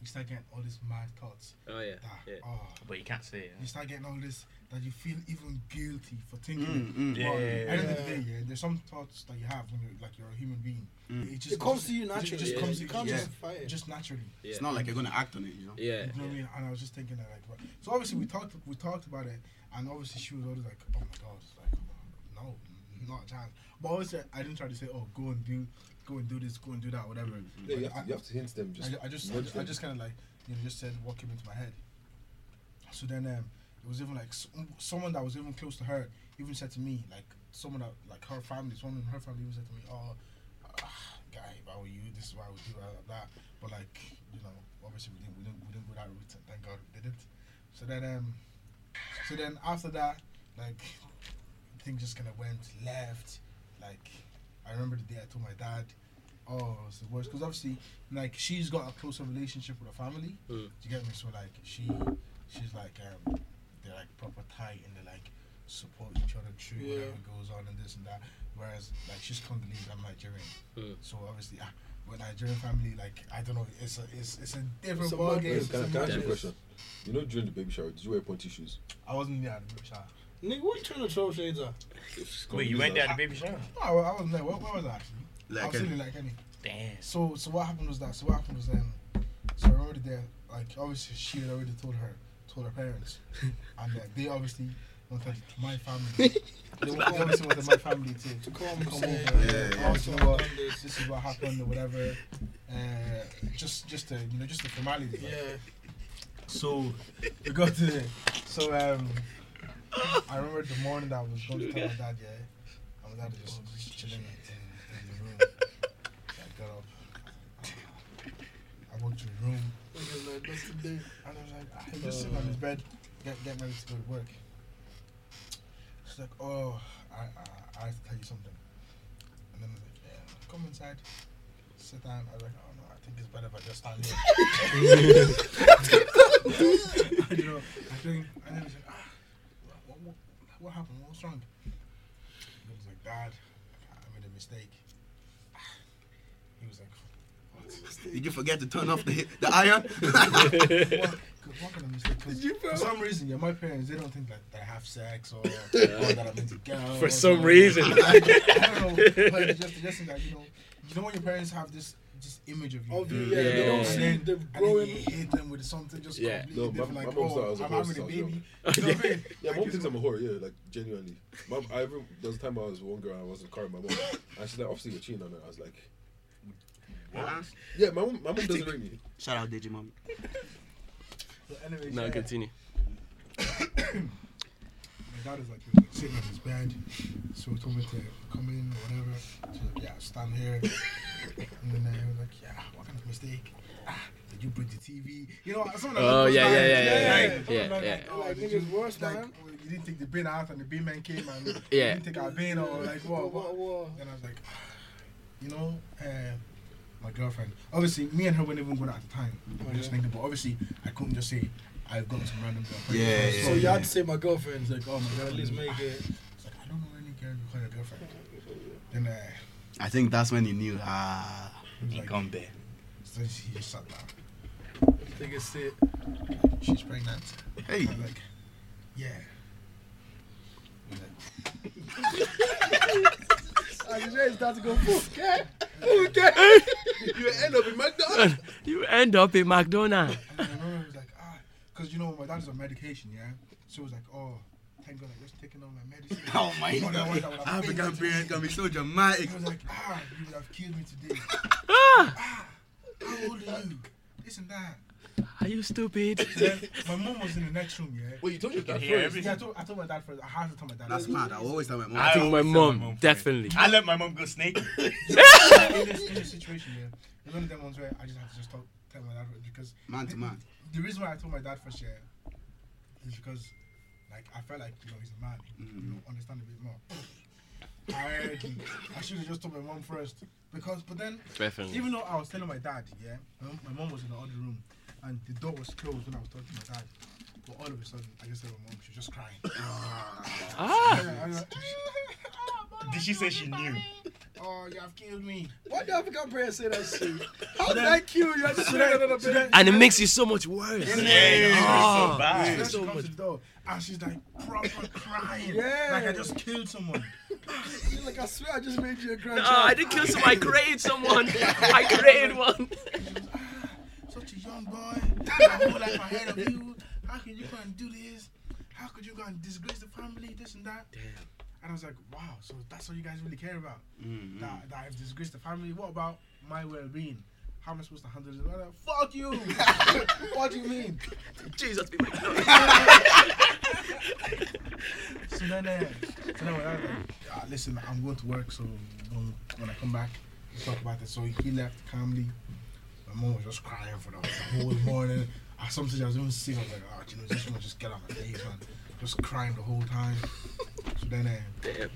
you start getting all these mad thoughts. Oh yeah. That, Yeah. oh, But you can't say it. you start getting all this that you feel even guilty for thinking. Mm, it. mm. But Yeah, yeah, At the end of the yeah. day, yeah, there's some thoughts that you have when you're like you're a human being. It just Mm. It comes to you it naturally. just yeah. comes to you you. can't yeah. just fight it. Just naturally. It's not like you're gonna act on it, you know. Yeah. You know what I mean? And I was just thinking that like, what? so obviously we talked, we talked about it, and obviously she was always like, oh my god, it's like, no, not a chance. But obviously I didn't try to say, oh, go and do, go and do this, go and do that, whatever. Mm-hmm. Yeah, you But I, have to, you have to hint them just I, I just, I nudge just, them. kind of like, you know, just said what came into my head. So then um, it was even like s- um, someone that was even close to her even said to me like someone that like her family, someone in her family even said to me, oh, ah, guy, if I were you, this is why I would do that, that. But like, you know, obviously we didn't, we didn't, we didn't go that route, and thank God we didn't. So then, um, so then after that, like, things just kind of went left. Like, I remember the day I told my dad, oh, it's the worst, because obviously, like, she's got a closer relationship with her family. Hmm. Do you get me? So like, she, she's like, um, they're like proper tight, and they like support each other through Yeah. whatever goes on and this and that. Whereas like she's Congolese, I'm Nigerian, Hmm. so obviously. ah, with Nigerian family, like I don't know, it's a it's, it's a different It's a ball mad game. Wait, Yes, can, I- can I ask you a yes. question? You know during the baby shower, did you wear pointy shoes? I wasn't there at the baby shower. Nigga, what you trying to throw shades at? Wait, you went there at the baby shower? No, I, I wasn't there. Where, where was I actually? I was Like, feeling uh, like any. Damn. So so what happened was that. So what happened was um. So I remember there, like obviously she had already told her, told her parents, and uh, they obviously wanted my family. they wa- obviously wanted my family to to Come come over. say, Yeah, yeah, yeah. oh, you know what? This is what happened or whatever. Uh, just just a you know just a formality. Yeah. So we got to so um I remember the morning that I was going to tell my dad, yeah. And my dad was just chilling in, in the room. So I got up. I walked to the room Nigga's like, that's the day. and I was like, I'm just sitting on his bed, get get ready to go to work. She's like, Oh, I I, I have to tell you something. And then I was like, Yeah, come inside. Sit down. I was like, Oh no, I think it's better if I just stand here. you know, I think, and then he said, ah, what, what, what happened? What's wrong? And I was like, Dad, I made a mistake. Ah. He was like, did you forget to turn off the the iron? what, what kind of mistake? 'Cause for some reason, yeah, my parents, they don't think that they have sex or, or that I'm into girls. For or- some reason. I don't know. But it's just, just that, you know, you know when your parents have this this image of you. Mm, Obviously, yeah, Yeah. they don't And see then, the and then you growing. hit them with something just Yeah. No, completely my- different, my like, mom's not- I oh, was a I'm horse, having a I was a baby. You know what I mean? Yeah, Like, mom it's- thinks I'm a whore. Yeah, like genuinely. Mom, I remember there was a time I was with one girl and I was in the car with my mom, and she's like, obviously you're cheating on her. I was like, yeah, my mom, my mom doesn't rate me. Shout out Deji Mommy. But anyway, No, yeah. continue. My dad is like, he was like sitting on his bed, so he told me to come in or whatever. So like, yeah, stand here. and then I was like, yeah, what kind of mistake? Ah, did you break the TV? You know, something like Oh, those yeah, lines, yeah, yeah, yeah, like, yeah, something yeah, like, yeah. oh, Like, did niggas you- worse, like, man. well, you didn't take the bin out and the bin man came and you Yeah. didn't take our bin or like Whoa, what, whoa, what? whoa. And I was like, you know, uh, my girlfriend. Obviously, me and her weren't even good at the time. We were just thinking, but obviously, I couldn't just say, I've gotten some random girlfriend. Yeah, yeah, So you yeah. had to say my girlfriend's like, oh my god, at least make it. It's like, I don't know any girl you call your girlfriend. Then uh, I think that's when he knew. Ah, like, Gombe. so she just sat down. Think it's it. She's pregnant. hey, I'm like, yeah. I'm like, I just realized that to go fuck. Yeah. Okay. You end up in McDonald's. You end up in McDonald's. And I remember it was like, ah, because you know, my dad is on medication, yeah? So it was like, oh, thank God I just taken all my medicine. Oh my You know, that God. one that would have failed me can be so dramatic. today. I was like, ah, you would have killed me today. ah, how old are you? This and that. Are you stupid? Then my mom was in the next room, yeah? Wait, you told your dad hear first. Yeah, I told, I told my dad first. I had to tell my dad. That's mad. I always tell my mom. I I think my always tell mom, for it. Ah, definitely. I let my mom go snake. in, this, in this situation, yeah, it's one of them ones where I just had to just talk, tell my dad first because man to man. the reason why I told my dad first year is because like I felt like you know he's a man, you know, understand a bit more. I, I should have just told my mom first because, but then Definitely. even though I was telling my dad, yeah, my mom- my mom was in the other room and the door was closed when I was talking to my dad. But all of a sudden, I just said my mom, she was just crying. Ah, And I was like, Did she say she knew? oh, you have killed me. Why do African prayers say that shit? How did I kill you? I just read another prayer. and it makes it so much worse. Oh. Yeah, so And then bad. she comes to the door and she's like proper crying, Yeah. like I just killed someone. Like I swear, I just made you a grandchild. Oh, Ah, I didn't kill someone. I created someone. I created one. such a young boy. I hold like ahead of you. How can you go and do this? How could you go and disgrace the family? This and that. And I was like, wow. So that's all you guys really care about. That, that I've disgraced the family. What about my well-being? How am I supposed to handle this? I'm like, Fuck you! what do you mean? Jesus be my God. So then, uh, so then when I was like, ah, listen, I'm going to work, so when, when I come back, let's talk about this. So he left calmly. My mom was just crying for the, the whole morning. I sometimes I was even sick. I was like, oh, you know, this one just get out my face, man. Just crying the whole time. So then, uh,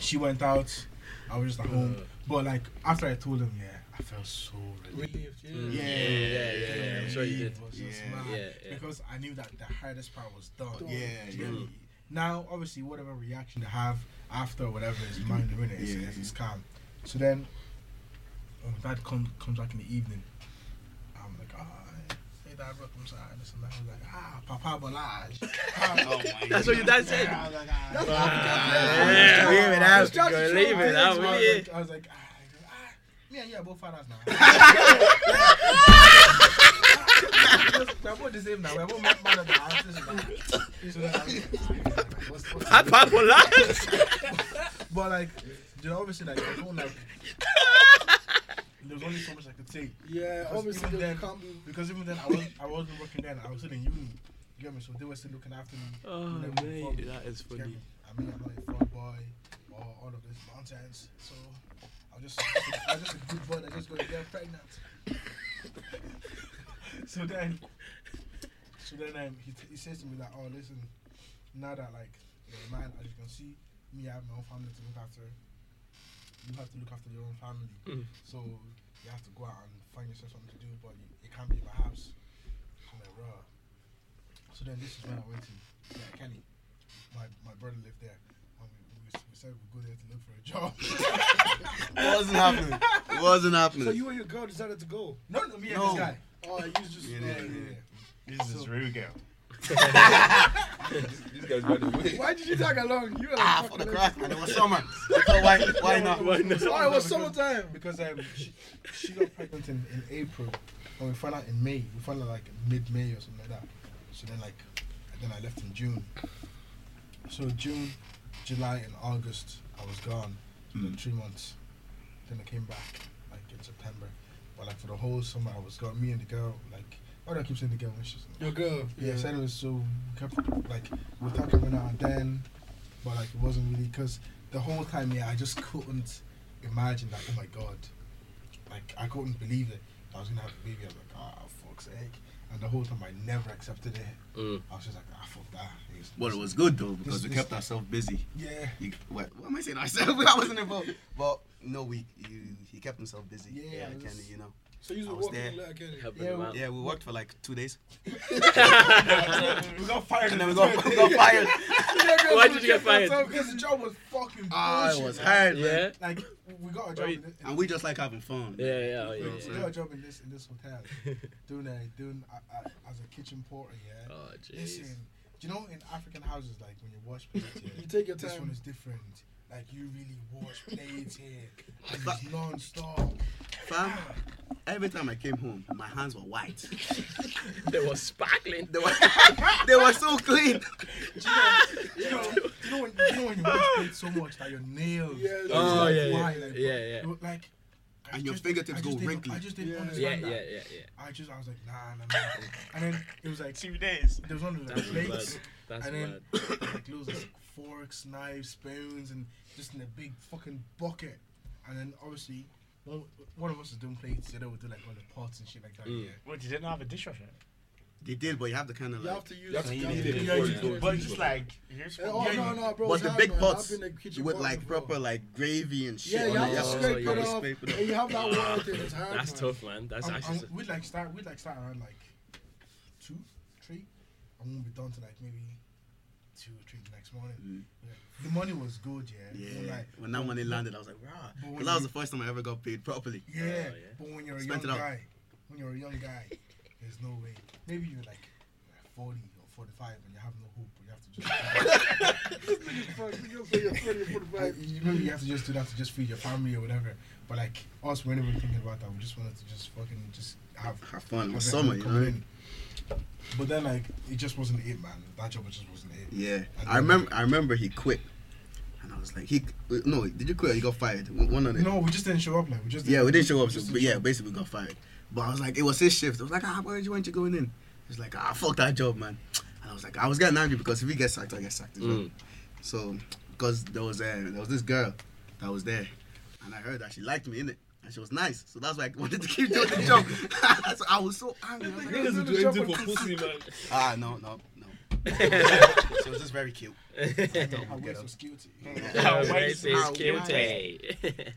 she went out. I was just at home. Uh. But like after I told him, yeah, I felt so relieved. Relieved, yeah. Yeah, Mm. yeah, yeah, I'm sure you relieved did. was just Yeah. mad Yeah, yeah. Because I knew that the hardest part was done. Done. Yeah, yeah. Really. Now, obviously, whatever reaction they have after or whatever is mind the minute, it's, Yeah. it's, it's calm. So then, when my dad come, comes back in the evening, I'm like, ah, hey, dad, bro, I'm sorry. This and that. I was like, ah, Papa Balaj. Oh my That's what your dad said. I was like, ah, that's Yeah, leave it out. Just Go to leave try it out, I will was you? like, I was like, ah, ah, me and you are both fathers now. We're both the same now. We're both man of the house. this is bad. So then I was like, ah, what's- what's- Papa Bolas. But like, you know, obviously, like, I don't like. There's only so much I could take Yeah, Because obviously even they then- can't be. because even then I wasn't I wasn't working then. I was still in uni. You get me? So they were still looking after me. Oh, You know, man, before- that is you get funny. me? I mean, I'm not a front boy or all of this nonsense. So I'm just I'm just a good boy that just going to get pregnant. so then, so then um, he, t- he says to me like, oh listen, now that like you're a man, as you can see, me I have my own family to look after. You have to look after your own family. Mm. So you have to go out and find yourself something to do, but you, it can't be in my house. I'm like, raw. So then this is when I went to yeah, Kenny. My my brother lived there. And we, we, we said we'd go there to look for a job. It wasn't happening. It wasn't happening. So you and your girl decided to go. no, no, me and No. this guy. Oh, you just. Yeah, oh, yeah, This is real girl. These guys by the way. Why did you tag along? You were like, ah fuck for the it. crack, man. It was summer. I thought, why, why not? Oh, it was summertime. um, Because um, she, she got pregnant in, in April, and we found out in May. We found out like mid May or something like that. So then like, and then I left in June. So June, July, and August, I was gone for Mm. three months. Then I came back like in September, but like for the whole summer I was gone. Me and the girl like. Why do I keep saying the girl when she's? Your girl. Yeah, I said it was so we kept like we were talking every now and then, but like it wasn't really because the whole time yeah I just couldn't imagine like oh my god, like I couldn't believe it that I was gonna have a baby. I was like ah fuck's sake, and the whole time I never accepted it. Mm. I was just like ah fuck that. It's- Well, it was good though because This- we this- kept ourselves busy. yeah You, what, what am I saying? Ourselves? I wasn't involved. But no, we you, he kept himself busy. Yeah, Yeah, it was- Kenny, you know. So you I were was walking there. like again. Helping Yeah, them we- out. Yeah, we worked for like two days. We got fired. And then we got, we got fired. Oh, Why did you get fired? Because the job was fucking bullshit. Ah, it was man. hard, man. Yeah. Like we got a job. Wait. In this, in And we just like having fun. Yeah, yeah, oh, yeah. Yeah. we got a job in this in this hotel doing a doing a, a, as a kitchen porter. Yeah. Oh, jeez. Listen, do you know in African houses like when you wash plates? Yeah, You take your this time. one is different. Like you really wash plates here. And it's non-stop. Fam, every time I came home, my hands were white. They were sparkling. They were, they were so clean. You know, you know when you know when you wash plates so much that your nails. Yeah, Oh, like, yeah, yeah. why, like, Yeah, yeah. you- Like. I And your just- fingertips I go just didn't- wrinkly. I just didn't Yeah. Yeah, understand yeah, that. yeah, yeah. I just I was like nah nah nah. and then it was like Two days. there was one of the That's bad. plates That's and bad. then like loads of forks, knives, spoons, and just in a big fucking bucket. And then obviously one, one of us is doing plates, the other would do like all the pots and shit like that. Mm. Yeah. What, you didn't have a dishwasher? They did, but you have the kind of You have like. to use. You have to you clean have it to before use you it. do it. But it's just like, here's Yeah, Oh no no bro! But the it's big hard, man. I've pots been in kitchen With pot like before. proper like gravy and shit. Yeah, on you it. have to Oh, scrape yeah. it to off, scrape it and you have that water thing. It's hard. That's man. tough, man. That's And- actually. and we'd like start we'd like start around like two, three, and we'll be done to like maybe two or three the next morning. Yeah. The money was good, yeah. But, Mm. Yeah. like, When that money landed, I was like, rah. But when Because that was you- the first time I ever got paid properly. Yeah, Oh, yeah. but when you're a Spent young it out. guy, when you're a young guy, there's no way. Maybe you're like 40 or 45 and you have no hope. You have to just. Fuck, you say you're 20, you're 45. you, maybe you have to just do that to just feed your family or whatever. But like us, we weren't even thinking about that. We just wanted to just fucking just have Have fun. It have was it summer, you come know? in. But then like it just wasn't it, man. That job just wasn't it. Yeah, And I then- remember. I remember he quit, and I was like, he no, did you quit? or You got fired. One of the No, we just didn't show up. Like we just yeah, we didn't show up. So, just but didn't yeah, basically we got fired. But I was like, it was his shift. I was like, ah, why did you want you going in? He's like, ah, fuck that job, man. And I was like, I was getting angry because if he gets sacked, I get sacked as well. Mm. So because there was uh, there was this girl that was there, and I heard that she liked me in it. And she was nice, so that's why I wanted to keep doing the job. so I was so angry. I was like, do anything for pussy, man. ah, no, no, no. she was just very cute. show up. we'll Our get waist up. was guilty. Our Our waist is waist. guilty. But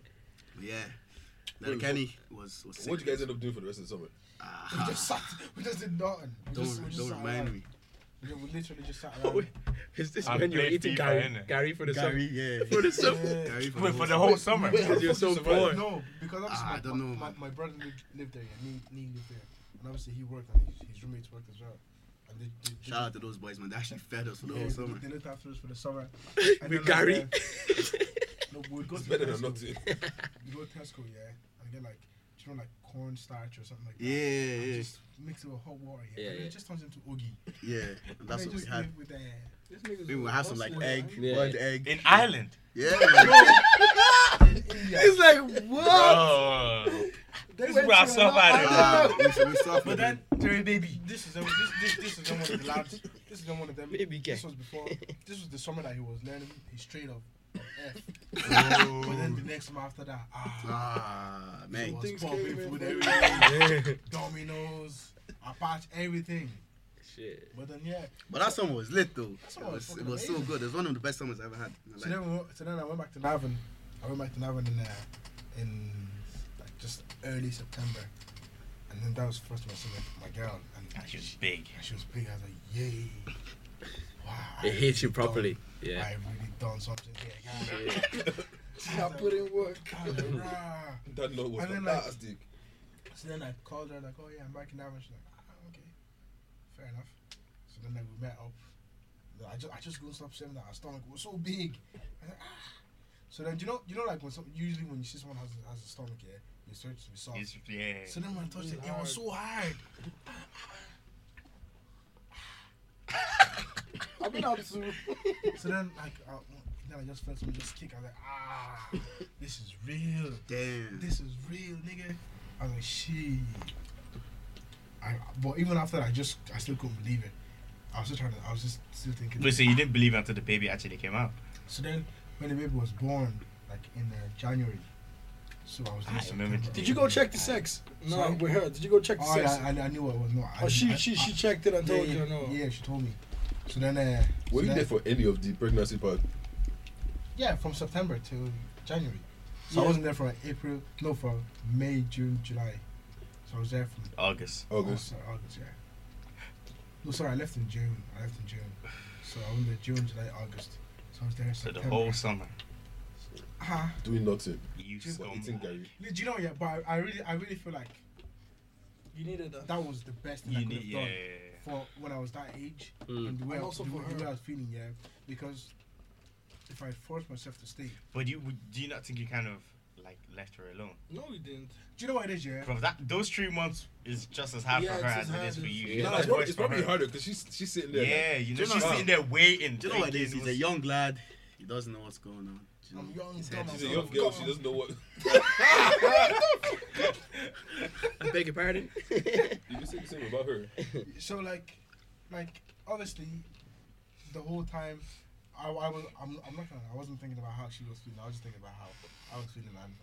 yeah, Little Kenny was was sick. What did you guys end up doing for the rest of the summer? We Ah, just sat. We just did nothing. We don't just, we just don't sat remind around. me. We, we literally just sat around. Is this I when you're played eating FIFA, Gary, innit? Gary for the Gary, summer? yeah. For the summer? Yeah. Gary Wait, for the whole summer. Because you're so bored. No, because obviously Ah, my, I don't know, my, man. my brother lived, lived there, yeah, me, me lived there, and obviously he worked and his, his roommates worked as well. And they, they, they, Shout out to those boys, man. They actually fed us for the yeah, whole summer. They looked after us for the summer. And With then, like, Gary? uh, no, we'd go It's to better than Tesco. nothing. You go to Tesco, yeah, and get like, do you know, like cornstarch or something like that. Yeah, and yeah, Just mix it with hot water, yeah. Yeah, and yeah. It just turns into oogie. And yeah. And that's they what we just had. live With uh, the, This nigga's We would have some like hustling, egg, man. Yeah. boiled egg. In Ireland. Yeah, man. It's like what? Oh. They This went where I to saw another my- island. Ah, we, we suffered. But then, man. Jerry baby, this is this this this is not one of the lads. This is not one of them. Baby girl. This was before. This was the summer that he was learning his trade of F. Oh. but then the next month after that, ah, ah, it man. was Things popping came in food for everywhere, Domino's, Apache, everything. Shit. But then yeah, But that summer was lit though. summer It was was, it fucking was so amazing. good. It was one of the best summers I ever had. in my so life. then we, went- so then I went back to Navan. I went back to Navan in uh, in like just early September, and then that was the first time I saw my, my girl, and Ah, She was big. And she was big. I was like, yay. Wow. I It hits you really properly. done- Yeah. I really done something here. guys. I put in work. I was like, rah. That note was And then, like- fantastic. so then I called her, like, oh yeah, I'm back in Ireland. She's like, ah, okay. Fair enough. So then like, we met up. Then I just, I just couldn't stop saying that. Her stomach was so big. I was like, ah. So then, do you know, you know, like when some, usually when you see someone has, has a stomach, yeah, you start to be soft. It's- Yeah. So then when I touched it, it was so hard. I've been out to So then, like, I, then I just felt something just kick. I was like, ah, this is real. Damn. this is real, nigga. I was like, shit. I, but even after that, I just, I still couldn't believe it. I was just trying to, I was just still thinking. Wait, so you didn't believe until the baby actually came out? So then, when the baby was born, like in uh, January, so I was. I remember the Did you go check the sex? No, Sorry? with her. Did you go check the Oh, sex? yeah, I, I knew what it was. No, I oh, didn't- she I- she I- she checked it and yeah, told yeah, you no. Yeah, she told me. So then, uh, Were so you then- there for any of the pregnancy part? Yeah, from September to January. So Yeah. I wasn't there from April, no, from May, June, July. So I was there from August. August. August, August, yeah. No, sorry, I left in June. I left in June. So I went there June, July, August. So I was there in So the September. whole summer. Uh-huh. Doing nothing. You What, eating scumbag. Gary. Do you know? Yeah, but I, I really, I really feel like You needed that. that was the best thing I You could need, have yeah, done yeah, yeah. for when I was that age Mm. and the way, And I, also the, for the way her. I was feeling. Yeah, because if I forced myself to stay, But you would- do you not think you kind of like left her alone? No, we didn't. do you know what it is? Yeah, Bro, that those three months is just as hard Yeah, it's for her as as it hard is for as- you. Yeah, It's no, it's, not as prob- worse it's for probably her. harder because she's she's sitting there. like, Yeah, you know, Do you know she's what- sitting there waiting. Do you know what it thinking is? He's a what's- young lad. He doesn't know what's going on. Do you I'm know? young, His dumb, head She's is a all- young girl. She doesn't know what. I beg your pardon. You can say the same about her. so like, like honestly, the whole time, I, I was, I'm, I'm not gonna, I wasn't thinking about how she was feeling. I was just thinking about how I was feeling, and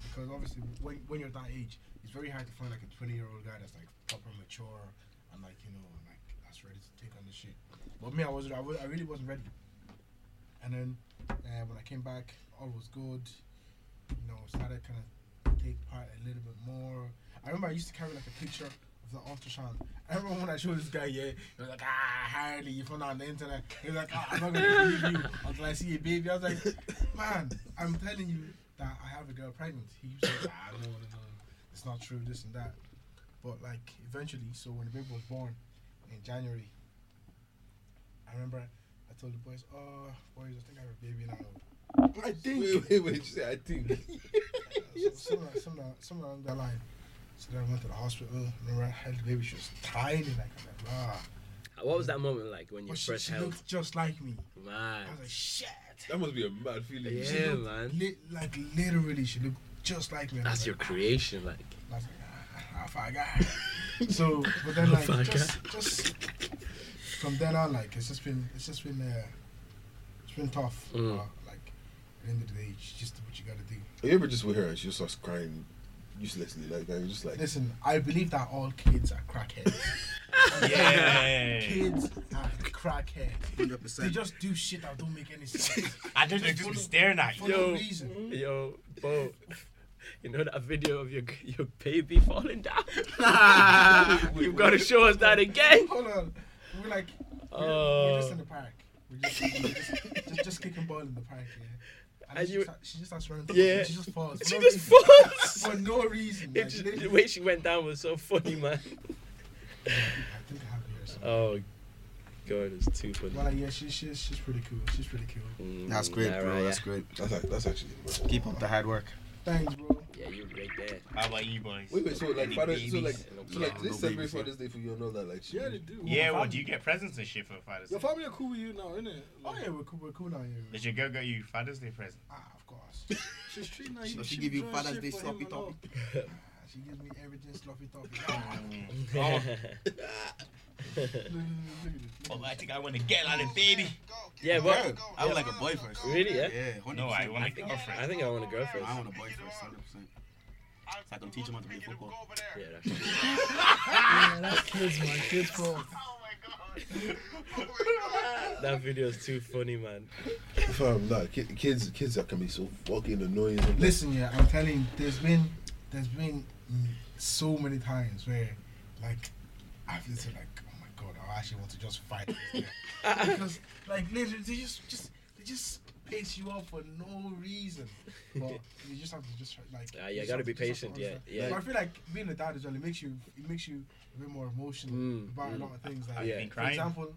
because obviously, when when you're that age, it's very hard to find like a 20 year old guy that's like proper mature and like you know and, like that's ready to take on this shit. But me, I wasn't. I, was, I really wasn't ready. And then uh, when I came back, all was good. You know, started kind of take part a little bit more. I remember I used to carry like a picture of the ultrasound. I remember when I showed this guy, yeah, he was like, ah, Harley, you found out on the internet. He was like, ah, I'm not gonna believe you until I see a baby. I was like, man, I'm telling you that I have a girl pregnant. He was like, ah, no, no, no, it's not true, this and that. But like, eventually, so when the baby was born in January, I remember I told the boys, oh, boys, I think I have a baby now. I think. Wait, wait, wait. She said, I think. So somewhere, somewhere, somewhere along that line. So then I went to the hospital. Remember, I had the baby. She was tiny, like I was like, ah. What was that moment like when you But she, first she held? looked just like me. Man. I was like, shit. That must be a mad feeling. Yeah, She looked man. Li- like literally, she looked just like me. I was That's your like, creation, like. I was like, ah, I forgot. So, but then like Fuck, just, just from then on, like it's just been, it's just been, uh, it's been tough. Mm. Uh, like at the end of the day, it's just what you gotta do. Are you ever just with her and she just starts crying uselessly? Like, like just like. Listen, I believe that all kids are crackheads. Yeah. kids are crackheads. 100%. They just do shit that don't make any sense I don't know, just be staring at for you. no Yo. reason. Yo, Bo. You know that video of your your baby falling down? You've got to show us that again. Hold on, we're like, we're, we're just in the park. We're just, Uh. we're just, just, just kicking ball in the park, yeah. And, And she, you- just, she just starts running. Yeah. She just falls. for She no just reason. falls. for no reason. It Like, just- literally- the way she went down was so funny, man. I think I have it here. somewhere. Oh, God, it's too funny. But like, yeah, she, she's she's pretty cool. She's pretty cool. Mm, That's great, alright, bro. yeah. That's great. That's, act- that's actually. Keep up the hard work. Thanks, bro. Yeah, you're right there. How about you boys? Wait, wait. So like, Any father, so like, babies? so like, No they celebrate babies, yeah. Father's Day for you and all that. Like, she, Yeah, they do. Yeah, My well, fam- do you get presents and shit for Father's Day? Your family are cool with you now, innit? Oh Like, yeah, we're cool. We're cool now, yeah. Did your girl get you Father's Day present? Ah, of course. She's treating her. Does she give you doing Father's shit Day for him sloppy and all. toppy? she gives me everything sloppy toppy. Ah, Oh, I think I want to get out of baby. yeah, but I would like a boy first. really, yeah. Yeah, 100%. No, I want a think- girlfriend. I think I want a girlfriend. I want a boy first, 100%. So I can teach him how to play football. Yeah, that's yeah, that's kids, man. Kids, bro. that video is too funny, man. Fam, nah, ki- kids, kids that can be so fucking annoying. sometimes. Listen, yeah, I'm telling you, there's been there's been mm, so many times where like I've literally like, oh my god, I actually want to just fight this guy. because like literally they just just they just pace you up for no reason. But you just have to just try, like Ah, yeah, just gotta have be to- just patient, have to yeah, understand. yeah. But I feel like being a dad as well, it makes you it makes you a bit more emotional Mm, about mm. a lot of things. I've Like Yeah. For been for crying. example,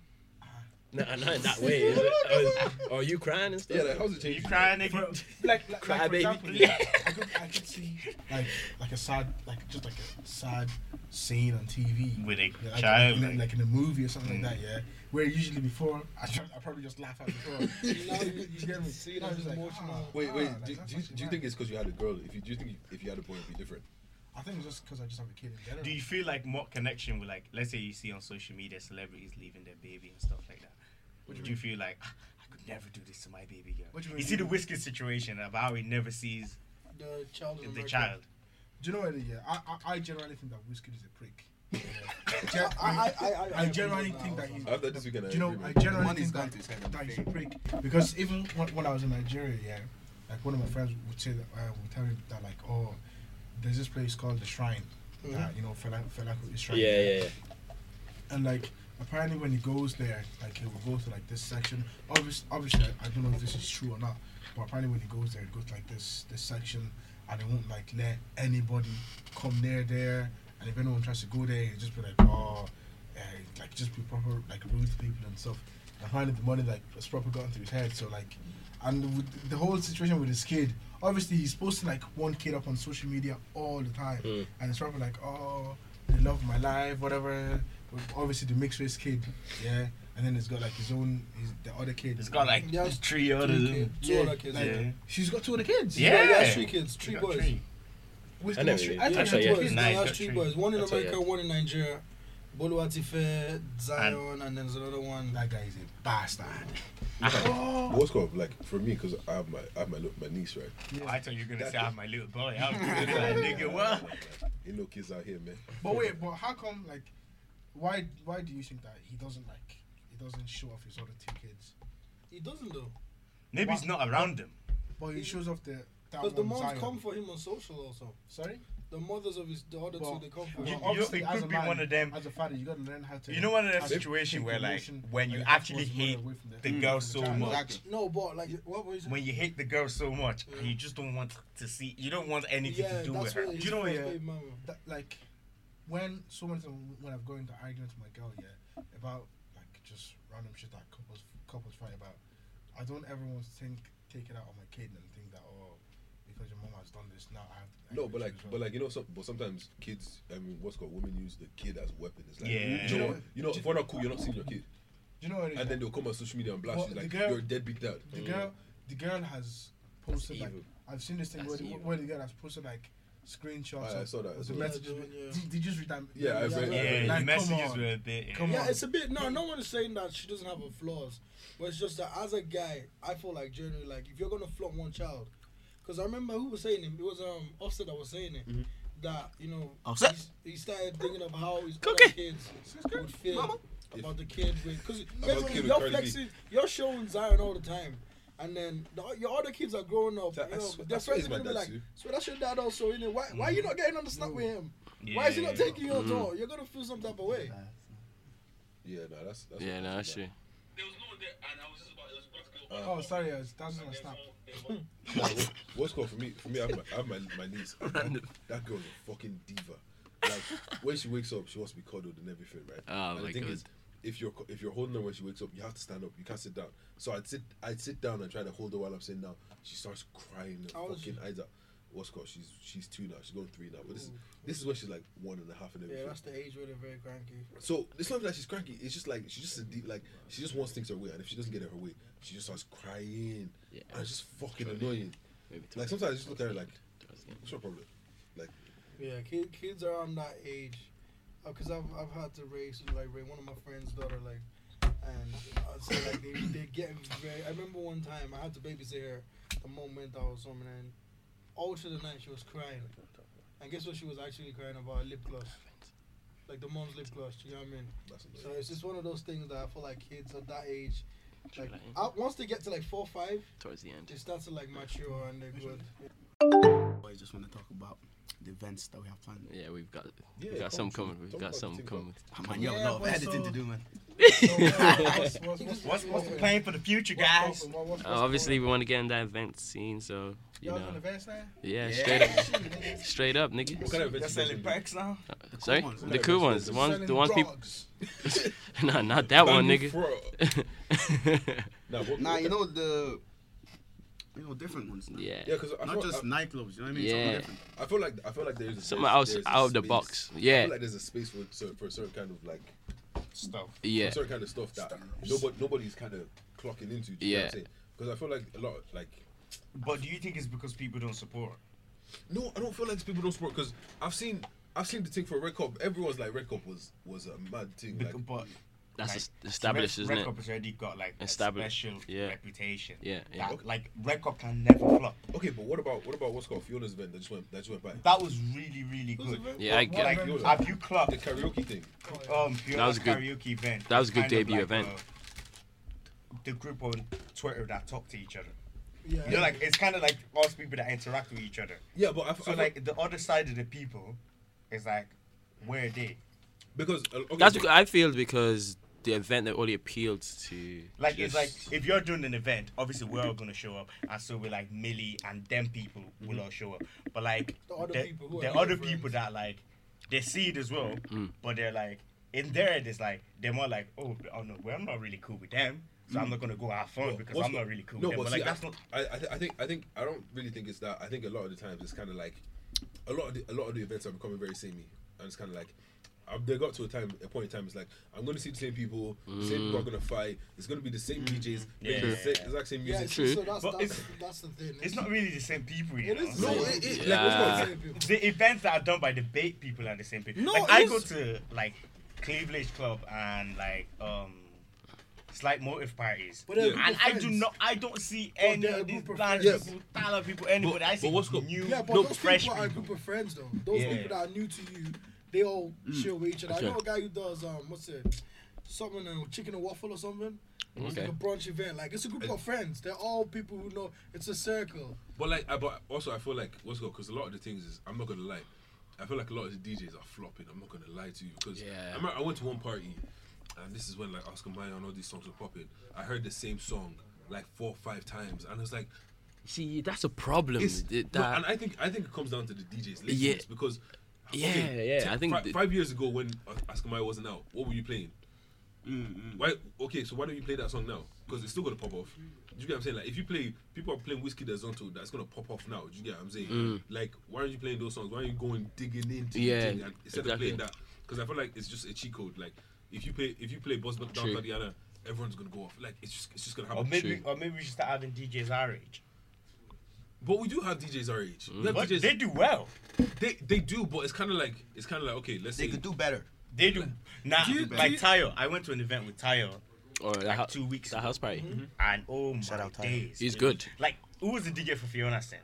No, not in that way. Is it? Oh, is- are you crying and stuff? Yeah, like, how's it Are you changing? crying, Bro, nigga? like, like, Cry like for baby. example, yeah, I could, I could see like like a sad, like just like a sad scene on TV With a yeah, like, child. like, like- like in a movie or something Mm. like that. Yeah, where usually before I, tr- I probably just laugh at before. Now you, you get me. See, Now that's it's just like, emotional. ah, Wait, wait. ah, like, do, that's do, you- actually do you mad. think it's because you had a girl? If you do you think if you had a boy, it'd be different? I think it's just because I just have a kid in general. Do you feel like more connection with like, let's say you see on social media celebrities leaving their baby and stuff like that? What do do you you feel like "Ah, I could never do this to my baby girl? What do you you mean? see the whiskey situation of how he never sees The child. in the America. child. do you know what? Yeah, I, I I generally think that Whiskey is a prick. I, I, I, I, I generally think that he's. After this weekend, I Do you know, agree, I man. generally Money's think gone that, to his head and that he's a fame. prick. Because even when, when I was in Nigeria, yeah, like one of my friends would say that, uh, would tell me that, like, oh, there's this place called the Shrine. that you know Fela Fela is trying. to Yeah, get. yeah, yeah. And like apparently when he goes there, like he will go to like this section. Obviously, obviously I, I don't know if this is true or not, but apparently when he goes there, it goes to, like this this section, and they won't like let anybody come near there. And if anyone tries to go there, he'll just be like, oh, uh, like just be proper like rude to people and stuff. And apparently the money like was proper got into his head. So like, and with the whole situation with his kid. Obviously, he's posting like one kid up on social media all the time, and it's probably like, oh, the love of my life, whatever. With obviously the mixed race kid, yeah, and then he's got like his own, his, the other kid. It's got like Yeah. just three Two others. kids, two Yeah, other kids. like, Yeah. she's got two other kids. Yeah. She has three kids, three Got boys. three. With I the never most- really- I think That's right, she yeah. has three boys. Nice, She has got three three. boys. One in That's right, America, one in Nigeria. Bolu Atife, Zion, and, then there's another one. That guy is a bastard. What's called like for me because I have my I have my li- my niece right. I thought you were gonna say I have my little boy. I was gonna be like, nigga, what? Ain't no kids out here, man. But wait, but how come like, why why do you think that he doesn't like he doesn't show off his other two kids, He doesn't though. Maybe he's not around them. but he shows off the that Because the one moms Zion. come for him on social also. Sorry, The mothers of his the other Well, two they come for But you- him. you- it as could a be one of them- As a father, you gotta learn how to. You know one of them how to situation take where, like, emotion when and you take actually what's going hate away from Mm. the girl from so child. much. Exactly. No, but like what was it? When you hate the girl so much, and you just don't want to see, you don't want anything yeah, to do with that's her. what Do you know what what? Yeah. that, like when so many times when I've gone into arguments with my girl, yeah, about like just random shit that couples couples fight about. I don't ever want to think take it out on my kid and think that oh because your mom has done this now I have to No, but like, but like, you know, some, but sometimes kids. I mean, what's called women use the kid as a weapon. It's like, Yeah. you know, what- you know, if we're not cool, you're not seeing your kid, Do you know what it is? and then they'll come on social media and blast Well, you the like girl- you're a deadbeat dad. the girl the girl has posted like evil. I've seen this thing where That's the, evil. where the girl has posted like screenshots I- I of- saw that, I of saw the that. messages. Yeah, yeah. Did, did you read that? Yeah, I read- Yeah, Like, the come messages on. were a bit. yeah. Come Yeah, on. it's a bit. No, no one is saying that she doesn't have her flaws, but it's just that as a guy, I feel like generally, like if you're gonna flaunt one child, because I remember who was saying it. It was um Offset that was saying it. Mm-hmm. That you know, Offset? he's- he started thinking of how his Cookie. other kids would feel about the kid because About kid with you're Cardi B. flexing, you're showing Zion all the time, and then the, your other kids are growing up. That- you I know, swear- their I swear friends he's are my gonna be dad like, too. Mm-hmm. so that your dad also, innit? Why, why are you not getting on the snap with him? Why is he not Yeah. taking you on tour? You're gonna feel some type of way. Yeah, nah, that's, that's Yeah, no, that's true. Oh, sorry, I was, that was on a snap. Nah, what- what's called for me? For me, I have my, I have my, my niece. Random. That girl's a fucking diva. Like when she wakes up, she wants to be cuddled and everything, right? Oh, and my God. if you're cu- if you're holding her when she wakes up, you have to stand up. You can't sit down. So I'd sit I'd sit down and try to hold her while I'm sitting down. She starts crying her How old is fucking eyes out. What's called? She's she's two now. She's going three now. But this is this is when she's like one and a half and Yeah, everything. that's the age where they're very cranky. So it's not that she's cranky. It's just like she's just a deep, like she just wants things her way, and if she doesn't get it her way, she just starts crying. Yeah. and it's just fucking annoying. Like sometimes I just look at her like, what's your problem? Yeah, kid, kids around that age, because I've, I've had to raise like raise one of my friends' daughter like, and uh, so like they they get very. I remember one time I had to babysit her. The mom went out or something, and all through the night she was crying. And guess what? She was actually crying about lip gloss, like the mom's lip gloss. You know what I mean? That's So annoying. it's just one of those things that I feel like kids at that age, like July. uh, once they get to like four or five, Towards the end. they start to like mature and they're good. Boys just want to talk about the events that we have planned. Yeah, we've got Yeah, we've got some come- coming. We've talk got about some things, coming. Oh, man, you have Yeah, a lot of but editing to so- do, man. what's, what's, what's, What's what's the plan for the future, guys? What's- what's- Uh, obviously, we want to get in that event scene, so you Y'all know, gonna vest now? yeah, straight up, straight up, What nigga. kind of They're events you selling guys packs now. Sorry, ones, the cool ones, the ones, the ones people. drugs. nah, not that one, nigga. Bandit fraud. Nah, what, Nah, what you kind- know the, you know different ones. Now. yeah, Yeah, because I, Not feel- just I, nightclubs. You know what I mean? Something uh, Yeah. different. I feel like I feel like there's a something there's- else there's a out of the space. box. I Yeah, feel like there's a space for cer- for a certain kind of like Stuff. yeah, certain kind of stuff that nobody nobody's kind of clocking into. Do you know Yeah. what I'm saying? Because I feel like a lot like But do you think it's because people don't support? no, I don't feel like people don't support because I've seen. I've seen the thing for Red Cup. Everyone's like Red Cup was was a mad thing. Like, Because- but that's like, es- established, Red, isn't Red it? Cup has already got like a Established, special yeah. reputation. Yeah, yeah. That, like Red Cup can never flop. okay, but what about what about what's called Fiona's event that just went that just went by? That was really really Who's good. the very- Yeah, I Like, get. Fiona. have you clocked the karaoke thing. um, that was was a good- karaoke event? that was a It's good kind of debut event. uh, the group on Twitter that talk to each other. Yeah, You know, like it's kind of like us people that interact with each other. Yeah, but I, f- So I feel- like the other side of the people It's like, where they? Because uh, okay, That's because I failed because the event that only appealed to Like it's like just- if you're doing an event, obviously we're all gonna show up, and so we're like Millie and them people Mm-hmm. will all show up. But like The other the, people who are the your other friends. people that like they see it as well, Mm. but they're like in their head it's like they're more like oh oh no, well I'm not really cool with them, so I'm not gonna go have fun Well, because what's I'm the- not really cool Mm. No, but with them. But see, like that's I, not I, I, thi- I think I think I don't really think it's that. I think a lot of the times it's kind of like a lot of the, a lot of the events are becoming very samey, and it's kind of like. um, They got to a time, a point in time. It's like I'm going to see the same people. The same people are going to fight. It's going to be the same DJs. Yeah, the Mm. Yeah. sa- exact same Yeah, music. it's true. So that's, But that's, it's- that's the thing. it's not really the same people. You It know? is. No, Yeah. it, it, like what's Yeah. going on? the events that are done by the bait people are the same people. No, like it I is- go to like Cleveland Club and like um slight motive parties. But they're a group and of I do friends. not I don't see any they're a of these group of bland friends. people, talented people, anybody. I see but what's good- new Yeah, but no, those fresh people people. are a group of friends though. Those Yeah. Mm. people that are new to you, they all chill with each other. Okay. I know a guy who does um what's it? Something uh, chicken and waffle or something. It's Okay. like a brunch event. Like it's a Uh, group of friends. They're all people who know it's a circle. But like, I, but also I feel like what's going because a lot of the things is I'm not gonna lie. I feel like a lot of the DJs are flopping. I'm not gonna lie to you because Yeah. I, remember I went to one party, and this is when like Oscar Mayer and all these songs were popping. I heard the same song like four or five times, and it's like, See, that's a problem. it's Th- no, that- and I think I think it comes down to the DJs, late Yeah. nights, because Yeah, okay, yeah, ten- I think fi- the- five years ago when Os- Oscar Mayer wasn't out, what were you playing? Why? Okay, so why don't you play that song now? Because it's still gonna pop off. Do you get what I'm saying? Like, if you play, people are playing Whiskey Desonto, that's gonna pop off now. Do you get what I'm saying? Like, why aren't you playing those songs? Why aren't you going digging into the Mm. Yeah, thing and- instead exactly. of playing that? Because I feel like it's just a cheat code. Like, if you play, if you play Boss Down True. Tatiana, everyone's gonna go off. Like, it's just, it's just gonna or happen. maybe or maybe we should start having DJs our age. But we do have DJs our age. We have But DJs. they do well. They they do, but it's kind of like it's kind of like okay, let's They say could do better. They do. Nah, Do you- do like you- Tayo. I went to an event with Tayo or that like hou- two weeks that ago. house party. and oh my Shout out Tayo. days. Mm-hmm. He's dude. good. Like who was the DJ for Fiona Sen?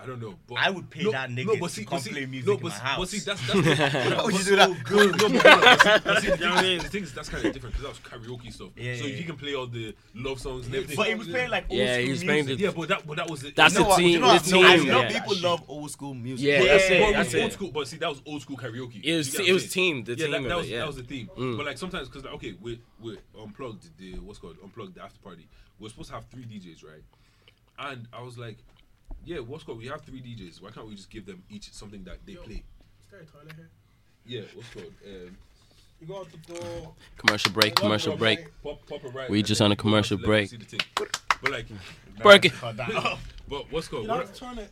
I don't know. But I would pay that nigga to come play music no, in but my see- But house. see, that's that's Why would you but- do that? Good. No, but, but see- but see, the, thing is, the thing is, that's kind of different because that was karaoke stuff. Yeah, so yeah, he yeah. can play all the love songs and everything. But he was playing like old Yeah, school he was playing music. yeah, but that but that was the, That's no, the what? team. You know what? the No, team. I know yeah. people love old school music. Yeah, that's But it. it That's was old it. school. But see, that was old school karaoke. It was You get what it I'm was saying? team. The yeah, team that, of that was it. Yeah. Mm. that was the theme. But like sometimes, because like, okay, we we unplugged the what's called unplugged the after party. We're supposed to have three DJs, right? And I was like, yeah, what's called? We have three DJs. Why can't we just give them each something that they play? Is there a toilet here? Yeah, what's called? Um, You go out the door. commercial break. Commercial pop- break. Pop, pop a right We and just then on a go out commercial to let them break. see the thing. But like, Break it. Cut that off. but what's called? You know, What, turn it.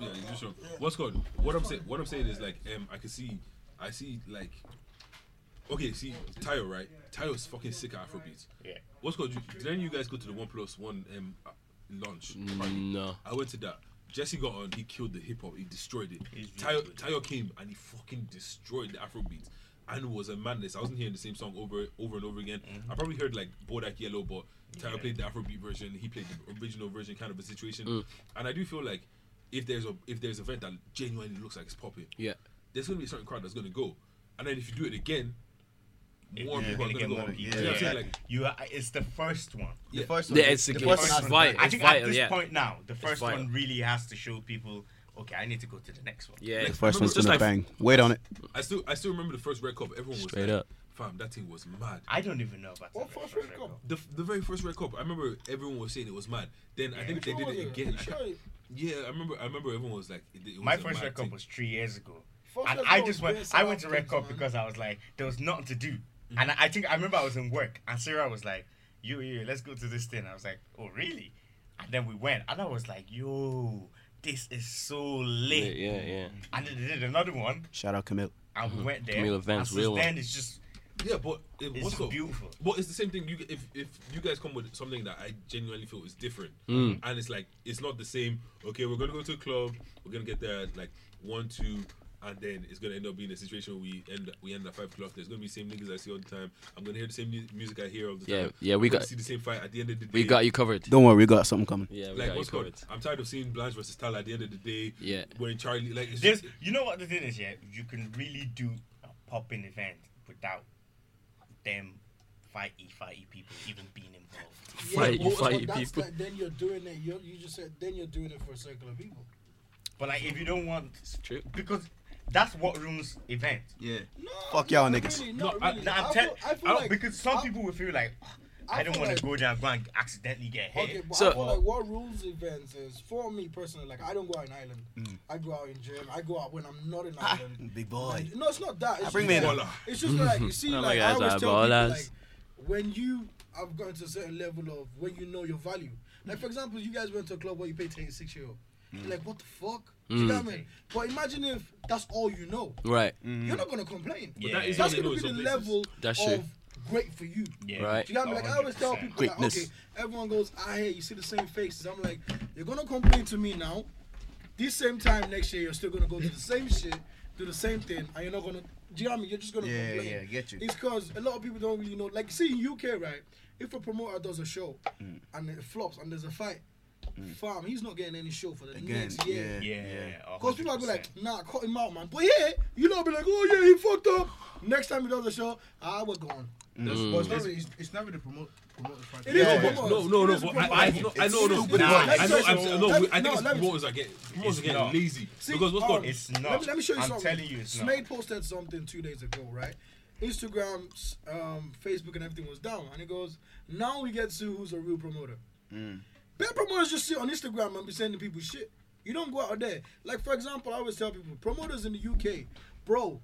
yeah, you just wrong. What's called? What I'm saying, what I'm saying is like, um, I can see, I see like, okay, see Tayo right? Tayo's fucking sick at Afrobeats. Yeah. What's called? you- Did any of you guys go to the One Plus One um uh, launch? party? No. I went to that. Jesse got on, he killed the hip hop, he destroyed it. He's really Tayo, good. Tayo came and he fucking destroyed the Afrobeat. And it was a madness. I wasn't hearing the same song over over and over again. Mm-hmm. I probably heard like Bodak Yellow, but Tayo played the Afrobeat version, he played the original version kind of a situation. Mm. And I do feel like if there's a if there's an event that genuinely looks like it's popping, Yeah. there's gonna be a certain crowd that's gonna go. And then if you do it again, more Yeah, people are gonna gonna get go. more You people. know what I'm Yeah. saying? Like You are, it's the first one. Yeah. The first one. Yeah, it's, the it's, first one. vital. I It's think at vital. this Yeah. point now, the first vital. one really has to show people, okay, I need to go to the next one. Yeah. Like, First one's Just gonna like- bang. Wait on it. I still I still remember the first Red Cup. Everyone was Straight like, up. "Fam, that thing was mad." I don't even know about What the first record. Red Cup? The, the very first Red Cup, I remember everyone was saying it was mad. Then I think Which they one did was it it? again. I Which can't- one? yeah, I remember. I remember everyone was like, it, it was My a first mad record thing. was three years ago. First and Red I Cup just was went, best I went to out Red things, Cup man. because I was like, there was nothing to do. And I, I think I remember I was in work and Sarah was like, yo, yo, yo, let's go to this thing. I was like, oh, really? And then we went and I was like, yo, this is so Yeah. lit. Yeah. yeah. And then they did another one Shout out Camille. and we went there. Camila and Vance, since Mm-hmm. real one. then it's just, Yeah, but it it's was just beautiful. But it's the same thing. You g- if if you guys come with something that I genuinely feel is different, Mm. and it's like it's not the same. Okay, we're gonna go to a club. We're gonna get there at like one two. And then it's gonna end up being a situation where we end we end at five o'clock. There's gonna be the same niggas I see all the time. I'm gonna hear the same mu- music I hear all the Yeah, time. yeah, I'm we gonna got- see the same fight at the end of the day. We got you covered. Don't worry, we got something coming. Yeah. We like got you what's called? covered. I'm tired of seeing Blanche versus Tyler at the end of the day. Yeah. When Charlie like it's There's, just- you know what the thing is, yeah, you can really do a popping event without them fighty fighty people even being involved. Yeah, Fight- but- but fight that's people. like- then you're doing it. You're, you just said then you're doing it for a circle of people. But like, if you don't want, True. because That's what ruins event. Yeah. Fuck y'all niggas. Really, not I- really. No, I'm I tell- feel- I feel I don't- like- because some I- people will feel like "Ah, I, I don't feel want like- to go there and go and accidentally get hit. Okay, but So- I feel like what rules events is for me personally. Like I don't go out in Ireland. I go out in gym. I go out when I'm not in Ireland. Big boy. No, it's not that. It's bring just me like, in. It's just like you see, Oh my like I guys are always tell people, ballers. like when you have gotten to a certain level of when you know your value. Like for example, you guys went to a club where you paid ten six euro. You're like, what the fuck? Do You know what I mean? But imagine if that's all you know. Right. You're not gonna complain. But that that is is all that's gonna they know be the in some places. level That's of true. great for you. Yeah. Right. Do you know what I mean? Like I always tell 100%. people, like, Greatness. okay, everyone goes, I hear you see the same faces. I'm like, you're gonna complain to me now. This same time next year, you're still gonna go do the same shit, do the same thing, and you're not gonna. Do you know what I mean? You're just gonna Yeah, complain. yeah, get you. It's because a lot of people don't really know. Like, see in UK, right? If a promoter does a show Mm. and it flops and there's a fight, fam, he's not getting any show for the Again, next year. yeah. Yeah. Because people are be like, nah, cut him out, man. But yeah, you know, be like, oh yeah, he fucked up. Next time he does a show, ah, we're gone. Mm. But it's, not really, it's, it's not really promote, promote the fact It that- is Yeah. a promoter. No, no, It no. is a But I, promoter. I, no, I know, no. stupid. Nah, Let's I know. try I'm, something. no, Let me- I no, think it's let me- promoters are getting promoters are It's not. getting lazy See, because what's um, called It's let me- not. Let me, show you I'm something. telling you, it's not. Smaid posted something two days ago, right? Instagram, s- um, Facebook, and everything was down, and he goes, "Now we get to who's a real promoter." Mm. Bad promoters just sit on Instagram and be sending people shit. You don't go out there. Like for example, I always tell people, promoters in the UK, bro,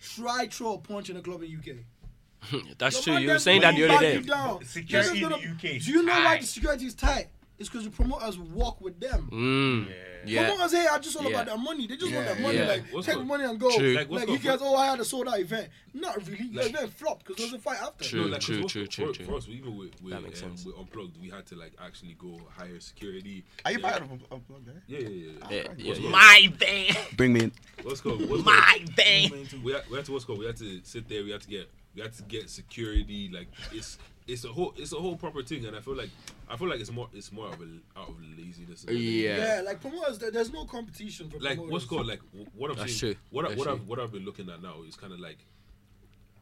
try throw a punch in a club in UK. That's Your true. man You were them saying that will the other back you day. down. Security You're not in the UK is Do you know why tight. the security is tight? It's because the promoters walk with them. Mm. Yeah. Promoters here are just all Yeah. about their money. They just want Yeah, their money. yeah. Like, What's take good? the money and go. True. Like, Like, what's you good? guys, oh, I had a sold out event. Not really. Your event flopped because there was a fight after. True. No, like, 'cause true, what- true, for, true, for true. us, even with, with, That makes um, sense. with unplugged, we had to like actually go hire security. Are you yeah. part of a plug there? Yeah, yeah, yeah. yeah. Yeah, yeah, yeah. My Bring me in. what's called what's my thing. We had, we had to what's called we had to sit there. We had to get we had to get security. Like it's it's a whole it's a whole proper thing, and I feel like I feel like it's more it's more of a out of laziness. than anything. Yeah. Yeah, like promoters, there- there's no competition for like promoters. what's called like w- what I'm That's saying, true. what I, That's what I've true. what I've been looking at now is kind of like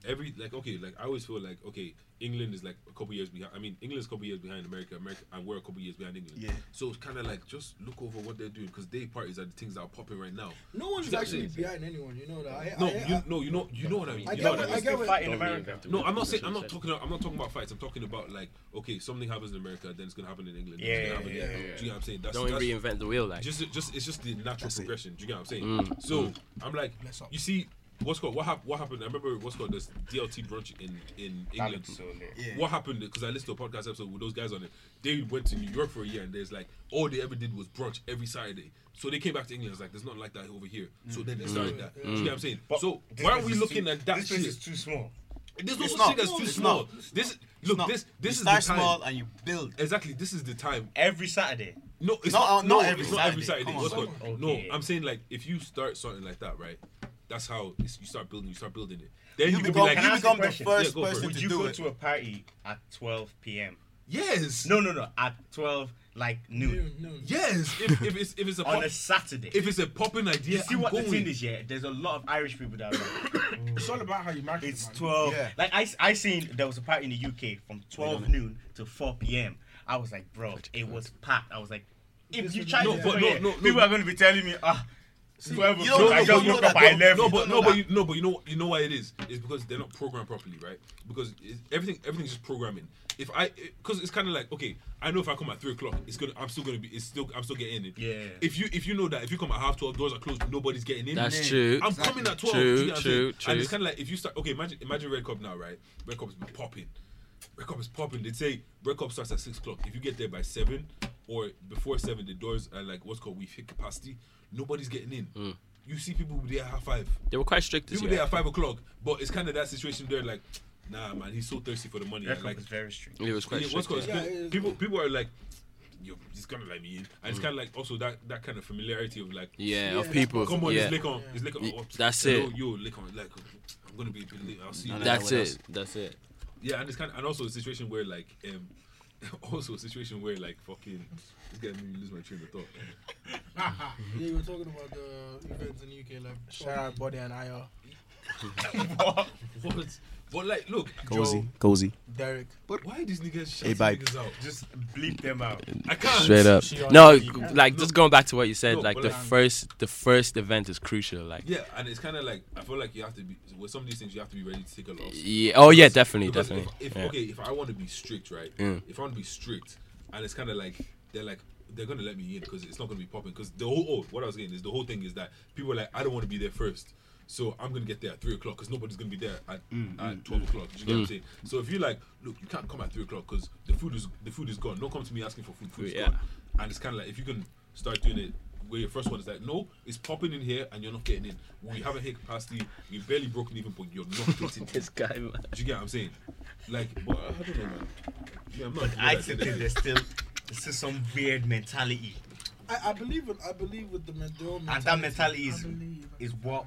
every like okay like I always feel like okay England is like a couple years behind. I mean England's a couple years behind America, America, and we're a couple years behind England. Yeah. So it's kind of like just look over what they're doing because they parties are the things that are popping right now. No one's Exactly. actually behind anyone. You know that. I, No, I, I, you no you know you know what I mean. I You get know what- what I mean. I get what- fight in America. No, I'm not saying I'm not talking. I'm not talking about fights. I'm talking about like, okay, something happens in America, then it's gonna happen in England. then it's Yeah, gonna happen in- yeah, Do you know what I'm saying? That's, Don't that's reinvent the wheel, like. just, just it's just the natural That's it. progression. Do you get what I'm saying? Mm. So I'm like, you see, what's called what happened? What happened? I remember what's called this DLT brunch in in That England. looks so lit. Yeah. What happened? Because I listened to a podcast episode with those guys on it. They went to New York for a year, and there's like all they ever did was brunch every Saturday. So they came back to England. It's like there's nothing like that over here. So then they started that. Do you know what I'm saying? Mm. But So this why are place we is looking too, at that This shit? place is too small. There's no It's such not. thing as No, too it's small. not. This look No. this this You is the time. start small and you build. Exactly, this is the time. Every Saturday. No, it's Not- not. not no, every it's not every Saturday. Saturday. Come on, What's come called? on. No, Okay. I'm saying like if you start something like that, right, that's how it's, you start building. You start building it. Then you, You can become, be like, can you I ask a become the question? first Yeah, go for it. person Would to you do go it. to a party at 12 p.m.? yes, No, no, no. At 12, like noon. Noon, noon. yes. If, if it's if it's a On pop, a Saturday. if it's a popping you idea, see I'm what going. the thing is, yeah? There's a lot of Irish people that are like, It's all about how you market it's it, man. 12. Yeah. Like, I, I seen there was a party in the UK from 12 noon to 4 p.m. I was like, bro, it was packed. I was like, if you try No, to but put no, it, no, no. people are going to be telling me, ah, 12 you o'clock, don't I know, just you know woke that up by though. 11. No, but don't no, know but that. you, no, but you know, you know why it is. It's because they're not programmed properly, right? Because it's, everything, everything's just programming. If I, because it's kind of like, okay, I know if I come at three o'clock, it's gonna, I'm still gonna be, it's still, I'm still getting in. Yeah. If you, if you know that, if you come at half twelve, doors are closed, nobody's getting in. That's true. I'm coming at twelve. True, do you know what I'm true, saying? And true. it's kind of like if you start, okay, imagine, imagine Red Cup now, right? Red Cup's been popping. Red Cup is popping. They say Red Cup starts at six o'clock. If you get there by seven or before seven, the doors are like what's called we've hit capacity. Nobody's getting in. Hmm. You see people there at half five. They were quite strict this People year. there at five o'clock. But it's kind of that situation there, like, nah, man, he's so thirsty for the money. That and, like, was very strict. It was quite yeah, what's strict. called yeah. it's Yeah, it is. people. People are like, yo, he's gonna let me in, and it's kind of like also that that kind of familiarity of like, Hmm. Yeah, Yeah, of people. Come on, yeah. it's lick on, it's lick on. Y- oh, that's yo, it. Yo, lick on, like, I'm gonna be, a bit late, I'll see you. later. That's it. That's it. Yeah, and it's kind of, and also a situation where like um, also a situation where like fucking it's getting me lose my train of thought. Yeah, you were talking about the events in the UK, like Shout out Body and Ayo. What? But like, look, Cozy. Joe, Cozy. Derek. but why these niggas shut Hey, bye. niggas out? Just bleep them out. I can't. Straight up. She on No, TV. like just going back to what you said, Look, like but the like- first the first event is crucial. Like Yeah, and it's kind of like I feel like you have to be with some of these things. You have to be ready to take a loss. yeah, oh yeah, Because- definitely, because definitely. If, if, yeah. Okay, if I want to be strict, right? Mm. If I want to be strict, and it's kind of like they're like they're gonna let me in because it's not gonna be popping. Because the whole oh, what I was getting is the whole thing is that people are like I don't want to be there first. So I'm gonna get there at three o'clock because nobody's gonna be there at, Mm, at twelve o'clock. Do you get what I'm saying? So if you're like, look, you can't come at three o'clock because the food is the food is gone. Don't come to me asking for food. Food's Yeah. gone. And it's kind of like if you can start doing it where your first one is like, no, it's popping in here and you're not getting in. We haven't hit capacity. We've barely broken even, but you're not getting in. This guy, man. Do you get what I'm saying? Like, but I don't know, man. Yeah, I'm not. I good at think it. there's still there's still some weird mentality, I, I believe in, I believe with the mental and that mentality I is believe. is what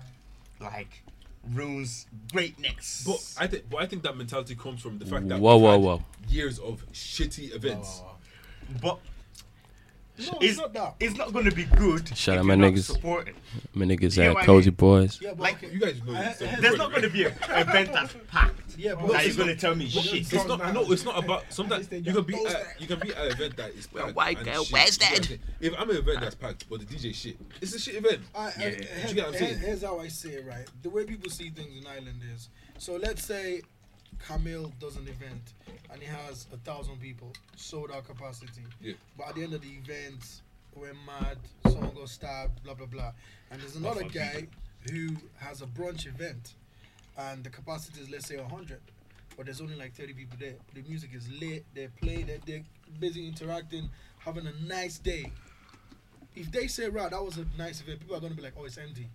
like ruins greatness. But I think, but I think that mentality comes from the fact that Whoa, we've whoa, had whoa. years of shitty events. but No, it's, it's not that. it's not gonna be good. Shut if up, my you're not niggas. supporting. My niggas You know are what I cozy mean? boys. Yeah, but like, okay. You guys know. I- this stuff, I- There's right? not gonna be a an event that's packed. Yeah, but that it's you're gonna tell me shit. It's not. No, it's not about. Sometimes they you got can be. those At, that- you can be at an event that is packed. white and girl, shit. where's You get what I'm that? saying? If I'm at an event that's packed, but the DJ shit, it's a shit event. I, I, Do you here's, get what I'm saying? here's how I say it, right? The way people see things in Ireland is so let's say Camille does an event and he has a thousand people, sold out capacity. Yeah. But at the end of the event, we're mad, someone got stabbed, blah, blah, blah. And there's another guy who has a brunch event and the capacity is, let's say, 100. But there's only like 30 people there. The music is lit, they're playing, they're, they're busy interacting, having a nice day if they say right, that was a nice event, people are gonna be like, oh, it's empty.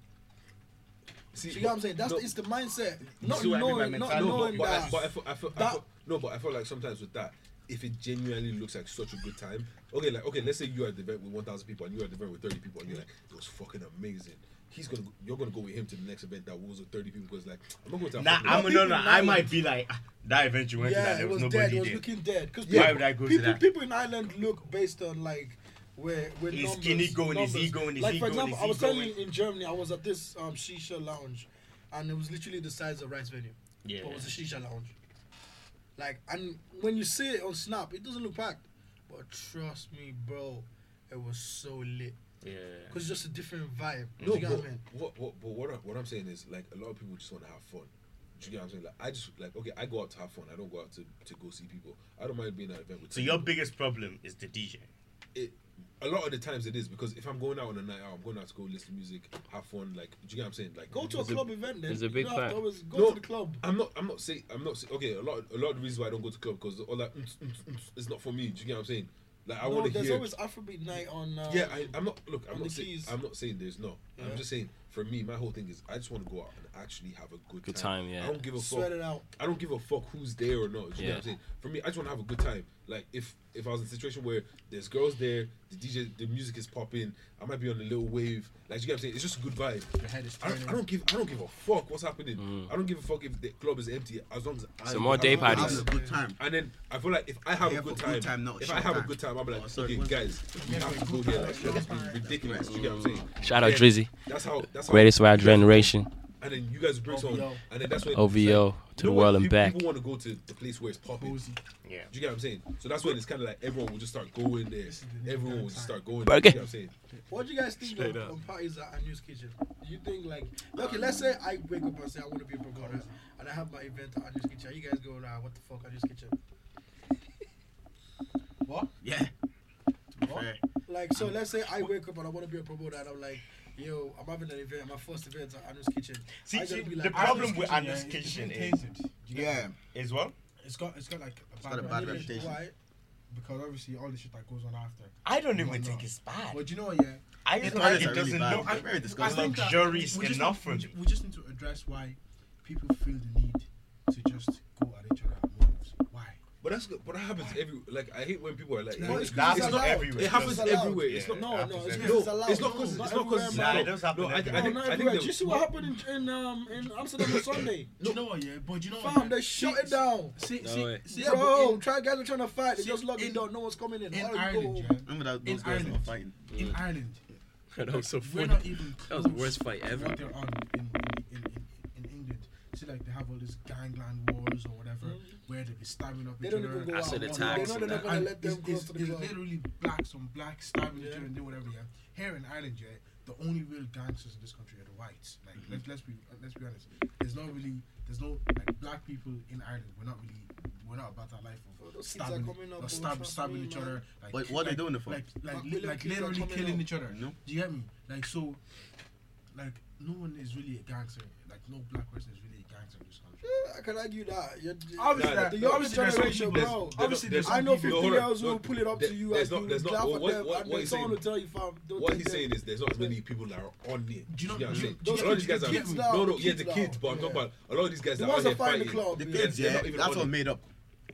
See, So you know what I'm saying? That's no, it's the mindset. You Not see what I mean by knowing, not mentality? no, knowing but, but, I, that. but I feel, I feel, I that- feel, no, but I feel like sometimes with that, if it genuinely looks like such a good time, okay, like okay, let's say you are at the event with one thousand people and you are at the event with thirty people, and you're like, it was fucking amazing. He's gonna, go, you're gonna go with him to the next event that was with thirty people because like, I'm not going to. that Nah, fucking I'm event. no, no. I might be like "Ah, that event you went to yeah, that there it was, was dead. It nobody was there. looking dead. Because Yeah. Why people, would I go to people, that? people in Ireland look based on like where where His numbers, skinny going, his numbers. ego and his Like for ego and example, his I was ego telling you and- in Germany, I was at this um shisha lounge, and it was literally the size of Rice Venue. Yeah. But it was a shisha lounge. Like and when you see it on Snap, it doesn't look packed. But trust me, bro, it was so lit. Yeah. Cause it's just a different vibe. No, you get what but I mean? what, what, but what, I, what I'm saying is like a lot of people just want to have fun. Do you get what I'm saying? Like I just like okay, I go out to have fun. I don't go out to, to go see people. I don't mind being at an event with. So 10 your people. biggest problem is the DJ. it a lot of the times it is because if I'm going out on a night out, I'm going out to go listen to music, have fun. Like, do you get what I'm saying? Like, Go to a there's club event then. it's a You big don't have to fact. always go No. to the club. I'm not. I'm not saying. I'm not. Say, okay, a lot. A lot of the reasons why I don't go to club because all that mm, mm, mm, it's not for me. Do you get what I'm saying? Like, I no, want to there's hear. always Afrobeat night on. Um, yeah, I, I'm not. Look, I'm on not. the Say, keys. I'm not saying there's not. Yeah. I'm just saying for me, my whole thing is I just want to go out and actually have a good, Good time, yeah. I don't give a sweat fuck. it out. I don't give a fuck who's there or not. Do Yeah. you know what I'm saying? For me, I just want to have a good time. Like if if I was in a situation where there's girls there, the DJ, the music is popping, I might be on a little wave. Like do you get what I'm saying? It's just a good vibe. Your head is I don't, turning. I don't give I don't give a fuck what's happening. I don't give a fuck if the club is empty as long as I Mm. Some more have day a good parties. time. Having a good time. And then I feel like if I have Yeah, a good for time, good time, not if I short have a time. good time, I'm like, Oh, sorry, okay, what- guys, we have to go there. Like, that's been ridiculous. Do You get what I'm saying? Shout out Yeah, Drizzy. That's how. That's how- Greatest Wild Generation. And then you guys bring some. OVO. And then that's when OVO it's to the no world one- and pe- back. People want to go to the place where it's popping. Do Yeah. you get what I'm saying? So that's when it's kind of like everyone will just start going there. Everyone will just start going. There. Burger. Do you get what I'm saying? What do you guys think Straight of, up. on parties at Anu's kitchen? Do you think like okay, let's say I wake up and say I want to be a performer and I have my event at Anu's kitchen. You guys go like, what the fuck, Anu's kitchen? Yeah. Like so, let's say I wake up and I want to be a promoter and I'm like, yo, I'm having an event, my first event at Anu's kitchen. See, I gotta see, be the like, problem with Kitchen, yeah, Anna's it's been kitchen is tainted. Yeah. is what? It's got it's got like a bad, got a bad reputation reputation. Why? because obviously all the shit that goes on after. I don't No, even no. think it's bad. But you know what? Yeah, I His just like parents it are really doesn't bad. look. I'm very I disgusted. think that luxurious we just enough need- for we me. ju- We just need to address why people feel the need to just go at each other. at once. Why? But that's good. But that happens every. Like I hate when people are like. No, it's That's it's not allowed. everywhere. it happens It's allowed. everywhere. It's Yeah. not. No, no, it's, happens because it's allowed. It's not because No, it's not because everywhere, Nah, it man. does happen No, I, I everywhere. think, No, I everywhere. think Do you see the, what happened in, in um in Amsterdam on Sunday? Do you know what? Yeah, but you know what? Fam, they shut it down. See, No see, way. see, Yeah, but bro, in- try guys are trying to fight. They See, just lock the in- door. No one's coming in. in All right, Ireland, go. yeah, Remember that in those guys were Ireland, fighting. Mm. in Mm. Ireland, that was so we're funny. not even That was the close worst fight to ever. What they're on in, in, in, in, in England. So like they have all these gangland wars or whatever, where they be stabbing up They each don't other. even go and out. stuff They know like that. they're not And gonna let them it's, cross it's, to the it's ground. literally blacks on blacks stabbing each Yeah. other and doing whatever. Yeah, here in Ireland, yeah, the only real gangsters in this country are the whites. Like Mm-hmm. let's let's be let's be honest. There's not really there's no like black people in Ireland. We're not really we're not about that life Oh, of those kids are stabbing coming up, or oh, stab, trust stabbing me, each man. other. Like, But what are they like- doing it for? Like like Fuck, li- little like kids are literally coming killing up. each other. No. Do you get me? Like so like no one is really a gangster. Like no black person is really a gangster in this country. I can argue that. You're, you Obviously, that- the younger obviously there's some generation, people- bro. there's- Obviously, there's there's- I know some people- 50 hold on, year olds will look, pull it up there- to you there's as not- you there's not- laugh what- at what- them, what- and what then he's someone saying- will tell you, fam, don't What do he's that. saying is there's not as many people that are on it. Do you know- Yeah, do I'm you- saying- do you a lot get of the these guys are kids now? no, no, yeah, Kids the now. kids. But I'm talking about a lot of these guys The that are ones out here that fight in fighting. the club. The yeah. kids, They're yeah, not even that's on what it. made up.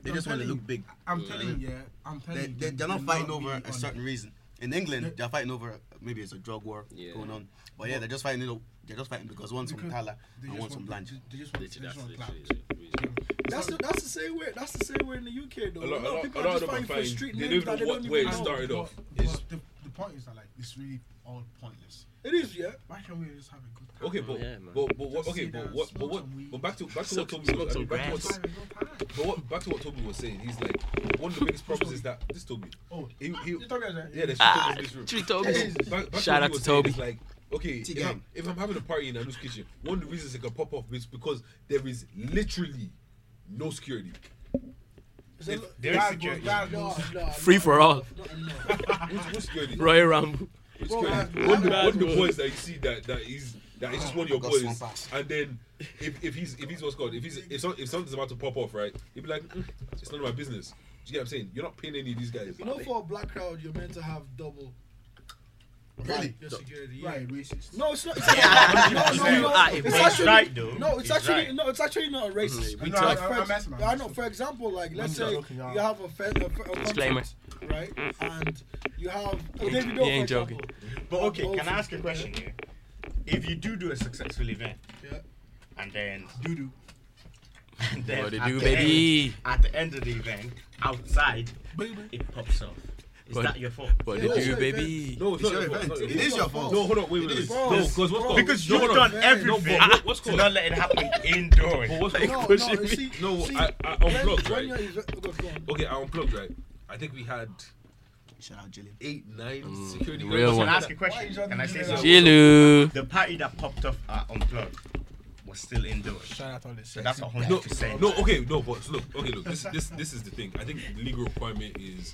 They I'm just want to telling you- look big. I'm telling you, yeah. I'm telling They, you. they, they're not will fighting not over be a on certain it. reason. In England, they're fighting over maybe it's a drug war going on, but yeah, they're just fighting. You know, they're just fighting because one's from Because Tala They and just one's from want- Blanche. They just want, they just want clout. Um, That's the, that's the same way. That's the same way in the UK though. A lot, a lot, people a are lot just of them fighting are for fighting. street They names don't that know they don't even what, where it know. started But- off. but It's, the, the point is that like it's really all pointless. It is, yeah. Why can't we just have a good time? okay, but, yeah, man. but but what? Just Okay, sit but down, what? But smoke what? some weed. But back to back to what Smoke- Toby smoke was. I some mean, back to Just what. have a good time. But what, back to what Toby was saying, he's like one of the biggest problems is that this Toby. Oh, He, he, you talking about that? yeah, there's Ah, two Tobys in this three room. Tobys. Back- back Shout out what he to was saying, Toby. it's Like, okay, if gang. I'm, if I'm having a party in Anu's kitchen, one of the reasons it can pop off is because there is literally no security. It's a If lo- There is Guys, security. guys, nah, nah, Free nah, for all. not enough. Who's, who's security? Royal Rumble. Who's Bro, security? guys, One of the, guys, one of the bro. boys that you see that that is that is just one of your I got boys, swamped. and then if, if he's if he's what's called if he's if, some, if something's about to pop off, right? He'd be like, "Mm, it's none of my business. Do you get what I'm saying? You're not paying any of these guys. You know, for a black crowd, you're meant to have double Really? your security. Yeah. Right, racist. No, it's not. It's not no, no, no, You no. are a It's racist. actually Ah, Right, though. no. It's He's actually right. no. It's actually not a racist. We Like, talk- for I'm ex- messing, I'm I know. messing. For example, like let's I'm say joking, you y'all. have a, fe- a, fe- a Disclaimer. contract, right? And you have oh, ain't- David he Doe, for ain't example. But Oh, okay, oh, can I ask a question here? If you do do a successful event, Yeah. and then Doo doo. and then What it at do, the baby? end- at the end of the event, outside, Baby. it pops off. Is What- that your fault? What Yeah, they do, that's baby? No, it's, It's not your your fault. event. it's not It is your fault. No, hold on, wait, It wait, is. wait. Bro, No, because what's called? Because no, you've hold on. done No, everything Ah, but what- what's to called? not let it happen indoors. But what's No, called? no, you see, No, see, I, I when- unplugged, when right? you're inve- go- go on. Okay, I unplugged, right? I think we had Shout out Jillian. eight, nine Mm, security the guards. real Can one. I ask a question? Can I say something? Jilu. The party that popped off at Unplugged was still indoors. Shout out all this. So that's a No, hundred percent. no, okay, no, but look, okay, look, this, this, this is the thing. I think the legal requirement is,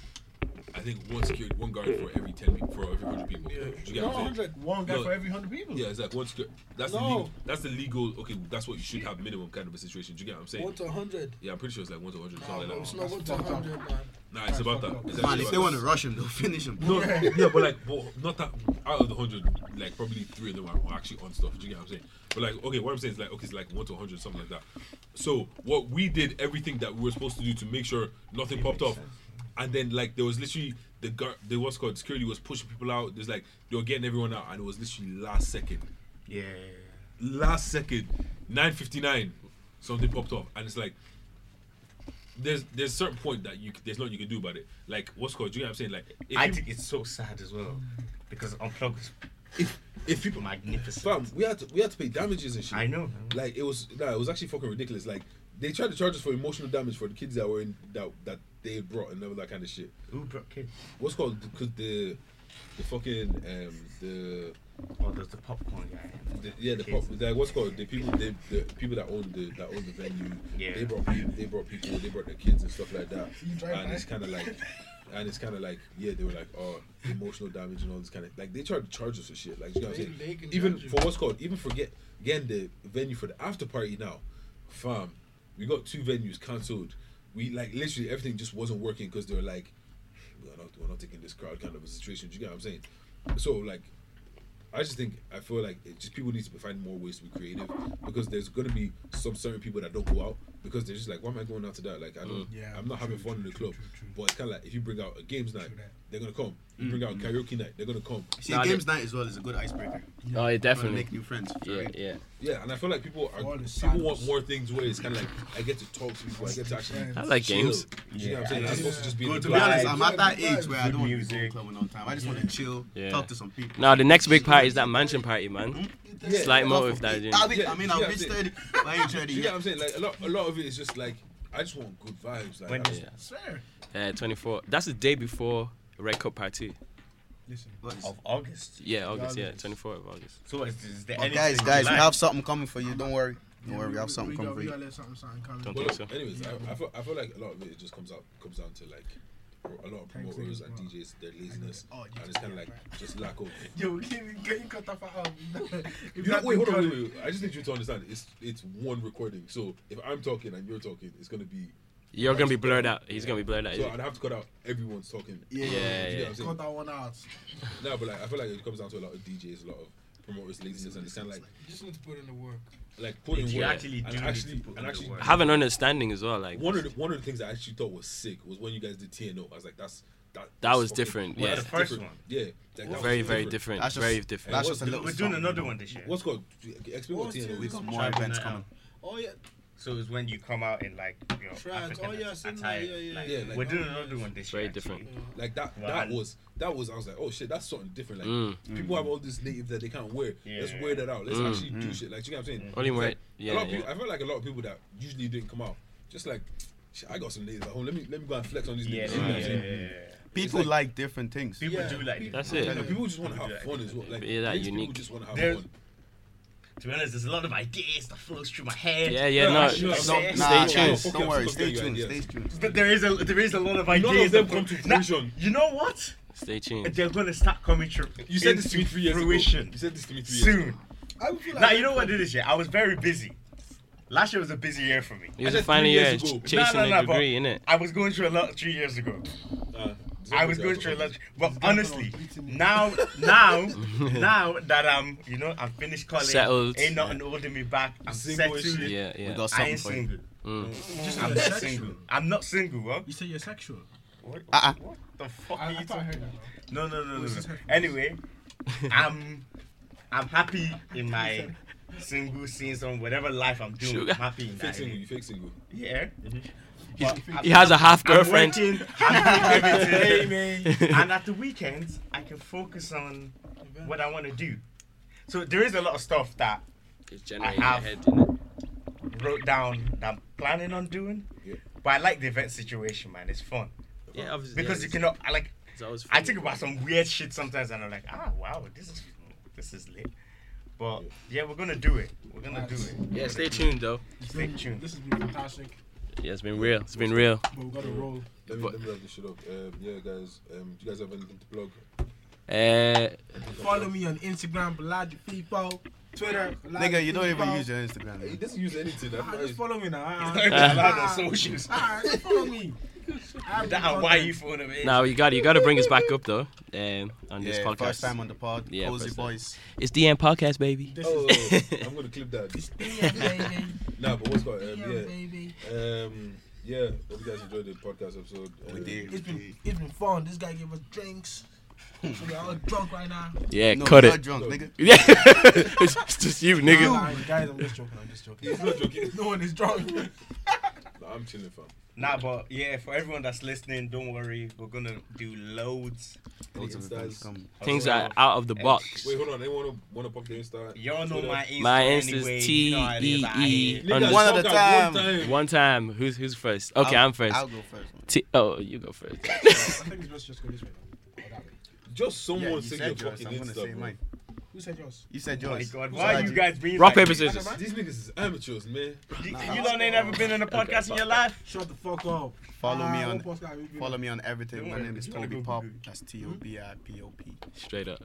I think one security, one guard for every ten, people, for every hundred people. You get No, what I'm saying? 100. One guy No. for every hundred people. Yeah, it's like one security. That's the No. legal. That's the legal. Okay, that's what you should have minimum kind of a situation. Do you get what I'm saying? One to 100. Yeah, I'm pretty sure it's like one to hundred. No, something like it's that. not one to 100, man. Nah, it's about that. It's Man, actually if about they that. want to rush him, they'll finish him. No, yeah, but like, but not that out of the hundred, like probably three of them are are actually on stuff. Do you get what I'm saying? But like, okay, what I'm saying is like, okay, it's like one to hundred, something like that. So what we did, everything that we were supposed to do to make sure nothing popped off, and then like there was literally the guard, the what's called security was pushing people out. There's like they were getting everyone out, and it was literally last second, Yeah. last second, nine fifty nine, something popped off, and it's like. There's there's certain point that you c- there's nothing you can do about it. Like what's called, do you know what I'm saying? Like if I you- think it's so sad as well because Unplugged was if if people magnificent. Fam, we had to we had to pay damages and shit. I know. Like it was nah, it was actually fucking ridiculous. Like they tried to charge us for emotional damage for the kids that were in that that they had brought and all that kind of shit. Who brought kids? What's called because the the fucking um the, Oh, there's the popcorn guy. the yeah the pop, like what's called the people they, the people that own the that own the venue Yeah. they brought pe- they brought people they brought their kids and stuff like that You drive and by. it's kind of like and it's kind of like yeah they were like oh emotional damage and all this kind of like they tried to charge us for shit like you know what I'm They- they saying can even charge you. for what's called even forget again the venue for the after party now fam we got two venues cancelled we like literally everything just wasn't working because they were like we're not we're not taking this crowd kind of a situation do you get what I'm saying so like I just think I feel like it just people need to be finding more ways to be creative because there's gonna be some certain people that don't go out because they're just like, why am I going out to that? Like I don't, Yeah, I'm not having fun in the club. But it's kind of like if you bring out a games night, True that. Mm. they're gonna come. You bring out a karaoke night, they're gonna come. See, Nah, games night as well is a good icebreaker. Oh, yeah, Trying to definitely. make new friends. Yeah, yeah. Yeah, and I feel like people are All the people want sadness. more things where it's kind of like I get to talk to people, I get to actually. I like chill. games. Do you know what I'm saying? As opposed to just being Go in to the To be club. honest, Vibes. I'm at that age where I Good don't want to go music. clubbing all the time. I just want to chill, Yeah. talk to some people. Now the next big party is that mansion party, man. Mm-hmm. Yeah. Slight motive that you I mean, Yeah, I mean, you I'll get be what I'm steady. I ain't steady You get yet. what I'm saying? Like a lot, a lot of it is just like I just want good vibes. Like When I does- just- Uh, 24. That's the day before Red Cup party. Listen, Of August. Yeah, August. Yeah, 24 of August. So is, is there But anything Oh, guys, guys, we like- have something coming for you. Don't worry. Don't worry, we have something we coming got- for we you. got to let something, something come. Don't Well, think so. anyways, I, I feel I feel like a lot of it just comes out comes down to like a lot of Thanks, promoters and wow. DJs their laziness Oh, you and it's kind of like just lack of. Yo, can you, can you cut off our You know, wait, hold on, wait, wait, wait. I just need you to understand. It's it's one recording, so if I'm talking and you're talking, it's gonna be. You're gonna be blurred out. He's gonna be blurred out. So I'd have to cut out everyone's talking. Yeah, yeah, Do you yeah. get what I'm saying? Cut that one out. No, but like I feel like it comes down to a lot of DJs, a lot of promoters, laziness, and it's kind of like You just need to put in the work. like putting You work actually do and need to actually put in and the actually work. have an understanding as well. Like One of the one of the things I actually thought was sick was when you guys did TNO. I was like, that's that. That was fucking- different, well, yeah. that's The first different. one. Yeah, like, that was very, very different. That's just- very different. That's just a little. We're doing something. another one this year. What's called? Explain what TNO is. We've got more events Night coming. Out. Oh yeah, So it's when you come out in like your Tracks. African Oh, yeah, I've seen that. attire. Yeah, yeah, oh, Like, yeah. Yeah, like- we're doing another one this Very year. different. actually. Like that. Wow. That was that was. I was like, oh shit, that's something different. Like Mm. people have all this native that they can't wear. Let's Yeah. wear that out. Let's Mm. actually do shit. Like you know what I'm saying? Only It's wear- like, yeah, a lot of yeah. people, I feel like a lot of people that usually didn't come out, just like, shit, I got some natives at home. Let me let me go and flex on these Yeah, natives. yeah, you know what I'm yeah, saying? yeah, yeah. It's People like different things. People Yeah. do like That's And it. the people just want to have Yeah. fun as well. Like Yeah, that native unique. People just want to have There's- fun. To be honest, there's a lot of ideas that flows through my head. Yeah, yeah, no. Actually, No, Stay nah, tuned. guys, Fuck Don't yeah, worry. fuck Stay yeah, tuned. yeah. Stay tuned. But there is a there is a lot of ideas. None of them that come flow- to Nah, fruition. you know what? Stay tuned. They're gonna start coming true. You said this to me three years fruition ago. You said this to me three years ago. soon. I would feel like Now you know what I did this year? I was very busy. Last year was a busy year for me. He was I a said final three year years ch- ago. chasing Nah, nah, a nah, but degree, innit? I was going through a lot three years ago. Uh, I was going through a lot, but definitely honestly, beating me. now, now, now that I'm, you know, I'm finished college, Settled. ain't nothing holding me back. I'm Single and settled. shit. Yeah, Mm. yeah. We got I something ain't for you. single. Just I'm not single. I'm not single, huh? You say you're sexual. What, Uh-uh. what the fuck I, are I you thought I talking? heard that. No, no, no, no. Who's no. this head- Anyway, I'm, I'm happy in my single scenes on whatever life I'm doing. Sugar. I'm happy in Fake that. single, you fake single. Yeah. He has a half I'm girlfriend. working, I'm doing everything. and at the weekends, I can focus on what I want to do. So there is a lot of stuff that It's generating I have- your head, wrote down that I'm planning on doing. Yeah. But I like the event situation, man. It's fun Yeah, obviously. because you cannot. I like. It's always I fun. think about some weird shit sometimes, and I'm like, ah, wow, this is this is lit. But yeah, we're gonna do it. We're gonna do it. Yeah, stay tuned though. Stay tuned. This has been fantastic, Yeah, it's been real. It's been real. but we got to roll. Let me, But- let me wrap this shit up. Um, yeah, guys, um, do you guys have anything to plug? Uh, Follow me on Instagram, Balaji People, Twitter. Balaji Nigga, you don't even People. use your Instagram. He man. doesn't use anything. Ah, just follow me now. Ah, It's not even allowed on socials. ah, just follow me. Ah, That and why you phoning me? now you got you got to bring us back up though. Um, on this Yeah, podcast. first time on the pod. Yeah, Cozy first time. boys. It's DM podcast, baby. This Oh, is I'm gonna clip that. DM, baby. Nah, but what's going? DM, Um, baby. yeah, um, yeah. Hope you guys enjoyed the podcast episode. Um, It's been, it's been fun. This guy gave us drinks. We're all drunk right now. Yeah, No, cut we're it. drunk, nigga. Yeah, it's it's just you, nigga. Ah, guys, I'm just joking. I'm just joking. He's not joking. No one is drunk. Nah, I'm chilling, fam. Nah, but yeah, for everyone that's listening, don't worry. We're gonna do loads. Loads of Instas. events coming. Things are out of the box. Wait, hold on. They wanna wanna pop the Insta. Y'all know Twitter? my Insta. My Insta's anyway. you know how E it is, I TEE. hate- Niggas One at a talk at time. One time, who's who's first? Okay, I'll- I'm first. I'll go first. T- oh, you go first. I think it's best just go this way. Or that way. Just Yeah, someone you say your said yours. fucking I'm gonna say Insta, bro. mine. Who said yours? You said Oh my yours. God, Who why are said you you? guys being Rock like paper this? scissors. These niggas is amateurs, man. You, you don't ain't never been on a podcast in your life. Shut the fuck up. Follow me on- Follow Follow me on everything. Don't My worry, name is it's gonna Toby go Pop. good. That's T O B I P O P. Straight up.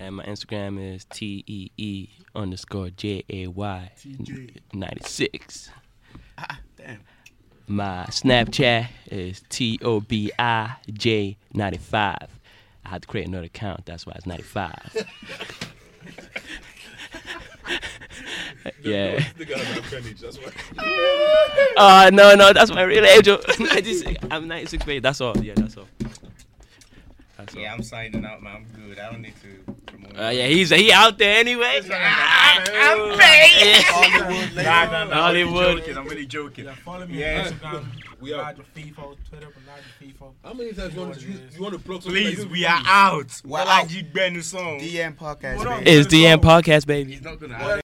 And my Instagram is T E E underscore J A Y TJ. 96. Ah, damn. My Snapchat is T O B I J 95. I had to create another account, that's why it's 95. yeah. They got a appendage. That's why. Oh, no, no, that's my real age. oh. 96. I'm 96, babe. That's all. Yeah, that's all. That's all. Yeah, I'm signing out, man. I'm good. I don't need to promote. Uh, yeah, he's he out there anyway. I'm paid. Hollywood, Nah, nah, nah. Hollywood. I'm really joking. I'm really joking. Yeah, follow me Yeah. on Instagram. We are- Ronaldo FIFA, Twitter, Ronaldo FIFA. How many times you want to you, you want to plug? something Please, like we are out. We're We're out. like you, Ben, the song. E DM podcast. Hold on. baby. It's DM Podcast, baby. He's not gonna.